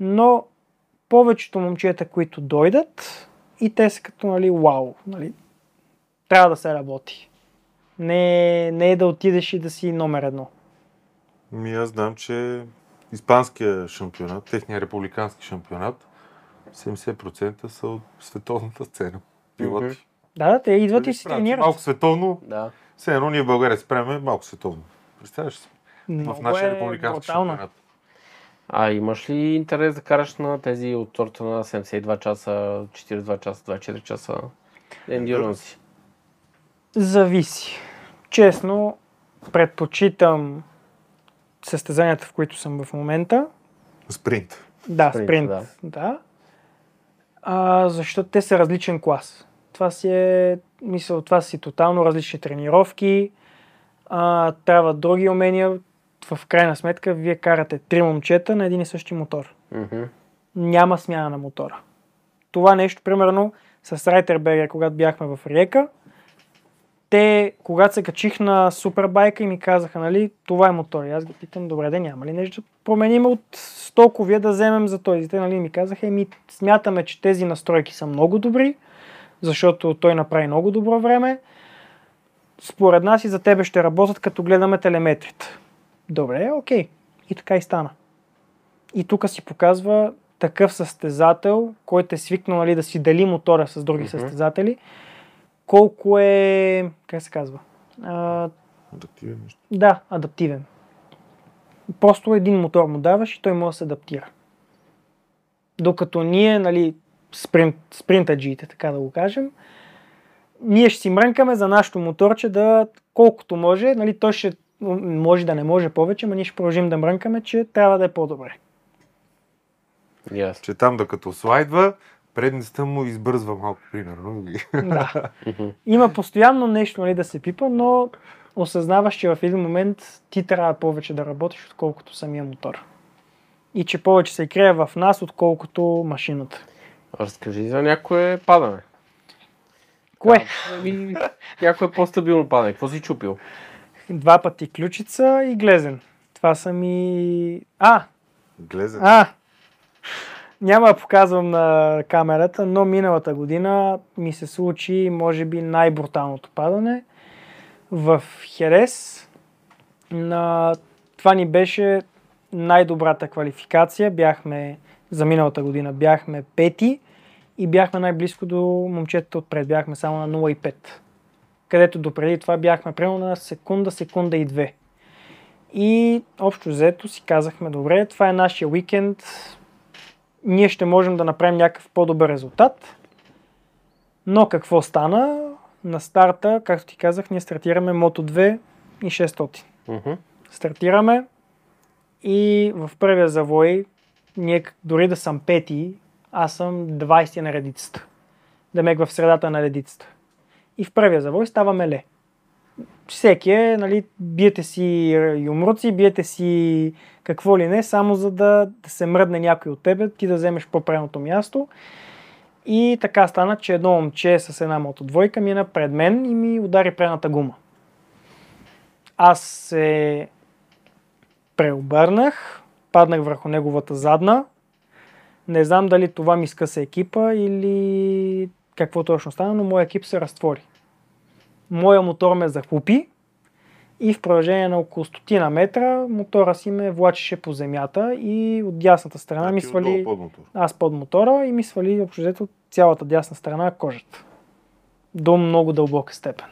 [SPEAKER 3] Но повечето момчета, които дойдат, и те са като, нали, вау, нали, трябва да се работи. Не, не е да отидеш и да си номер едно.
[SPEAKER 2] Ми аз знам, че испанския шампионат, техния републикански шампионат, 70% са от световната сцена. Пилоти.
[SPEAKER 1] Мгм.
[SPEAKER 3] Да, да, те идват и
[SPEAKER 2] Нали,
[SPEAKER 3] се
[SPEAKER 2] правят
[SPEAKER 3] тренират.
[SPEAKER 2] Малко световно,
[SPEAKER 1] Да.
[SPEAKER 2] все едно ние в България спреме малко световно. Представяш си?
[SPEAKER 3] Много
[SPEAKER 2] в нашия
[SPEAKER 3] е
[SPEAKER 2] републикански
[SPEAKER 3] брутално.
[SPEAKER 2] шампионат.
[SPEAKER 1] А имаш ли интерес да караш на тези от сорта на 72 часа, 42 часа, 24 часа? Ендюранси.
[SPEAKER 3] Зависи. Честно, предпочитам състезанията, в които съм в момента.
[SPEAKER 2] Спринт.
[SPEAKER 3] Да,
[SPEAKER 1] Спринт,
[SPEAKER 3] спринт. спринт
[SPEAKER 1] да.
[SPEAKER 3] да. А, защото те са различен клас. Това си е, мисъл, това си тотално различни тренировки. А, трябва други умения. В крайна сметка, вие карате три момчета на един и същи мотор
[SPEAKER 1] Мгм.
[SPEAKER 3] няма смяна на мотора. Това нещо, примерно, с Райтербергер, когато бяхме в Риека, те, когато се качих на супербайка и ми казаха, нали, това е мотор. И аз ги питам, добре, да няма ли нещо да променим от стоковия да вземем за този. Те, нали, ми казаха, ми смятаме, че тези настройки са много добри, защото той направи много добро време. Според нас и за тебе ще работят, като гледаме телеметрите. Добре, окей. И така и стана. И тук си показва такъв състезател, който е свикнал нали, да си дели мотора с други
[SPEAKER 1] Мгм.
[SPEAKER 3] състезатели, колко е, как се казва, а,
[SPEAKER 2] Адаптивен нещо.
[SPEAKER 3] да, адаптивен. Просто един мотор му даваш и той може да се адаптира. Докато ние, нали, спринт, спринтаджиите, така да го кажем, ние ще си мрънкаме за нашото моторче да колкото може, нали, той ще м- може да не може повече, но ние ще продължим да мрънкаме, че трябва да е по-добре.
[SPEAKER 1] Ясно.
[SPEAKER 2] Че там докато слайдва, предницата му избързва малко, примерно. и- [laughs]
[SPEAKER 3] Да. Има постоянно нещо нали, да се пипа, но осъзнаваш, че в един момент ти трябва повече да работиш, отколкото самия мотор. И че повече се крие в нас, отколкото машината.
[SPEAKER 1] Разкажи за някое падане.
[SPEAKER 3] Кое?
[SPEAKER 1] Да, ами, някое по-стабилно падане. Какво си чупил?
[SPEAKER 3] Два пъти ключица и глезен. Това са ми... А,
[SPEAKER 2] Глезен.
[SPEAKER 3] А, няма да показвам на камерата, но миналата година ми се случи, може би, най-бруталното падане в Херес. На... Това ни беше най-добрата квалификация. Бяхме, за миналата година бяхме пети и бяхме най-близко до момчетата отпред. Бяхме само на 0,5. Където допреди това бяхме примерно на секунда, секунда и две. И общо взето си казахме, добре, това е нашия уикенд, ние ще можем да направим някакъв по-добър резултат. Но какво стана? На старта, както ти казах, ние стартираме Moto 2 и 600.
[SPEAKER 1] Мгм.
[SPEAKER 3] Стартираме и в първия завой ние, к- дори да съм пети, аз съм 20 на редицата. Демек в средата на редицата. И в първия завой става меле. Всеки е, нали, биете си е, юмруци, биете си какво ли не, само за да, да се мръдне някой от тебе, ти да вземеш по-правилното място. И така стана, че едно момче с една мотодвойка мина пред мен и ми удари прената гума. Аз се преобърнах, паднах върху неговата задна. Не знам дали това ми скъса екипа или какво точно стана, но моят екип се разтвори. Моя мотор ме захлупи и в продължение на около стотина метра мотора си ме влачеше по земята и от дясната страна ми
[SPEAKER 2] ти Значи отдолу
[SPEAKER 3] ами свали
[SPEAKER 2] под мотор.
[SPEAKER 3] аз под мотора и ми свали общо взето цялата дясна страна кожата. До много дълбока степен.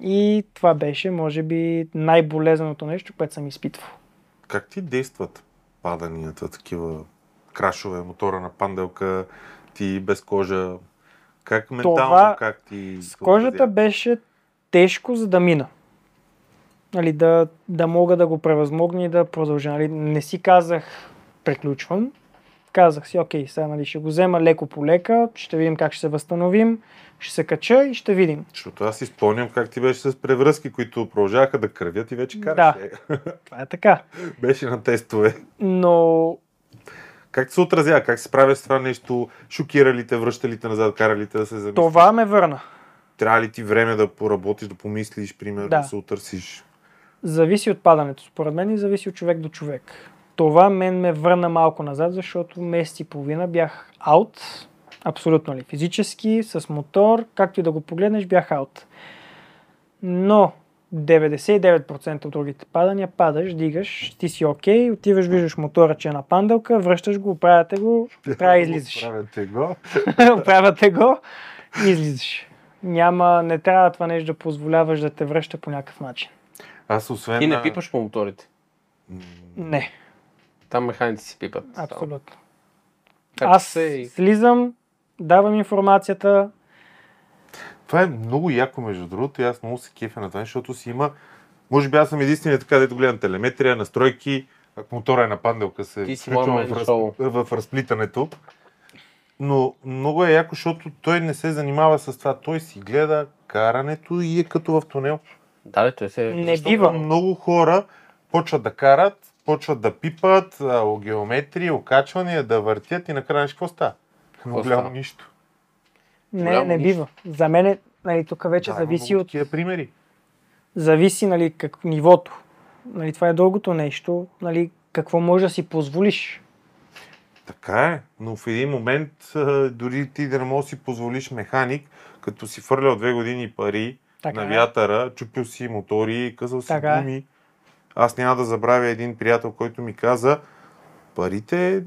[SPEAKER 3] И това беше, може би, най-болезненото нещо, което съм изпитвал.
[SPEAKER 2] Как ти действат паданията, такива крашове, мотора на панделка, ти без кожа? Как ментално, как ти...
[SPEAKER 3] С
[SPEAKER 2] се
[SPEAKER 3] кожата
[SPEAKER 2] отразява?
[SPEAKER 3] беше тежко, за да мина. Нали, да, да мога да го превъзмогна и да продължа. Нали, не си казах, приключвам. Казах си, окей, сега нали, ще го взема леко по лека, ще видим как ще се възстановим, ще се кача и ще видим.
[SPEAKER 2] Защото аз си спомням как ти беше с превръзки, които продължаваха да кръвят и вече караш.
[SPEAKER 3] Да.
[SPEAKER 2] Е,
[SPEAKER 3] Това е така.
[SPEAKER 2] [laughs] беше на тестове.
[SPEAKER 3] Но
[SPEAKER 2] Как ти се отразява? Как се справя с това нещо? Шокиралите, връщалите назад, каралите да се замислиш?
[SPEAKER 3] това ме върна.
[SPEAKER 2] Трябва ли ти време да поработиш, да помислиш, примерно,
[SPEAKER 3] Да.
[SPEAKER 2] да се утърсиш?
[SPEAKER 3] Зависи от падането, според мен, и зависи от човек до човек. Това мен ме върна малко назад, защото месец и половина бях аут, абсолютно ли, физически, с мотор, както и да го погледнеш, бях аут. Но 99% от другите падания падаш, дигаш, ти си окей, отиваш, виждаш мотора, че е на панделка, връщаш го, оправяте го, трябва
[SPEAKER 2] [laughs]
[SPEAKER 3] да излизаш.
[SPEAKER 2] Правете го.
[SPEAKER 3] Оправяте го и излизаш. Няма, не трябва това нещо да позволяваш да те връща по някакъв начин.
[SPEAKER 2] Аз освен...
[SPEAKER 1] Ти не
[SPEAKER 2] на-
[SPEAKER 1] пипаш по моторите.
[SPEAKER 2] М,
[SPEAKER 3] Не.
[SPEAKER 1] Там механици си пипат.
[SPEAKER 3] Абсолютно.
[SPEAKER 1] Така
[SPEAKER 3] Аз
[SPEAKER 1] се и-
[SPEAKER 3] слизам, давам информацията.
[SPEAKER 2] Това е много яко, между другото, и аз много се кефя на това, защото си има... Може би аз съм единствения така, дето гледам телеметрия, настройки, ако мотора е на панделка, се
[SPEAKER 1] Ти си
[SPEAKER 2] включвам
[SPEAKER 1] one man
[SPEAKER 2] в, раз...
[SPEAKER 1] show.
[SPEAKER 2] в разплитането. Но много е яко, защото той не се занимава с това. Той си гледа карането и е като в тунел.
[SPEAKER 1] Да, бе, той се...
[SPEAKER 3] Не
[SPEAKER 2] Защото
[SPEAKER 3] бива.
[SPEAKER 2] Много хора почват да карат, почват да пипат, а, о геометрии, окачвания, да въртят и накрая нещо какво става?
[SPEAKER 1] Какво
[SPEAKER 2] Голямо
[SPEAKER 1] става?
[SPEAKER 2] нищо.
[SPEAKER 3] Не,
[SPEAKER 1] Голямо
[SPEAKER 3] не
[SPEAKER 1] нищо.
[SPEAKER 3] бива. За мен е, нали, тук вече
[SPEAKER 2] Да, има
[SPEAKER 3] зависи
[SPEAKER 2] много
[SPEAKER 3] от
[SPEAKER 2] такива примери.
[SPEAKER 3] зависи нали, как, нивото. Нали, това е дългото нещо. Нали, какво можеш да си позволиш.
[SPEAKER 2] Така е, но в един момент а, дори ти да не можеш да си позволиш механик, като си фърлял две години пари
[SPEAKER 3] Така
[SPEAKER 2] на
[SPEAKER 3] е.
[SPEAKER 2] вятъра, чупил си мотори, казал си
[SPEAKER 3] Така е.
[SPEAKER 2] гуми. Аз няма да забравя един приятел, който ми каза, парите,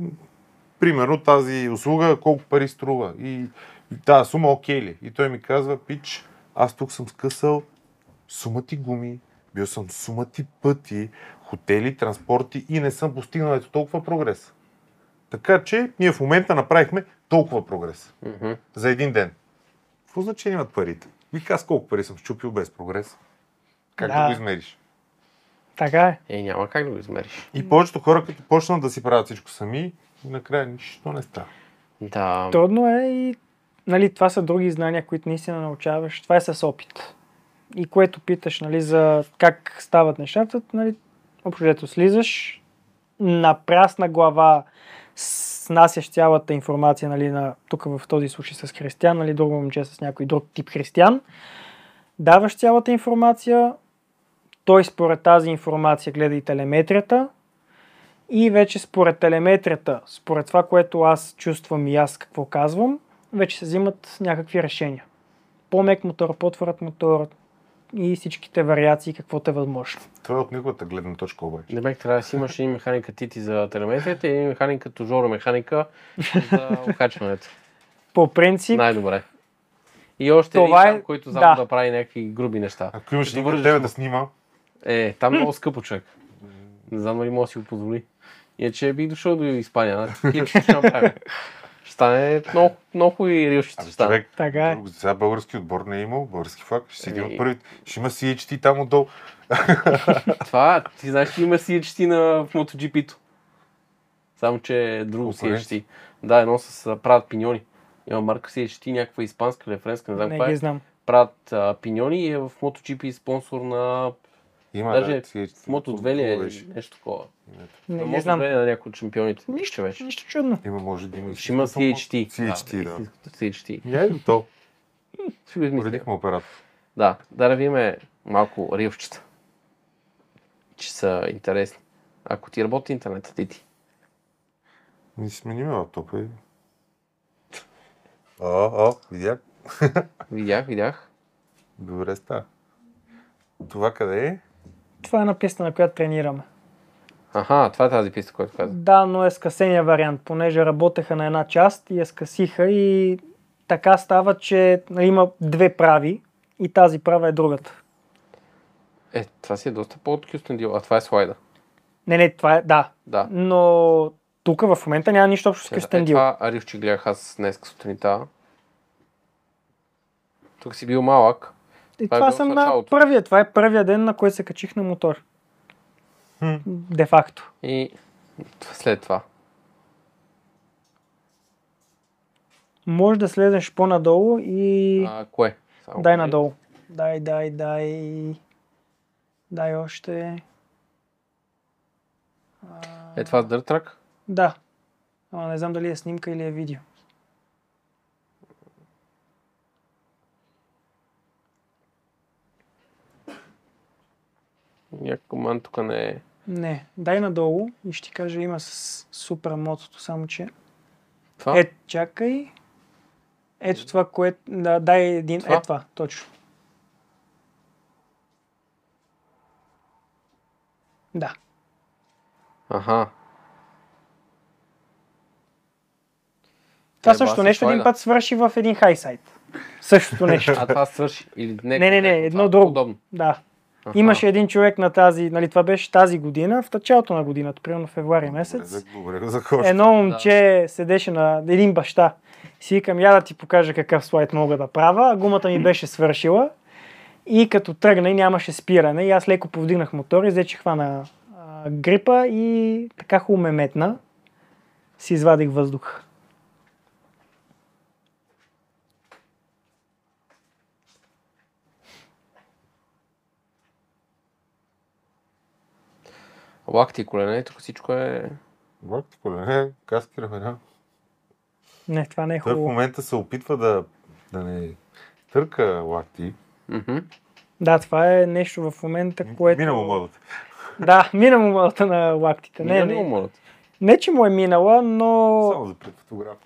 [SPEAKER 2] примерно тази услуга, колко пари струва. И тази сума окей ли? И той ми казва, пич, аз тук съм скъсал сума ти гуми, бил съм сума ти пъти, хотели, транспорти и не съм постигнал ето толкова прогрес. Така че ние в момента направихме толкова прогрес.
[SPEAKER 1] Мгм.
[SPEAKER 2] За един ден. Какво значение имат парите? Вих аз колко пари съм щупил без прогрес. Как да,
[SPEAKER 3] Да.
[SPEAKER 2] го измериш?
[SPEAKER 3] Така е.
[SPEAKER 1] Е, няма как да го измериш.
[SPEAKER 2] И повечето хора, като почнат да си правят всичко сами, накрая нищо не става.
[SPEAKER 1] Да.
[SPEAKER 3] Трудно е и нали, това са други знания, които наистина научаваш. Това е с опит. И което питаш нали, за как стават нещата, нали, общо взето слизаш, на прясна глава снасяш цялата информация нали, на, тук в този случай с християн, нали, друго момче с някой друг тип християн, даваш цялата информация, той според тази информация гледа и телеметрията, и вече според телеметрията, според това, което аз чувствам и аз какво казвам, вече се взимат някакви решения. По-мек мотор, по-твърд мотор и всичките вариации, каквото е възможно.
[SPEAKER 2] Това е от неговата гледна точка обаче.
[SPEAKER 1] Демек трябва да си имаш един механик като Тити за телеметрията и един механик като Жоро механика за
[SPEAKER 3] [laughs]
[SPEAKER 1] окачването.
[SPEAKER 3] По принцип,
[SPEAKER 1] Най-добре. И още
[SPEAKER 3] Това
[SPEAKER 1] един
[SPEAKER 3] е-
[SPEAKER 1] там, който само
[SPEAKER 3] да.
[SPEAKER 1] да. прави някакви груби неща.
[SPEAKER 2] Ако имаш един
[SPEAKER 1] Добре,
[SPEAKER 2] към тебе
[SPEAKER 1] защо?
[SPEAKER 2] да снима,
[SPEAKER 1] Е, там много скъпо човек. Не знам дали може да си го позволи. Иначе бих дошъл до Испания. Значи, клип ще направим. Ще стане много, много и рил ще
[SPEAKER 2] абе,
[SPEAKER 1] стане.
[SPEAKER 2] Ами, човек,
[SPEAKER 3] Така е.
[SPEAKER 2] друг- сега български отбор не е имал, български флаг, ще си един
[SPEAKER 1] Еми.
[SPEAKER 2] от първите, ще има CHT там отдолу.
[SPEAKER 1] Това, ти знаеш, че има си на в MotoGP-то. Само, че е друго
[SPEAKER 2] Конкуренция.
[SPEAKER 1] CHT. Да, едно с а, правят пиньони. Има марка CHT, някаква испанска или френска, не знам
[SPEAKER 3] не
[SPEAKER 1] каква
[SPEAKER 3] ги
[SPEAKER 1] е.
[SPEAKER 3] знам.
[SPEAKER 1] Правят а, пиньони и е в MotoGP спонсор на
[SPEAKER 2] Има,
[SPEAKER 1] Даже
[SPEAKER 2] да, си-
[SPEAKER 1] в Moto2 ли
[SPEAKER 2] беше
[SPEAKER 1] е нещо такова.
[SPEAKER 2] името.
[SPEAKER 3] Не
[SPEAKER 1] На
[SPEAKER 3] ги знам.
[SPEAKER 1] Moto2 е на някои от шампионите. Нищо вече.
[SPEAKER 3] Нищо чудно.
[SPEAKER 2] Има, може да има.
[SPEAKER 1] Ще има CHT.
[SPEAKER 2] CHT, да.
[SPEAKER 1] истинското CHT.
[SPEAKER 2] Я и
[SPEAKER 1] [laughs]
[SPEAKER 2] то.
[SPEAKER 1] Ще го измисля.
[SPEAKER 2] Поредихме оператор.
[SPEAKER 1] Да, да ревиме малко рилчета, че са интересни. Ако ти работи интернетът и ти.
[SPEAKER 2] Ми смениме лаптопа и... О, о, видях.
[SPEAKER 1] Видях, видях.
[SPEAKER 2] Добре ста. Това къде е?
[SPEAKER 3] Това е една писта, на която тренираме.
[SPEAKER 1] Аха, това е тази писта, която казах.
[SPEAKER 3] Да, но е скъсения вариант, понеже работеха на една част и я скъсиха и така става, че нали, има две прави и тази права е другата.
[SPEAKER 1] Е, това си е доста по-от Кюстендил, а това е слайда.
[SPEAKER 3] Не, не, това е, да.
[SPEAKER 1] Да.
[SPEAKER 3] Но тук в момента няма нищо общо с Кюстендил.
[SPEAKER 1] Е, това рилче гледах аз днес сутринта. Тук си бил малък.
[SPEAKER 3] И
[SPEAKER 1] това е
[SPEAKER 3] това
[SPEAKER 1] било
[SPEAKER 3] съм
[SPEAKER 1] в
[SPEAKER 3] на
[SPEAKER 1] началото.
[SPEAKER 3] първия, това е първия ден, на който се качих на мотор.
[SPEAKER 2] Хм.
[SPEAKER 3] Де факто.
[SPEAKER 1] И след това.
[SPEAKER 3] Може да слезеш по-надолу и...
[SPEAKER 1] А, кое? Само
[SPEAKER 3] дай
[SPEAKER 1] кажи.
[SPEAKER 3] надолу. Дай, дай, дай. Дай още.
[SPEAKER 1] Е, това с дъртрак?
[SPEAKER 3] Да. Ама не знам дали е снимка или е видео.
[SPEAKER 1] Някакъв ман тук не е.
[SPEAKER 3] Не, дай надолу и ще ти кажа има с супер мотото, само че...
[SPEAKER 1] Това?
[SPEAKER 3] Е, чакай. Ето това, което... Да, дай един...
[SPEAKER 1] Това?
[SPEAKER 3] Е, това, точно. Да.
[SPEAKER 1] Аха.
[SPEAKER 3] Това
[SPEAKER 1] Е,
[SPEAKER 3] също
[SPEAKER 1] баси,
[SPEAKER 3] нещо един
[SPEAKER 1] слайда.
[SPEAKER 3] път свърши в един хайсайт. Същото нещо.
[SPEAKER 1] [laughs] А това свърши или не?
[SPEAKER 3] Не, не, не,
[SPEAKER 1] конкретно
[SPEAKER 3] едно
[SPEAKER 1] това, е
[SPEAKER 3] друго.
[SPEAKER 1] Подобно.
[SPEAKER 3] Да.
[SPEAKER 1] Аха.
[SPEAKER 3] Имаше един човек на тази, нали, това беше тази година, в началото на годината, примерно февруари
[SPEAKER 2] Добре, за-
[SPEAKER 3] месец.
[SPEAKER 2] Добре, за хора.
[SPEAKER 3] Едно момче седеше на един баща. Си викам, я да ти покажа какъв слайд мога да правя. Гумата ми беше свършила. И като тръгна и нямаше спиране, и аз леко повдигнах мотора и взе, че хвана а, грипа и така хубаво ме метна. Си извадих въздух.
[SPEAKER 1] Лакти и колене, тук всичко е...
[SPEAKER 2] Лак ти колене, каски рамена.
[SPEAKER 3] Не, това не е
[SPEAKER 2] Той в
[SPEAKER 3] хубаво.
[SPEAKER 2] момента се опитва да, да не търка лакти.
[SPEAKER 1] Мгм.
[SPEAKER 3] Да, това е нещо в момента, което...
[SPEAKER 2] Минало модата.
[SPEAKER 3] Да, мина му модата на лактите. Не,
[SPEAKER 1] Мина ли
[SPEAKER 3] не,
[SPEAKER 1] му модът?
[SPEAKER 3] не, че му е минала, но...
[SPEAKER 2] Само за пред фотограф.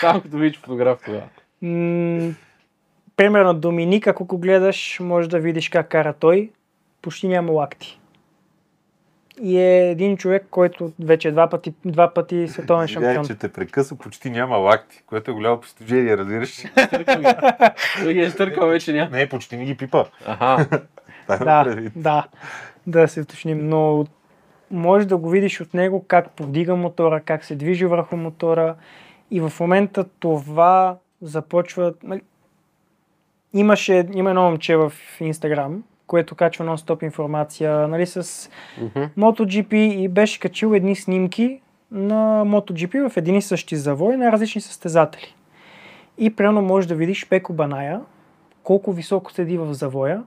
[SPEAKER 1] Само като видиш фотограф тогава.
[SPEAKER 3] М- примерно Доминик, ако го гледаш, може да видиш как кара той. Почти няма лакти. И е един човек, който вече е два пъти, два пъти световен
[SPEAKER 2] Видях,
[SPEAKER 3] шампион.
[SPEAKER 2] че те прекъса, почти няма лакти, което е голямо постижение, [laughs] разбираш.
[SPEAKER 1] Той ги е стъркал вече няма.
[SPEAKER 2] не, почти не ги пипа.
[SPEAKER 1] Аха,
[SPEAKER 2] Това е
[SPEAKER 3] Да,
[SPEAKER 2] предвид.
[SPEAKER 3] да, да се уточним. Но може да го видиш от него как повдига мотора, как се движи върху мотора. И в момента това започва... нали, Имаше, има едно момче в Инстаграм, което качва нон-стоп информация нали, с
[SPEAKER 1] Мгм.
[SPEAKER 3] MotoGP и беше качил едни снимки на MotoGP в един и същи завой на различни състезатели. И прямо можеш да видиш Пеко Баная, колко високо седи в завоя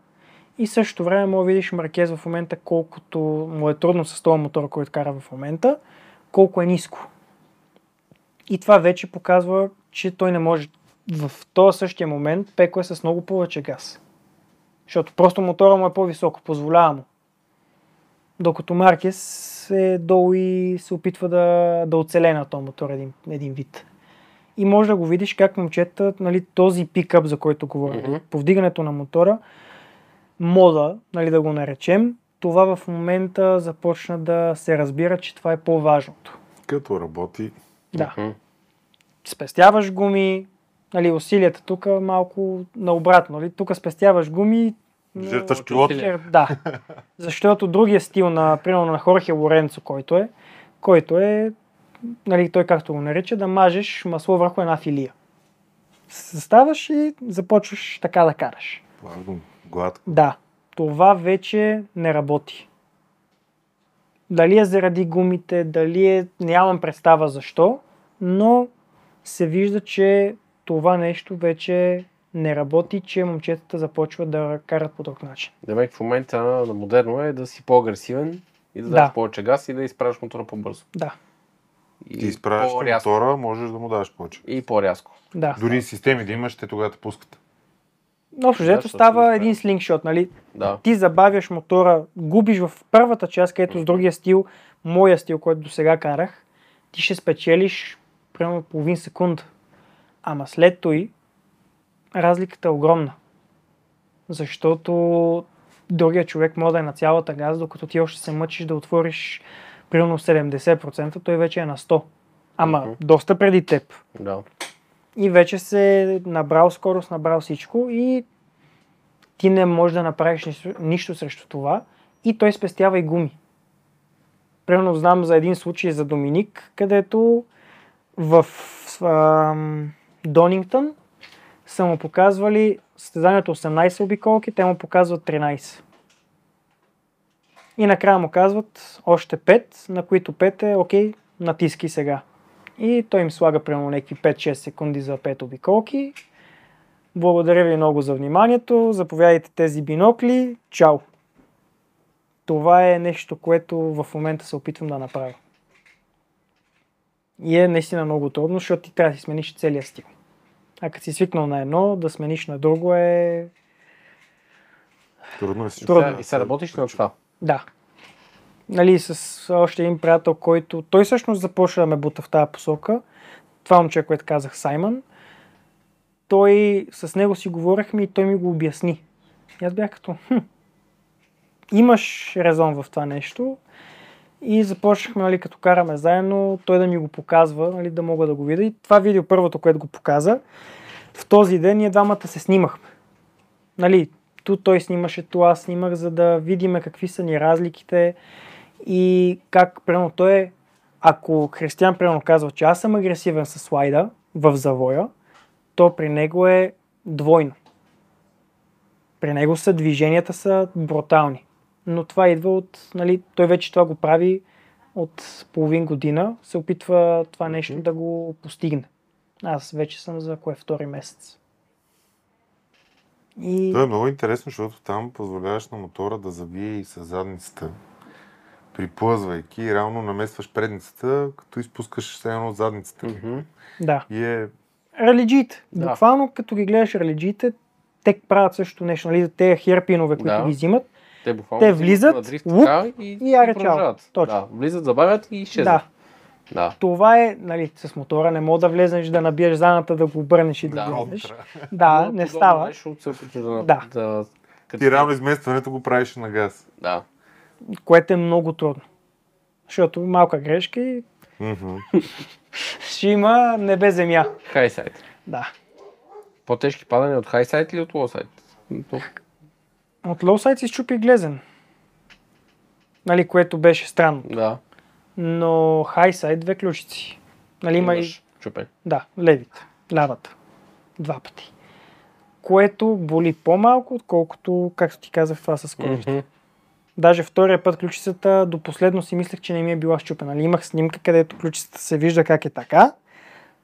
[SPEAKER 3] и също време може да видиш Маркез в момента, колкото му е трудно с този мотор, който кара в момента, колко е ниско. И това вече показва, че той не може. В този същия момент Пеко е с много повече газ. Защото просто мотора му е по-високо, позволява му. Докато Маркес е долу и се опитва да, да оцеле на този мотор един, един вид. И може да го видиш как момчета, нали, този пикъп, за който говорим,
[SPEAKER 1] Мгм.
[SPEAKER 3] повдигането на мотора, мода, нали, да го наречем, това в момента започна да се разбира, че това е по-важното.
[SPEAKER 2] Като работи,
[SPEAKER 3] Да.
[SPEAKER 1] Мгм.
[SPEAKER 3] Спестяваш гуми, нали, усилията тук малко наобратно. Нали? Тук спестяваш гуми. но-
[SPEAKER 2] жертваш пилот.
[SPEAKER 1] усилие.
[SPEAKER 3] Жер- Да. Защото другия стил на, примерно, на Хорхе Лоренцо, който е, който е, нали, той както го нарича, да мажеш масло върху една филия. Съставаш и започваш така да караш.
[SPEAKER 2] Плавно, гладко.
[SPEAKER 3] Да, това вече не работи. Дали е заради гумите, дали е... Нямам представа защо, но се вижда, че това нещо вече не работи, че момчетата започват да карат по друг начин.
[SPEAKER 1] Демек в момента на модерно е да си по-агресивен и да,
[SPEAKER 3] Да.
[SPEAKER 1] дадеш повече газ и да изправиш мотора по-бързо.
[SPEAKER 3] Да,
[SPEAKER 1] И
[SPEAKER 2] Ти изправяш
[SPEAKER 1] по-рязко.
[SPEAKER 2] мотора, можеш да му даваш повече.
[SPEAKER 1] И по-рязко.
[SPEAKER 3] да.
[SPEAKER 2] Дори и системи да имаш, те тогава те пускат.
[SPEAKER 3] Но общо взето
[SPEAKER 1] защото не
[SPEAKER 3] става
[SPEAKER 1] сме.
[SPEAKER 3] един слингшот, нали?
[SPEAKER 1] Да.
[SPEAKER 3] Ти забавяш мотора, губиш в първата част, където с другия стил, моя стил, който до сега карах, ти ще спечелиш примерно половин секунд. Ама след той разликата е огромна. Защото другия човек може да е на цялата газ, докато ти още се мъчиш да отвориш примерно 70%, той вече е на 100. Ама
[SPEAKER 1] Мгм.
[SPEAKER 3] доста преди теб
[SPEAKER 1] Да.
[SPEAKER 3] и вече се набрал скорост, набрал всичко и ти не можеш да направиш нищо, нищо срещу това и той спестява и гуми. Примерно знам за един случай за Доминик, където в ам, Донингтън са му показвали състезанието 18 обиколки, те му показват 13. И накрая му казват още 5, на които 5 е окей, натиски сега. И той им слага примерно някакви 5-6 секунди за 5 обиколки. Благодаря ви много за вниманието. Заповядайте тези бинокли. Чао! Това е нещо, което в момента се опитвам да направя. И е наистина много трудно, защото ти трябва да си смениш целия стил. А като си свикнал на едно, да смениш на друго е...
[SPEAKER 2] Трудно е всичко.
[SPEAKER 3] Трудно.
[SPEAKER 1] Сега- И се работиш ли на това?
[SPEAKER 3] Да. Нали, с още един приятел, който... Той всъщност започна да ме бута в тази посока. Това момче, което казах, Саймън. Той... С него си говорихме и той ми го обясни. И аз бях като... Хм, имаш резон в това нещо. И започнахме, нали, като караме заедно, той да ми го показва, нали, да мога да го видя. И това видео, първото, което го показа, в този ден ние двамата се снимахме. Нали, ту той снимаше, ту аз снимах, за да видиме какви са ни разликите и как, примерно, той е, ако Християн, примерно, казва, че аз съм агресивен с слайда в завоя, то при него е двойно. При него са движенията са брутални. Но това идва от, нали, той вече това го прави от половин година, се опитва това нещо да го постигне. Аз вече съм за кое втори месец. И...
[SPEAKER 2] То е много интересно, защото там позволяваш на мотора да завие и с задницата, приплъзвайки, реално наместваш предницата, като изпускаш все едно от задницата. Mm-hmm.
[SPEAKER 1] Мгм.
[SPEAKER 3] Да.
[SPEAKER 2] И е
[SPEAKER 3] Релиджиите.
[SPEAKER 1] Да.
[SPEAKER 3] Буквално като ги гледаш релиджиите, те правят също нещо. Нали? Те херпинове, които
[SPEAKER 1] Да.
[SPEAKER 3] ги взимат.
[SPEAKER 1] Те буквално
[SPEAKER 3] Те
[SPEAKER 1] си
[SPEAKER 3] влизат,
[SPEAKER 1] на дрифт
[SPEAKER 3] луп,
[SPEAKER 1] така и,
[SPEAKER 3] и аре, чао.
[SPEAKER 1] продължават.
[SPEAKER 3] Точно.
[SPEAKER 1] Да, влизат, забавят и изчезват.
[SPEAKER 3] Да.
[SPEAKER 1] Да. да.
[SPEAKER 3] Това е, нали, с мотора не мога да влезеш, да набиеш заната, да го обърнеш и да,
[SPEAKER 1] Да.
[SPEAKER 3] го влезеш.
[SPEAKER 2] контра.
[SPEAKER 3] Да,
[SPEAKER 1] Но
[SPEAKER 3] не
[SPEAKER 1] подобно
[SPEAKER 3] става.
[SPEAKER 1] Нещо, се опитваш да,
[SPEAKER 3] Да.
[SPEAKER 1] да. да като-
[SPEAKER 2] Ти реално изместването го правиш на газ.
[SPEAKER 1] Да.
[SPEAKER 3] Което е много трудно. Защото малка грешка и [laughs]
[SPEAKER 2] Mm-hmm.
[SPEAKER 3] ще има небе земя.
[SPEAKER 1] Хайсайт.
[SPEAKER 3] Да.
[SPEAKER 1] По-тежки падания от хайсайт или от лосайт? То-
[SPEAKER 3] От лоусайд си щупи глезен. Нали, което беше странно.
[SPEAKER 1] Да.
[SPEAKER 3] Но хайсайд две ключици. Нали, има и
[SPEAKER 1] Имаш чупен.
[SPEAKER 3] Да, левите. Лявата. Два пъти. Което боли по-малко, отколкото, както ти казах, това с кожата.
[SPEAKER 1] Мгм.
[SPEAKER 3] Даже втория път ключицата до последно си мислех, че не ми е била щупена. Нали, имах снимка, където ключицата се вижда как е така,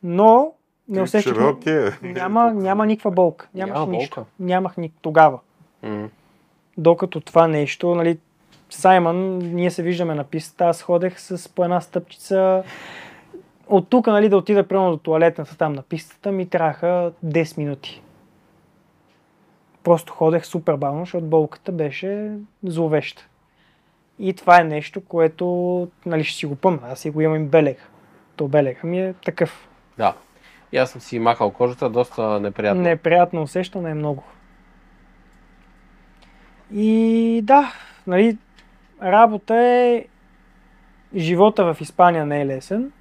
[SPEAKER 3] но не усещах. ни- Няма, няма никаква болка. Нямаш
[SPEAKER 1] Няма
[SPEAKER 3] нищо.
[SPEAKER 1] болка?
[SPEAKER 3] Нямах ни тогава.
[SPEAKER 1] Мгм.
[SPEAKER 3] Докато това нещо, нали, Саймън, ние се виждаме на пистата, аз ходех с по една стъпчица. От тук, нали, да отида примерно до туалетната там на пистата, ми траха 10 минути. Просто ходех супер бавно, защото болката беше зловеща. И това е нещо, което, нали, ще си го помня. Аз си го имам и белега. То белега ми е такъв.
[SPEAKER 1] Да. И аз съм си махал кожата, доста неприятно.
[SPEAKER 3] Неприятно усещане е много. И да, нали, работа е... Живота в Испания не е лесен.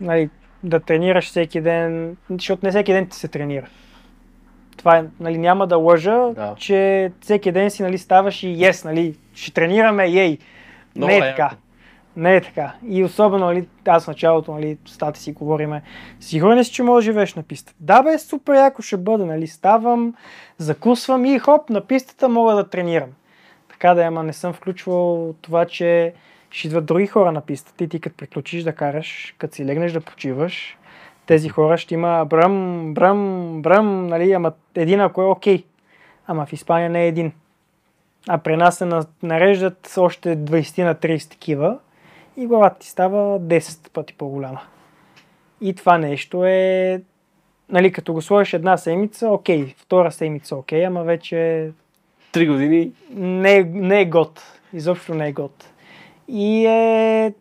[SPEAKER 3] Нали, да тренираш всеки ден, защото не всеки ден ти се тренира. Това е, нали, няма да лъжа,
[SPEAKER 1] Да.
[SPEAKER 3] че всеки ден си, нали, ставаш и ес, нали, ще тренираме, ей.
[SPEAKER 1] Много
[SPEAKER 3] не е
[SPEAKER 1] е
[SPEAKER 3] така.
[SPEAKER 1] яко.
[SPEAKER 3] Не е така. И особено, нали, аз в началото, нали, с тати си говориме, сигурен ли си, че можеш да живееш на пистата? Да бе, супер яко ще бъде, нали, ставам, закусвам и хоп, на пистата мога да тренирам. така да е, ама не съм включвал това, че ще идват други хора на пистата и ти като приключиш да караш, като си легнеш да почиваш, тези хора ще има брам, брам, брам, нали, ама един ако е окей. Ама в Испания не е един. А при нас се на- нареждат още 20 на 30 такива и главата ти става 10 пъти по-голяма. И това нещо е, нали, като го сложиш една седмица, окей, втора седмица, окей, ама вече
[SPEAKER 1] Три години.
[SPEAKER 3] не, е- не е год. Изобщо не е год. И е...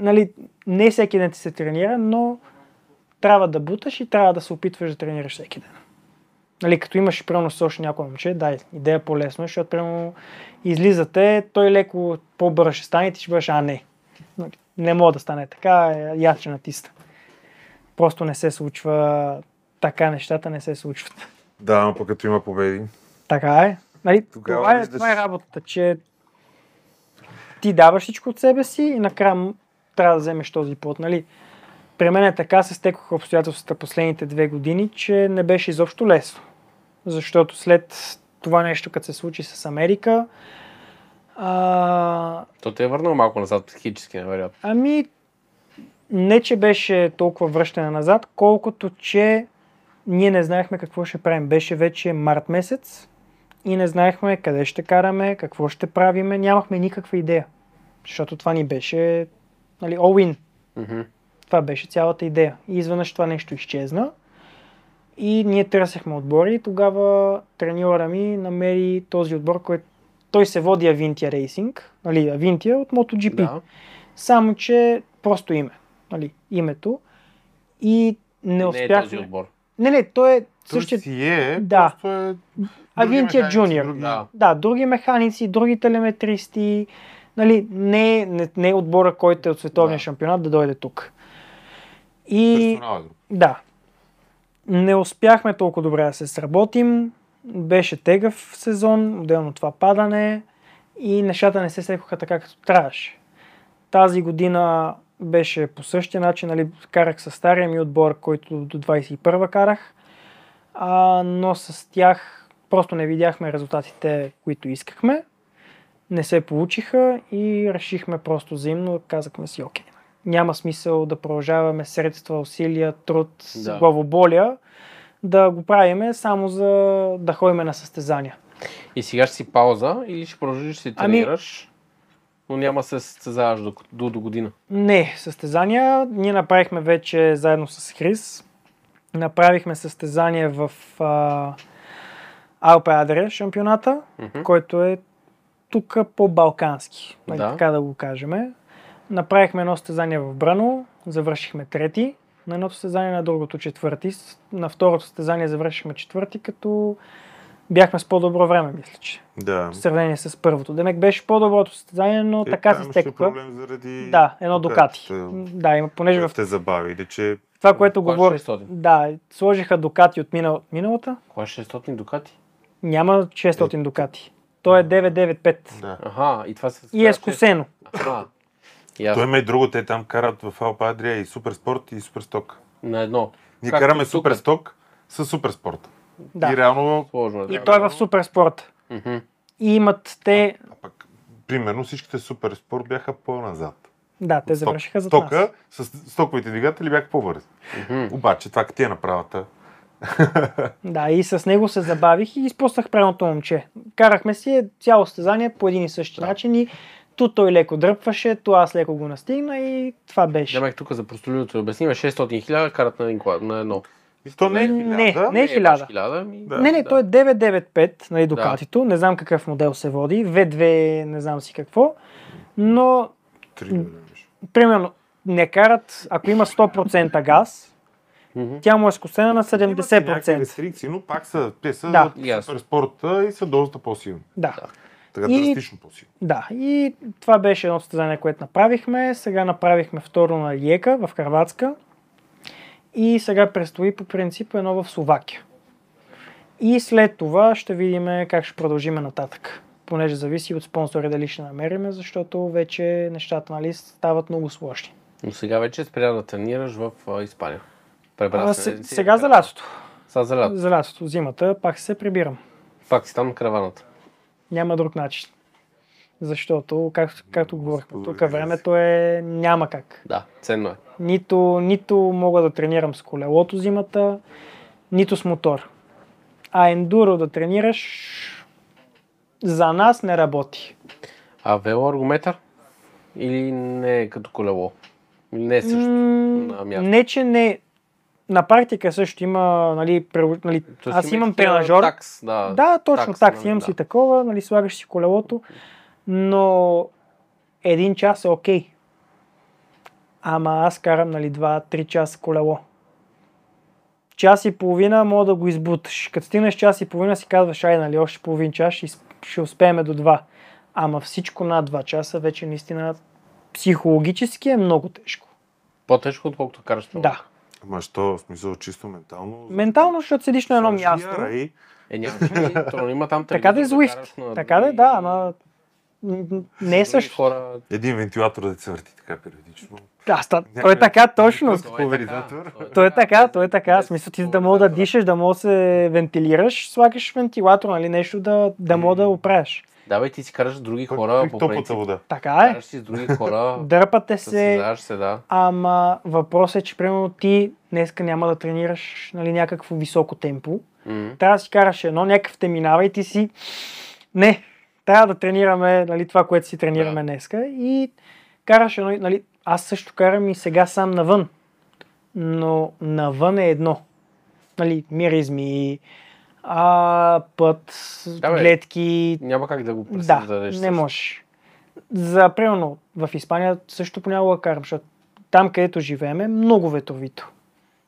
[SPEAKER 3] Нали, не всеки ден ти се тренира, но трябва да буташ и трябва да се опитваш да тренираш всеки ден. Нали, като имаш примерно с още някой момче, дай, идея по-лесно, е, защото примерно излизате, той леко по-бърз ще стане и ти ще бъдеш, а не. Нали, не мога да стане така, е, я ще натисна. Просто не се случва така, нещата не се случват.
[SPEAKER 2] Да, но пък като има победи.
[SPEAKER 3] Така е. Нали,
[SPEAKER 2] Тогава
[SPEAKER 3] това, е
[SPEAKER 2] виждаш-
[SPEAKER 3] това е работата, че ти даваш всичко от себе си и накрая м- трябва да вземеш този плод. Нали? При мен е така се стекоха обстоятелствата последните две години, че не беше изобщо лесно. Защото след това нещо, като се случи с Америка, а,
[SPEAKER 1] То те е върнал малко назад психически, невероятно.
[SPEAKER 3] Ами, не че беше толкова връщане назад, колкото че ние не знаехме какво ще правим. Беше вече март месец и не знаехме къде ще караме, какво ще правиме. Нямахме никаква идея. Защото това ни беше нали, all in.
[SPEAKER 1] Мгм.
[SPEAKER 3] Това беше цялата идея. И изведнъж това нещо изчезна. И ние търсехме отбори и тогава треньора ми намери този отбор, който той се води Avintia Racing, нали, Avintia от MotoGP.
[SPEAKER 1] Да.
[SPEAKER 3] Само, че просто име. Нали, името. И не
[SPEAKER 1] Не е
[SPEAKER 3] успяхме.
[SPEAKER 1] този отбор.
[SPEAKER 3] не, не, той е
[SPEAKER 2] Той
[SPEAKER 3] същия.
[SPEAKER 2] си е,
[SPEAKER 3] Да.
[SPEAKER 2] просто е...
[SPEAKER 3] Авинтия
[SPEAKER 2] други механици,
[SPEAKER 3] Junior.
[SPEAKER 2] други-
[SPEAKER 1] Да.
[SPEAKER 3] Да, други механици, други телеметристи. Нали, не, не, не е отбора, който е от световния
[SPEAKER 1] Да.
[SPEAKER 3] шампионат, да дойде тук. И
[SPEAKER 2] персонал е друг.
[SPEAKER 3] да, не успяхме толкова добре да се сработим. Беше тегъв сезон, отделно това падане и нещата не се слекоха така, като трябваше. Тази година беше по същия начин, нали, карах с стария ми отбор, който до 21 карах, а, но с тях просто не видяхме резултатите, които искахме. Не се получиха и решихме просто взаимно, казахме си окей. Няма смисъл да продължаваме средства, усилия, труд,
[SPEAKER 1] Да.
[SPEAKER 3] да. главоболия, да го правиме само за да ходиме на състезания.
[SPEAKER 1] И сега ще си пауза или ще продължиш да си
[SPEAKER 3] Ами-
[SPEAKER 1] тренираш, но няма се състезаваш до, до, до година.
[SPEAKER 3] Не, състезания. Ние направихме вече заедно с Хрис. Направихме състезание в а, Алпе Адре шампионата,
[SPEAKER 1] Мгм.
[SPEAKER 3] който е тук по-балкански, нали,
[SPEAKER 1] Да.
[SPEAKER 3] така да го кажем. Направихме едно състезание в Брано, завършихме трети, на едното състезание, на другото четвърти. С- На второто състезание завършихме четвърти, като бяхме с по-добро време, мисля, че.
[SPEAKER 2] Да.
[SPEAKER 3] В сравнение с първото. Демек беше по-доброто състезание, но
[SPEAKER 2] Е,
[SPEAKER 3] така
[SPEAKER 2] там
[SPEAKER 3] се
[SPEAKER 2] ще е
[SPEAKER 3] стеква.
[SPEAKER 2] проблем заради...
[SPEAKER 3] Да, едно
[SPEAKER 2] е
[SPEAKER 3] Дукати.
[SPEAKER 2] Дукатите,
[SPEAKER 3] Да, има, понеже в
[SPEAKER 2] които Те забавили, че
[SPEAKER 3] това, което
[SPEAKER 1] Кой
[SPEAKER 3] говори.
[SPEAKER 1] 600?
[SPEAKER 3] Да, сложиха Дукати от минал, миналата.
[SPEAKER 1] Кога е 600 дукати?
[SPEAKER 3] Няма 600 Дукати. То е 995.
[SPEAKER 2] да.
[SPEAKER 1] Аха, и това се
[SPEAKER 3] И
[SPEAKER 1] състезаваше-
[SPEAKER 3] е скосено.
[SPEAKER 1] Аха. Ясно.
[SPEAKER 2] Той има и друго, те там карат в Алпа Адрия и Суперспорт и Суперсток.
[SPEAKER 1] На едно.
[SPEAKER 2] Ние
[SPEAKER 1] Както
[SPEAKER 2] караме
[SPEAKER 1] и тук.
[SPEAKER 2] Суперсток с Суперспорт. И
[SPEAKER 3] Да.
[SPEAKER 2] реално,
[SPEAKER 1] Сложно е.
[SPEAKER 3] И
[SPEAKER 1] да.
[SPEAKER 3] той е в суперспорт.
[SPEAKER 1] Мгм.
[SPEAKER 3] И имат те...
[SPEAKER 2] а пък, примерно, всичките Суперспорт бяха по-назад.
[SPEAKER 3] Да, те
[SPEAKER 2] От сток.
[SPEAKER 3] завършиха за
[SPEAKER 2] Стока,
[SPEAKER 3] нас.
[SPEAKER 2] с стоковите двигатели бяха по-бързи.
[SPEAKER 1] Мгм.
[SPEAKER 2] Обаче, това като ти е направата,
[SPEAKER 3] Да, и с него се забавих и изпуснах правилното момче. Карахме си е цяло състезание по един и същи начин и ту той леко дръпваше, ту аз леко го настигна и това беше.
[SPEAKER 1] Демек тук за простолюдното обясниме 600 000 карат на, един, кола- на едно.
[SPEAKER 2] то не е
[SPEAKER 3] Не,
[SPEAKER 2] хиляда.
[SPEAKER 3] не. е
[SPEAKER 1] баш
[SPEAKER 3] хиляда.
[SPEAKER 1] хиляда, ами- ми...
[SPEAKER 2] Да.
[SPEAKER 3] Не, не, той е 995, нали,
[SPEAKER 1] Да.
[SPEAKER 3] Дукатито. Не знам какъв модел се води. V2, не знам си какво. Но,
[SPEAKER 2] Три, да беше.
[SPEAKER 3] примерно, не карат, ако има 100% газ,
[SPEAKER 1] Мгм.
[SPEAKER 3] тя му е скосена на
[SPEAKER 2] Имат си някакви
[SPEAKER 3] 70%.
[SPEAKER 2] рестрикции, но пак са, те са
[SPEAKER 3] Да.
[SPEAKER 2] от Суперспорта и са доста по-силни.
[SPEAKER 3] Да,
[SPEAKER 2] Така
[SPEAKER 3] И-
[SPEAKER 2] драстично по-силни.
[SPEAKER 3] да. И това беше едно състезание, което направихме. Сега направихме второ на Лиека в Харватска. И сега предстои по принцип едно в Словакия. И след това ще видим как ще продължим нататък. Понеже зависи от спонсори дали ще намериме, защото вече нещата нали, стават много сложни.
[SPEAKER 1] Но сега вече спря да тренираш в а, Испания.
[SPEAKER 3] А,
[SPEAKER 1] Пребра се.
[SPEAKER 3] се-
[SPEAKER 1] не си
[SPEAKER 3] сега за
[SPEAKER 1] пребра.
[SPEAKER 3] лятото.
[SPEAKER 1] Сега за лято.
[SPEAKER 3] За лятото, зимата, пак се прибирам.
[SPEAKER 1] Пак си там на караваната.
[SPEAKER 3] Няма друг начин. защото, както, както говорихме
[SPEAKER 2] Господи,
[SPEAKER 3] тук,
[SPEAKER 2] разбира се.
[SPEAKER 3] времето е няма как.
[SPEAKER 1] Да, ценно е.
[SPEAKER 3] Нито, нито мога да тренирам с колелото зимата, нито с мотор. А ендуро да тренираш за нас не работи.
[SPEAKER 1] А велоаргометър? Или не е като колело? Или не е също?
[SPEAKER 3] М,
[SPEAKER 1] на място.
[SPEAKER 3] не, че не. На практика също има, нали, пре- нали
[SPEAKER 1] Тоест
[SPEAKER 3] аз
[SPEAKER 1] има
[SPEAKER 3] имам
[SPEAKER 1] такива
[SPEAKER 3] тренажор.
[SPEAKER 1] Такс, да.
[SPEAKER 3] Да, точно
[SPEAKER 1] такс,
[SPEAKER 3] така.
[SPEAKER 1] нали,
[SPEAKER 3] Имам
[SPEAKER 1] да.
[SPEAKER 3] си такова, нали, слагаш си колелото, но един час е окей. Ама аз карам, нали, 2-3 часа колело. Час и половина мога да го избуташ. Като стигнеш час и половина си казваш, ай, нали, още половин час ще, изп- ще успеем до 2. Ама всичко над 2 часа вече наистина психологически е много тежко.
[SPEAKER 1] По-тежко, отколкото караш на лодка.
[SPEAKER 3] Да.
[SPEAKER 2] Ама що, в смисъл чисто ментално?
[SPEAKER 3] Ментално, защото седиш на едно място.
[SPEAKER 2] Рай,
[SPEAKER 1] Е, няма значение, то има там
[SPEAKER 3] Така да е
[SPEAKER 1] телевизор, караш
[SPEAKER 3] Zwift.
[SPEAKER 1] на
[SPEAKER 3] Така да, е,
[SPEAKER 1] други-
[SPEAKER 3] да, ама м, м, не е
[SPEAKER 1] други
[SPEAKER 3] също.
[SPEAKER 1] Хора...
[SPEAKER 2] един вентилатор да се върти така периодично.
[SPEAKER 3] Да, ста- той е така точно.
[SPEAKER 2] Той е така, Пулверизатор. той е
[SPEAKER 3] Той е така, той е така. В
[SPEAKER 1] Без
[SPEAKER 3] смисъл ти да мога да
[SPEAKER 1] пулверизатор.
[SPEAKER 3] дишаш, да мога да се вентилираш, слагаш вентилатор, нали нещо да, да мога да оправиш.
[SPEAKER 1] Да, бе, ти си караш с други хора, по
[SPEAKER 2] топлата
[SPEAKER 1] принцип.
[SPEAKER 3] [laughs]
[SPEAKER 2] вода.
[SPEAKER 3] Така е.
[SPEAKER 1] Караш си с други
[SPEAKER 3] [laughs]
[SPEAKER 1] хора,
[SPEAKER 3] Дърпате се,
[SPEAKER 1] състезаваш се, да.
[SPEAKER 3] ама въпросът е, че примерно ти днеска няма да тренираш нали, някакво високо темпо.
[SPEAKER 1] М.
[SPEAKER 3] Трябва да си караш едно, някакъв те минава и ти си... Не, трябва да тренираме нали, това, което си
[SPEAKER 1] Да.
[SPEAKER 3] тренираме днеска. И караш едно... Нали, аз също карам и сега сам навън. Но навън е едно. Нали, миризми, а, път,
[SPEAKER 1] Да, бе.
[SPEAKER 3] гледки...
[SPEAKER 1] Няма как да го
[SPEAKER 3] Да,
[SPEAKER 1] пресъздадеш.
[SPEAKER 3] не можеш. За, примерно, в Испания също понякога карам, защото там, където живеем, е много ветровито.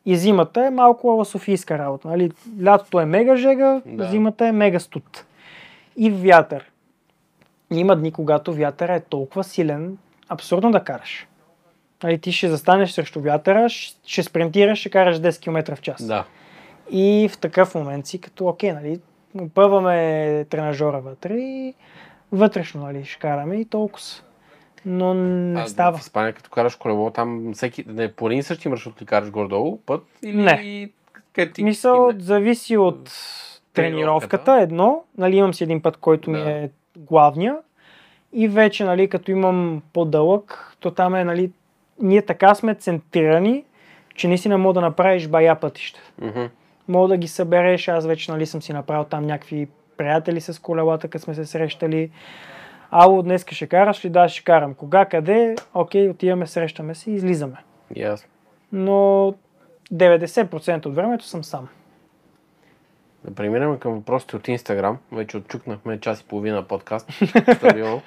[SPEAKER 3] И зимата е малко ала софийска работа. Нали? Лятото е мега жега,
[SPEAKER 1] Да.
[SPEAKER 3] зимата е мега студ. И вятър. Има дни, когато вятъра е толкова силен, абсурдно да караш. Нали, ти ще застанеш срещу вятъра, щ- ще спринтираш, ще караш 10 км в час.
[SPEAKER 1] Да.
[SPEAKER 3] И в такъв момент си като, окей, нали, опъваме тренажора вътре и вътрешно, нали, ще караме и толкова. Но не
[SPEAKER 1] А значи
[SPEAKER 3] става.
[SPEAKER 1] В Испания, като караш колело, там всеки, не, по един и същи маршрут ли караш горе-долу път? Или...
[SPEAKER 3] Не.
[SPEAKER 1] Къде ти
[SPEAKER 3] Мисъл,
[SPEAKER 1] кимне?
[SPEAKER 3] зависи от тренировката, едно. Нали, имам си един път, който ми
[SPEAKER 1] Да.
[SPEAKER 3] е главния. И вече, нали, като имам по-дълъг, то там е, нали, ние така сме центрирани, че наистина мога да направиш бая пътища.
[SPEAKER 1] Мгм.
[SPEAKER 3] мога да ги събереш. Аз вече нали, съм си направил там някакви приятели с колелата, като сме се срещали. Ало, днес ще караш ли? Да, ще карам. Кога, къде? Окей, отиваме, срещаме се и излизаме.
[SPEAKER 1] Ясно.
[SPEAKER 3] Но 90% от времето съм сам.
[SPEAKER 1] Да преминем към въпросите от Инстаграм. Вече отчукнахме час и половина
[SPEAKER 2] [laughs]
[SPEAKER 1] подкаст. Стабилно.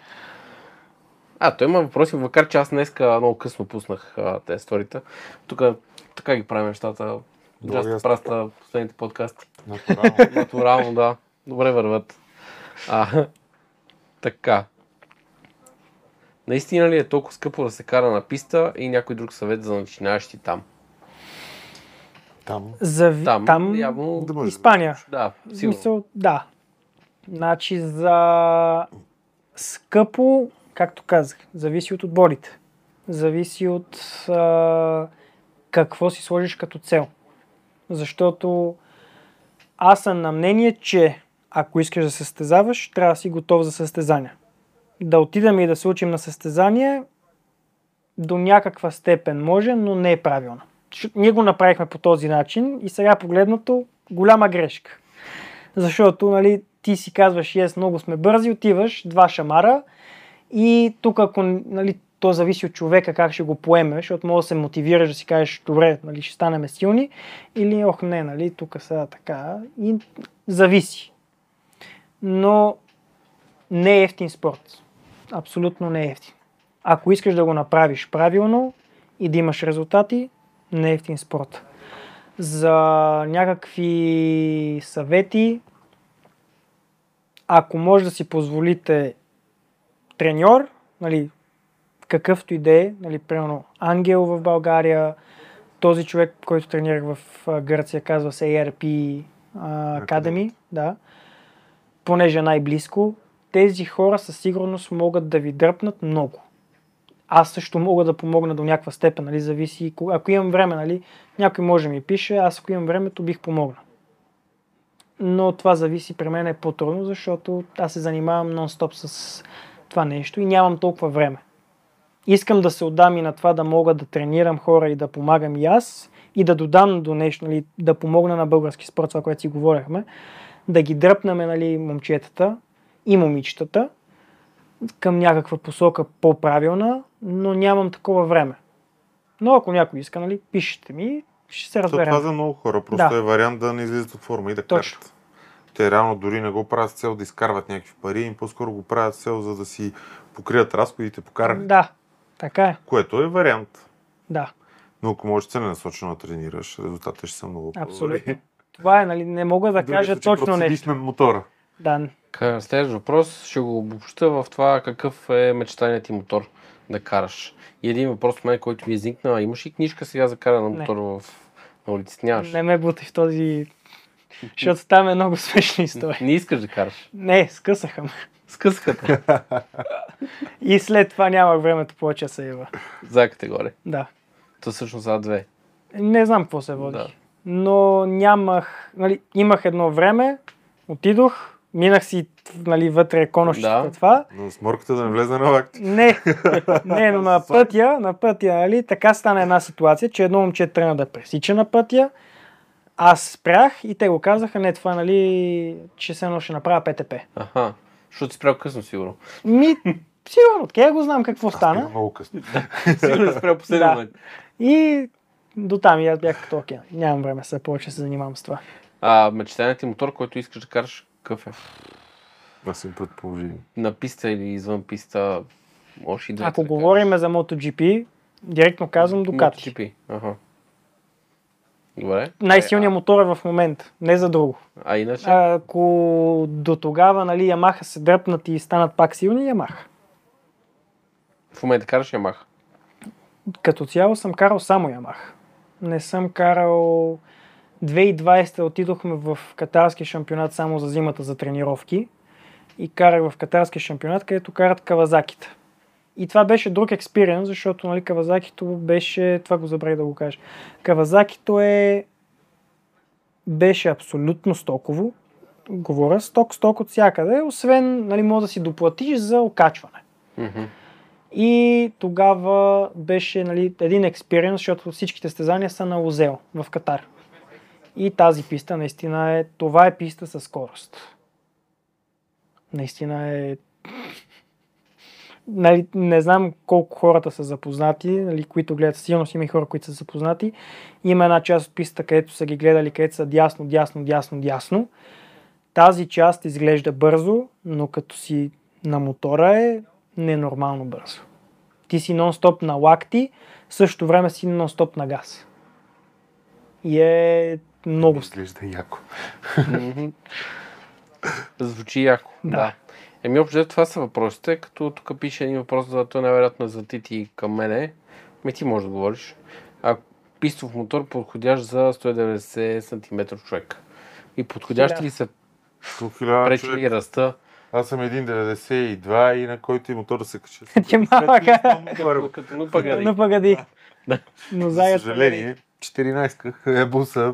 [SPEAKER 1] А, той има въпроси, макар че аз днеска много късно пуснах а, тези сторите. Тук така ги правим нещата.
[SPEAKER 2] Много
[SPEAKER 1] Джаст
[SPEAKER 2] ясно.
[SPEAKER 1] праста последните подкасти.
[SPEAKER 2] Натурално.
[SPEAKER 1] Натурално, да. Добре върват. А, така. Наистина ли е толкова скъпо да се кара на писта и някой друг съвет за начинаещи там?
[SPEAKER 2] Там.
[SPEAKER 3] За...
[SPEAKER 1] Там,
[SPEAKER 3] Там, там...
[SPEAKER 1] явно...
[SPEAKER 2] Да може.
[SPEAKER 3] Испания.
[SPEAKER 1] Да, сигурно.
[SPEAKER 3] Мисъл, да. Значи за скъпо, както казах, зависи от отборите. Зависи от а, какво си сложиш като цел. Защото аз съм на мнение, че ако искаш да състезаваш, трябва да си готов за състезания. Да отидем и да се учим на състезание до някаква степен може, но не е правилно. Защото Ние го направихме по този начин и сега погледнато голяма грешка. Защото, нали, ти си казваш, ес, много сме бързи, отиваш, два шамара и тук, ако, нали, то зависи от човека как ще го поеме, защото може да се мотивираш да си кажеш, добре, нали, ще станем силни или, ох, не, нали, тук сега така и зависи. Но не е ефтин спорт. Абсолютно не е ефтин. Ако искаш да го направиш правилно и да имаш резултати, не е ефтин спорт за някакви съвети. Ако може да си позволите треньор, нали, какъвто и да е, нали, примерно Ангел в България, този човек, който тренирах в а, Гърция, казва се ARP а, Academy, да, понеже е най-близко, тези хора със сигурност могат да ви дръпнат много аз също мога да помогна до някаква степен, нали, зависи. и кога- Ако имам време, нали, някой може да ми пише, аз ако имам времето, бих помогнал. Но това зависи при мен е по-трудно, защото аз се занимавам нон-стоп с това нещо и нямам толкова време. Искам да се отдам и на това да мога да тренирам хора и да помагам и аз и да додам до нещо, нали, да помогна на български спорт, това, което си говорихме, да ги дръпнаме нали, момчетата и момичетата към някаква посока по-правилна, но нямам такова време. Но ако някой иска, нали, пишете ми, ще се
[SPEAKER 2] То,
[SPEAKER 3] разберем.
[SPEAKER 2] това за много хора просто
[SPEAKER 3] Да.
[SPEAKER 2] е вариант да не излизат от форма и да
[SPEAKER 3] Точно.
[SPEAKER 2] карат. Те реално дори не го правят с цел да изкарват някакви пари, им по-скоро го правят с цел за да си покрият разходите по каране,
[SPEAKER 3] Да, така е,
[SPEAKER 2] което е вариант.
[SPEAKER 3] да,
[SPEAKER 2] Но ако можеш целенасочено да тренираш, резултатите ще са много по-добри. [laughs]
[SPEAKER 3] абсолютно. Това е, нали, не мога да
[SPEAKER 2] В другия
[SPEAKER 3] кажа
[SPEAKER 2] случай
[SPEAKER 3] точно
[SPEAKER 2] просто
[SPEAKER 3] нещо.
[SPEAKER 2] седиш на мотора.
[SPEAKER 3] Да,
[SPEAKER 1] Към Следващ въпрос ще го обобща в това какъв е мечтаният ти мотор да караш. И един въпрос от мен, който ми изникна, имаш ли книжка сега за каране на
[SPEAKER 3] Не.
[SPEAKER 1] мотор в, на улиците? Нямаш.
[SPEAKER 3] не ме бутай в този... Защото там е много [laughs] смешна история.
[SPEAKER 1] Не искаш да караш.
[SPEAKER 3] Не, скъсаха ме.
[SPEAKER 1] Скъсаха
[SPEAKER 3] [laughs]
[SPEAKER 1] те.
[SPEAKER 3] И след това нямах времето повече да се ева.
[SPEAKER 1] за категория.
[SPEAKER 3] Да.
[SPEAKER 1] То е всъщност за две.
[SPEAKER 3] Не знам какво се води.
[SPEAKER 1] Да.
[SPEAKER 3] Но нямах... Нали, имах едно време, отидох, минах си нали, вътре конощите
[SPEAKER 1] Да.
[SPEAKER 3] това.
[SPEAKER 2] Но с морката да не влезе на лакти.
[SPEAKER 3] Не, не, но на пътя, на пътя, нали, така стана една ситуация, че едно момче тръгна да пресича на пътя, аз спрях и те го казаха, не, това, нали, че се едно ще направя ПТП.
[SPEAKER 1] Аха. Защото си спрял късно,
[SPEAKER 3] [laughs]
[SPEAKER 1] сигурно.
[SPEAKER 3] Ми, сигурно, откъде я го знам какво
[SPEAKER 2] Бях
[SPEAKER 3] стана.
[SPEAKER 2] Много късно.
[SPEAKER 1] Сигурно си спрял последния
[SPEAKER 3] Да.
[SPEAKER 1] момент.
[SPEAKER 3] И до там и аз бях като, окей, нямам време сега повече да се занимавам с това.
[SPEAKER 1] А мечтаният ти мотор, който искаш да караш, какъв е?
[SPEAKER 2] Аз им предположение.
[SPEAKER 1] На писта или извън писта? Може и да е.
[SPEAKER 3] Ако говорим за MotoGP, директно казвам Дукати.
[SPEAKER 1] MotoGP. Аха. Добре.
[SPEAKER 3] Най-силният мотор е в момента, не за друго.
[SPEAKER 1] А иначе?
[SPEAKER 3] Ако до тогава, нали, Ямаха се дръпнат и станат пак силни, Ямаха.
[SPEAKER 1] В момента караш Ямаха.
[SPEAKER 3] Като цяло съм карал само Ямах. Не съм карал... 2020 отидохме в катарски шампионат само за зимата за тренировки и карах в катарски шампионат, където карат кавазаките. И това беше друг експириенс, защото нали, кавазакито беше... Това го забравих да го кажа. Кавазакито е... беше абсолютно стоково. Говоря, сток-сток от всякъде, освен нали, може да си доплатиш за окачване.
[SPEAKER 1] Мгм.
[SPEAKER 3] И тогава беше нали, един експириенс, защото всичките стезания са на Озел в Катар. И тази писта наистина е, това е писта със скорост. Наистина е... Нали, не знам колко хората са запознати, нали, които гледат, силно си има и хора, които са запознати. Има една част от писта, където са ги гледали, където са дясно, дясно, дясно, дясно. Тази част изглежда бързо, но като си на мотора е ненормално бързо. Ти си нон-стоп на лакти, в същото време си нон-стоп на газ. И е много с-
[SPEAKER 2] Изглежда яко.
[SPEAKER 1] Мгм. Звучи яко.
[SPEAKER 3] Да.
[SPEAKER 1] Да. Еми, общо, взето това са въпросите, като тук пише един въпрос, за той най-вероятно е за Тити към мене. Ми ти можеш да говориш. А пистов мотор подходящ за 190 см човек. И подходящи
[SPEAKER 3] Да.
[SPEAKER 1] ли са
[SPEAKER 2] По хиляда
[SPEAKER 1] пречи
[SPEAKER 2] човек.
[SPEAKER 1] ли е? ръста?
[SPEAKER 2] Аз съм 1,92 и на който и мотора се
[SPEAKER 3] [laughs]
[SPEAKER 2] качи.
[SPEAKER 3] Ти малка.
[SPEAKER 1] Като- Като ну пък
[SPEAKER 3] [laughs]
[SPEAKER 1] нали,
[SPEAKER 3] Но погоди. Но
[SPEAKER 2] За
[SPEAKER 3] заедно.
[SPEAKER 2] съжаление, 14-ка буса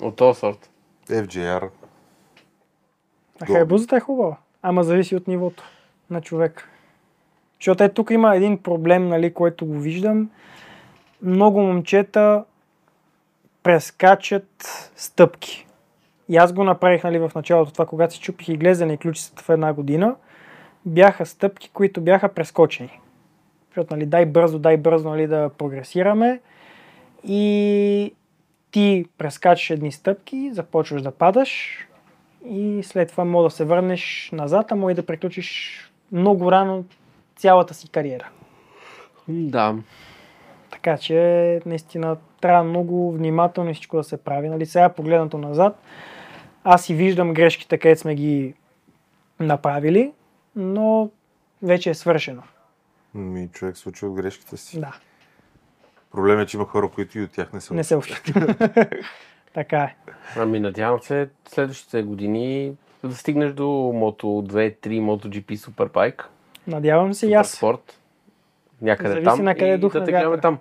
[SPEAKER 1] От този сорт.
[SPEAKER 2] FJR.
[SPEAKER 3] А хайбузата е хубава. Ама зависи от нивото на човек. Защото е, тук има един проблем, нали, който го виждам. Много момчета прескачат стъпки. И аз го направих нали, в началото това, когато си чупих и глезени и ключицата в една година. Бяха стъпки, които бяха прескочени. Защото, нали, дай бързо, дай бързо, нали, да прогресираме. И ти прескачаш едни стъпки, започваш да падаш, и след това мога да се върнеш назад, а може и да приключиш много рано цялата си кариера.
[SPEAKER 1] Да.
[SPEAKER 3] Така че наистина трябва много внимателно и всичко да се прави. Нали, сега погледнато назад, аз и виждам грешките, където сме ги направили, но вече е свършено.
[SPEAKER 2] Ми човек се учи от грешките си.
[SPEAKER 3] Да,
[SPEAKER 2] Проблем е, че има хора, които и от тях не са.
[SPEAKER 3] не се учи. [laughs] така е.
[SPEAKER 1] Ами, надявам се следващите години да стигнеш до Moto 2, 3, MotoGP, Superbike.
[SPEAKER 3] Надявам се и аз.
[SPEAKER 1] спорт. Някъде
[SPEAKER 3] Зависи
[SPEAKER 1] там.
[SPEAKER 3] на къде
[SPEAKER 1] и
[SPEAKER 3] дух
[SPEAKER 1] да
[SPEAKER 3] на
[SPEAKER 1] те гледаме
[SPEAKER 3] вятъра.
[SPEAKER 1] там.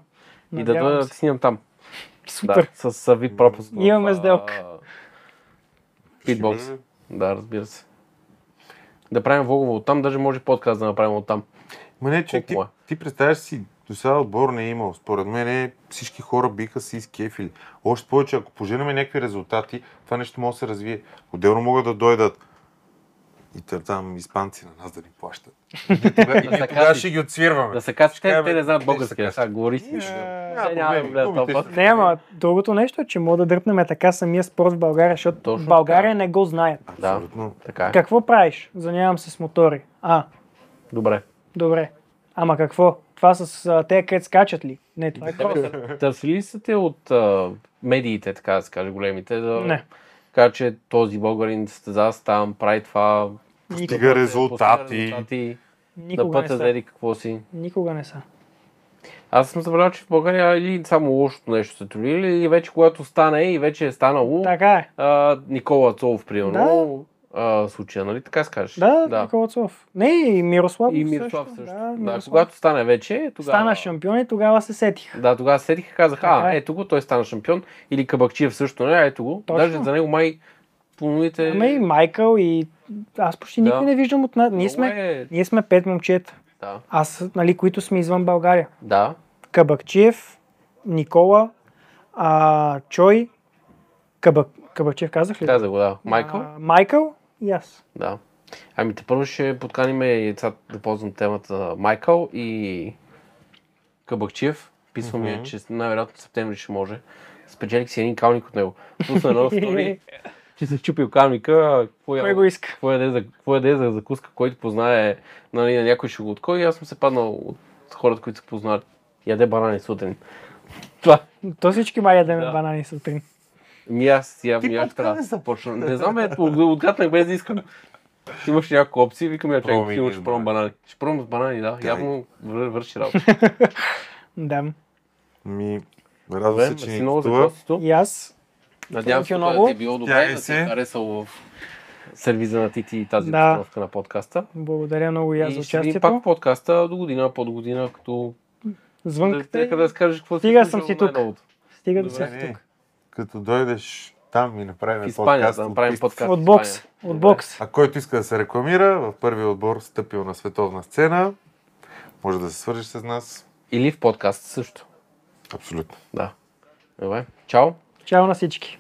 [SPEAKER 1] И да
[SPEAKER 3] Надявам
[SPEAKER 1] дойда да
[SPEAKER 3] се.
[SPEAKER 1] те снимам там.
[SPEAKER 3] Супер.
[SPEAKER 1] Да, с а, вид пропуск. в,
[SPEAKER 3] Имаме
[SPEAKER 1] а,
[SPEAKER 3] сделка.
[SPEAKER 1] Фитбокс. Да, разбира се. Да правим влогове от там, даже може подкаст да направим от там.
[SPEAKER 2] Ма не, че ти,
[SPEAKER 1] Колко
[SPEAKER 2] ти представяш си, до сега отбор не е имал. Според мен всички хора биха си изкефили. Още повече, ако поженеме някакви резултати, това нещо може да се развие. Отделно могат да дойдат и тър- там испанци на нас да ни плащат. И ние тога- и
[SPEAKER 1] Да
[SPEAKER 2] ние
[SPEAKER 1] се
[SPEAKER 2] тогава
[SPEAKER 1] качи.
[SPEAKER 2] ще ги отсвирваме.
[SPEAKER 1] Да се каже,
[SPEAKER 2] Ще
[SPEAKER 1] те,
[SPEAKER 2] кажем,
[SPEAKER 1] те не знаят
[SPEAKER 2] ще
[SPEAKER 1] български,
[SPEAKER 2] се
[SPEAKER 1] а
[SPEAKER 2] качат.
[SPEAKER 1] сега говори си.
[SPEAKER 2] Няма
[SPEAKER 1] Те няма да
[SPEAKER 2] проблеми,
[SPEAKER 1] гледат този
[SPEAKER 2] думите
[SPEAKER 1] път.
[SPEAKER 2] са.
[SPEAKER 3] Не, ама другото нещо е, че мога да дръпнем така самия спорт в България, защото
[SPEAKER 1] Точно
[SPEAKER 3] в България не го знаят.
[SPEAKER 1] Да.
[SPEAKER 2] Абсолютно.
[SPEAKER 1] Така е.
[SPEAKER 3] Какво правиш? Занявам се с мотори. А,
[SPEAKER 1] Добре.
[SPEAKER 3] добре. Ама какво? Това с а, те където скачат ли? Не, това е крос.
[SPEAKER 1] Търсили ли са те от а, медиите, така да се каже, големите, да
[SPEAKER 3] Не.
[SPEAKER 1] кажа, че този българин състезава с там, прави това,
[SPEAKER 2] Постига
[SPEAKER 1] постига
[SPEAKER 2] резултати.
[SPEAKER 1] е резултати на
[SPEAKER 3] Никога не
[SPEAKER 1] пътя за
[SPEAKER 3] са.
[SPEAKER 1] еди какво си.
[SPEAKER 3] Никога не са.
[SPEAKER 1] Аз съм забелязал, че в България или само лошото нещо са турили, или вече когато стане и вече е станало,
[SPEAKER 3] Така е.
[SPEAKER 1] а, Никола Цолов, примерно, а, случая, нали така се кажеш?
[SPEAKER 3] Да, да. Никола Цов. Не, и Мирослав
[SPEAKER 1] И Мирослав също.
[SPEAKER 3] Да,
[SPEAKER 1] Да,
[SPEAKER 3] Мирослав.
[SPEAKER 1] когато стане вече, тогава...
[SPEAKER 3] Стана шампион и тогава се сетих.
[SPEAKER 1] Да, тогава седих и казах,
[SPEAKER 3] Така
[SPEAKER 1] а,
[SPEAKER 3] е.
[SPEAKER 1] ето го, той стана шампион. Или Кабакчиев също, не, ето го.
[SPEAKER 3] Точно.
[SPEAKER 1] Даже за него май по новите...
[SPEAKER 3] Ама и Майкъл и аз почти никой
[SPEAKER 1] Е. Да.
[SPEAKER 3] не виждам от нас. Ние
[SPEAKER 1] Много
[SPEAKER 3] сме,
[SPEAKER 1] Е...
[SPEAKER 3] ние сме пет момчета.
[SPEAKER 1] Да,
[SPEAKER 3] Аз, нали, които сме извън България.
[SPEAKER 1] да.
[SPEAKER 3] Кабакчиев, Никола, а, Чой, Кабак... Кабакчиев казах ли?
[SPEAKER 1] Каза го, да. Майкъл?
[SPEAKER 3] А, Майкъл и аз.
[SPEAKER 1] Да. Ами те първо ще подканим и сега да ползвам темата на Майкъл и Кабакчиев. Писва ми, е,
[SPEAKER 2] Мгм.
[SPEAKER 1] че най-вероятно в септември ще може. Спечелих си един калник от него. Пусна едно
[SPEAKER 3] [laughs]
[SPEAKER 1] стори, че се чупил калника. Какво
[SPEAKER 3] Кой
[SPEAKER 1] я...
[SPEAKER 3] го иска?
[SPEAKER 1] Какво яде за, какво яде за закуска, който познае нали, на някой ще го откой. И аз съм се паднал от хората, които се познават. Яде барани сутрин. Това.
[SPEAKER 3] То всички май ядем
[SPEAKER 1] Да.
[SPEAKER 3] банани сутрин.
[SPEAKER 1] Ми аз, я,
[SPEAKER 2] Ти
[SPEAKER 1] ми аз
[SPEAKER 2] откъде
[SPEAKER 1] трябва да
[SPEAKER 2] започна?
[SPEAKER 1] започна. Не знам, ето, откатнах без да искам. Ти имаш няколко опции, викам я, чакай,
[SPEAKER 2] Пробвай
[SPEAKER 1] сигурно
[SPEAKER 2] ти
[SPEAKER 1] ще
[SPEAKER 2] с
[SPEAKER 1] пробвам банани. Ще пробвам с банани, да.
[SPEAKER 2] Дай.
[SPEAKER 1] Явно вър- върши работа.
[SPEAKER 3] Да.
[SPEAKER 2] Ми, радвам
[SPEAKER 1] Добре,
[SPEAKER 2] се, че
[SPEAKER 1] си
[SPEAKER 2] ни
[SPEAKER 1] много за
[SPEAKER 2] гостува.
[SPEAKER 1] гостито.
[SPEAKER 3] И аз.
[SPEAKER 1] Надявам се,
[SPEAKER 3] Thank you
[SPEAKER 1] това да
[SPEAKER 3] много.
[SPEAKER 1] ти е било добре,
[SPEAKER 2] Тягай
[SPEAKER 1] да ти е
[SPEAKER 2] се.
[SPEAKER 1] харесало в сервиза на Тити и тази
[SPEAKER 3] Да.
[SPEAKER 1] обстановка на подкаста.
[SPEAKER 3] Благодаря много и аз за
[SPEAKER 1] И ще видим пак в
[SPEAKER 3] участието.
[SPEAKER 1] подкаста до година, под година, като
[SPEAKER 3] Звънката.
[SPEAKER 1] Нека
[SPEAKER 3] и-
[SPEAKER 1] да скажеш какво
[SPEAKER 3] Стига
[SPEAKER 1] си
[SPEAKER 3] съм си
[SPEAKER 1] слушал е
[SPEAKER 3] тук.
[SPEAKER 1] най-новото.
[SPEAKER 3] Стига да
[SPEAKER 1] Добре,
[SPEAKER 3] си
[SPEAKER 2] Не,
[SPEAKER 3] тук.
[SPEAKER 2] е, Като дойдеш там и направим
[SPEAKER 1] В Испания,
[SPEAKER 2] подкаст,
[SPEAKER 1] да направим
[SPEAKER 2] отпис-
[SPEAKER 1] подкаст. в
[SPEAKER 3] От бокс.
[SPEAKER 1] Испания.
[SPEAKER 3] От
[SPEAKER 1] Добре.
[SPEAKER 3] бокс.
[SPEAKER 2] А който иска да се рекламира, в първия отбор стъпил на световна сцена, може да се свържеш с нас.
[SPEAKER 1] Или в подкаст също.
[SPEAKER 2] Абсолютно.
[SPEAKER 1] Да. Добре. Чао.
[SPEAKER 3] Чао на всички.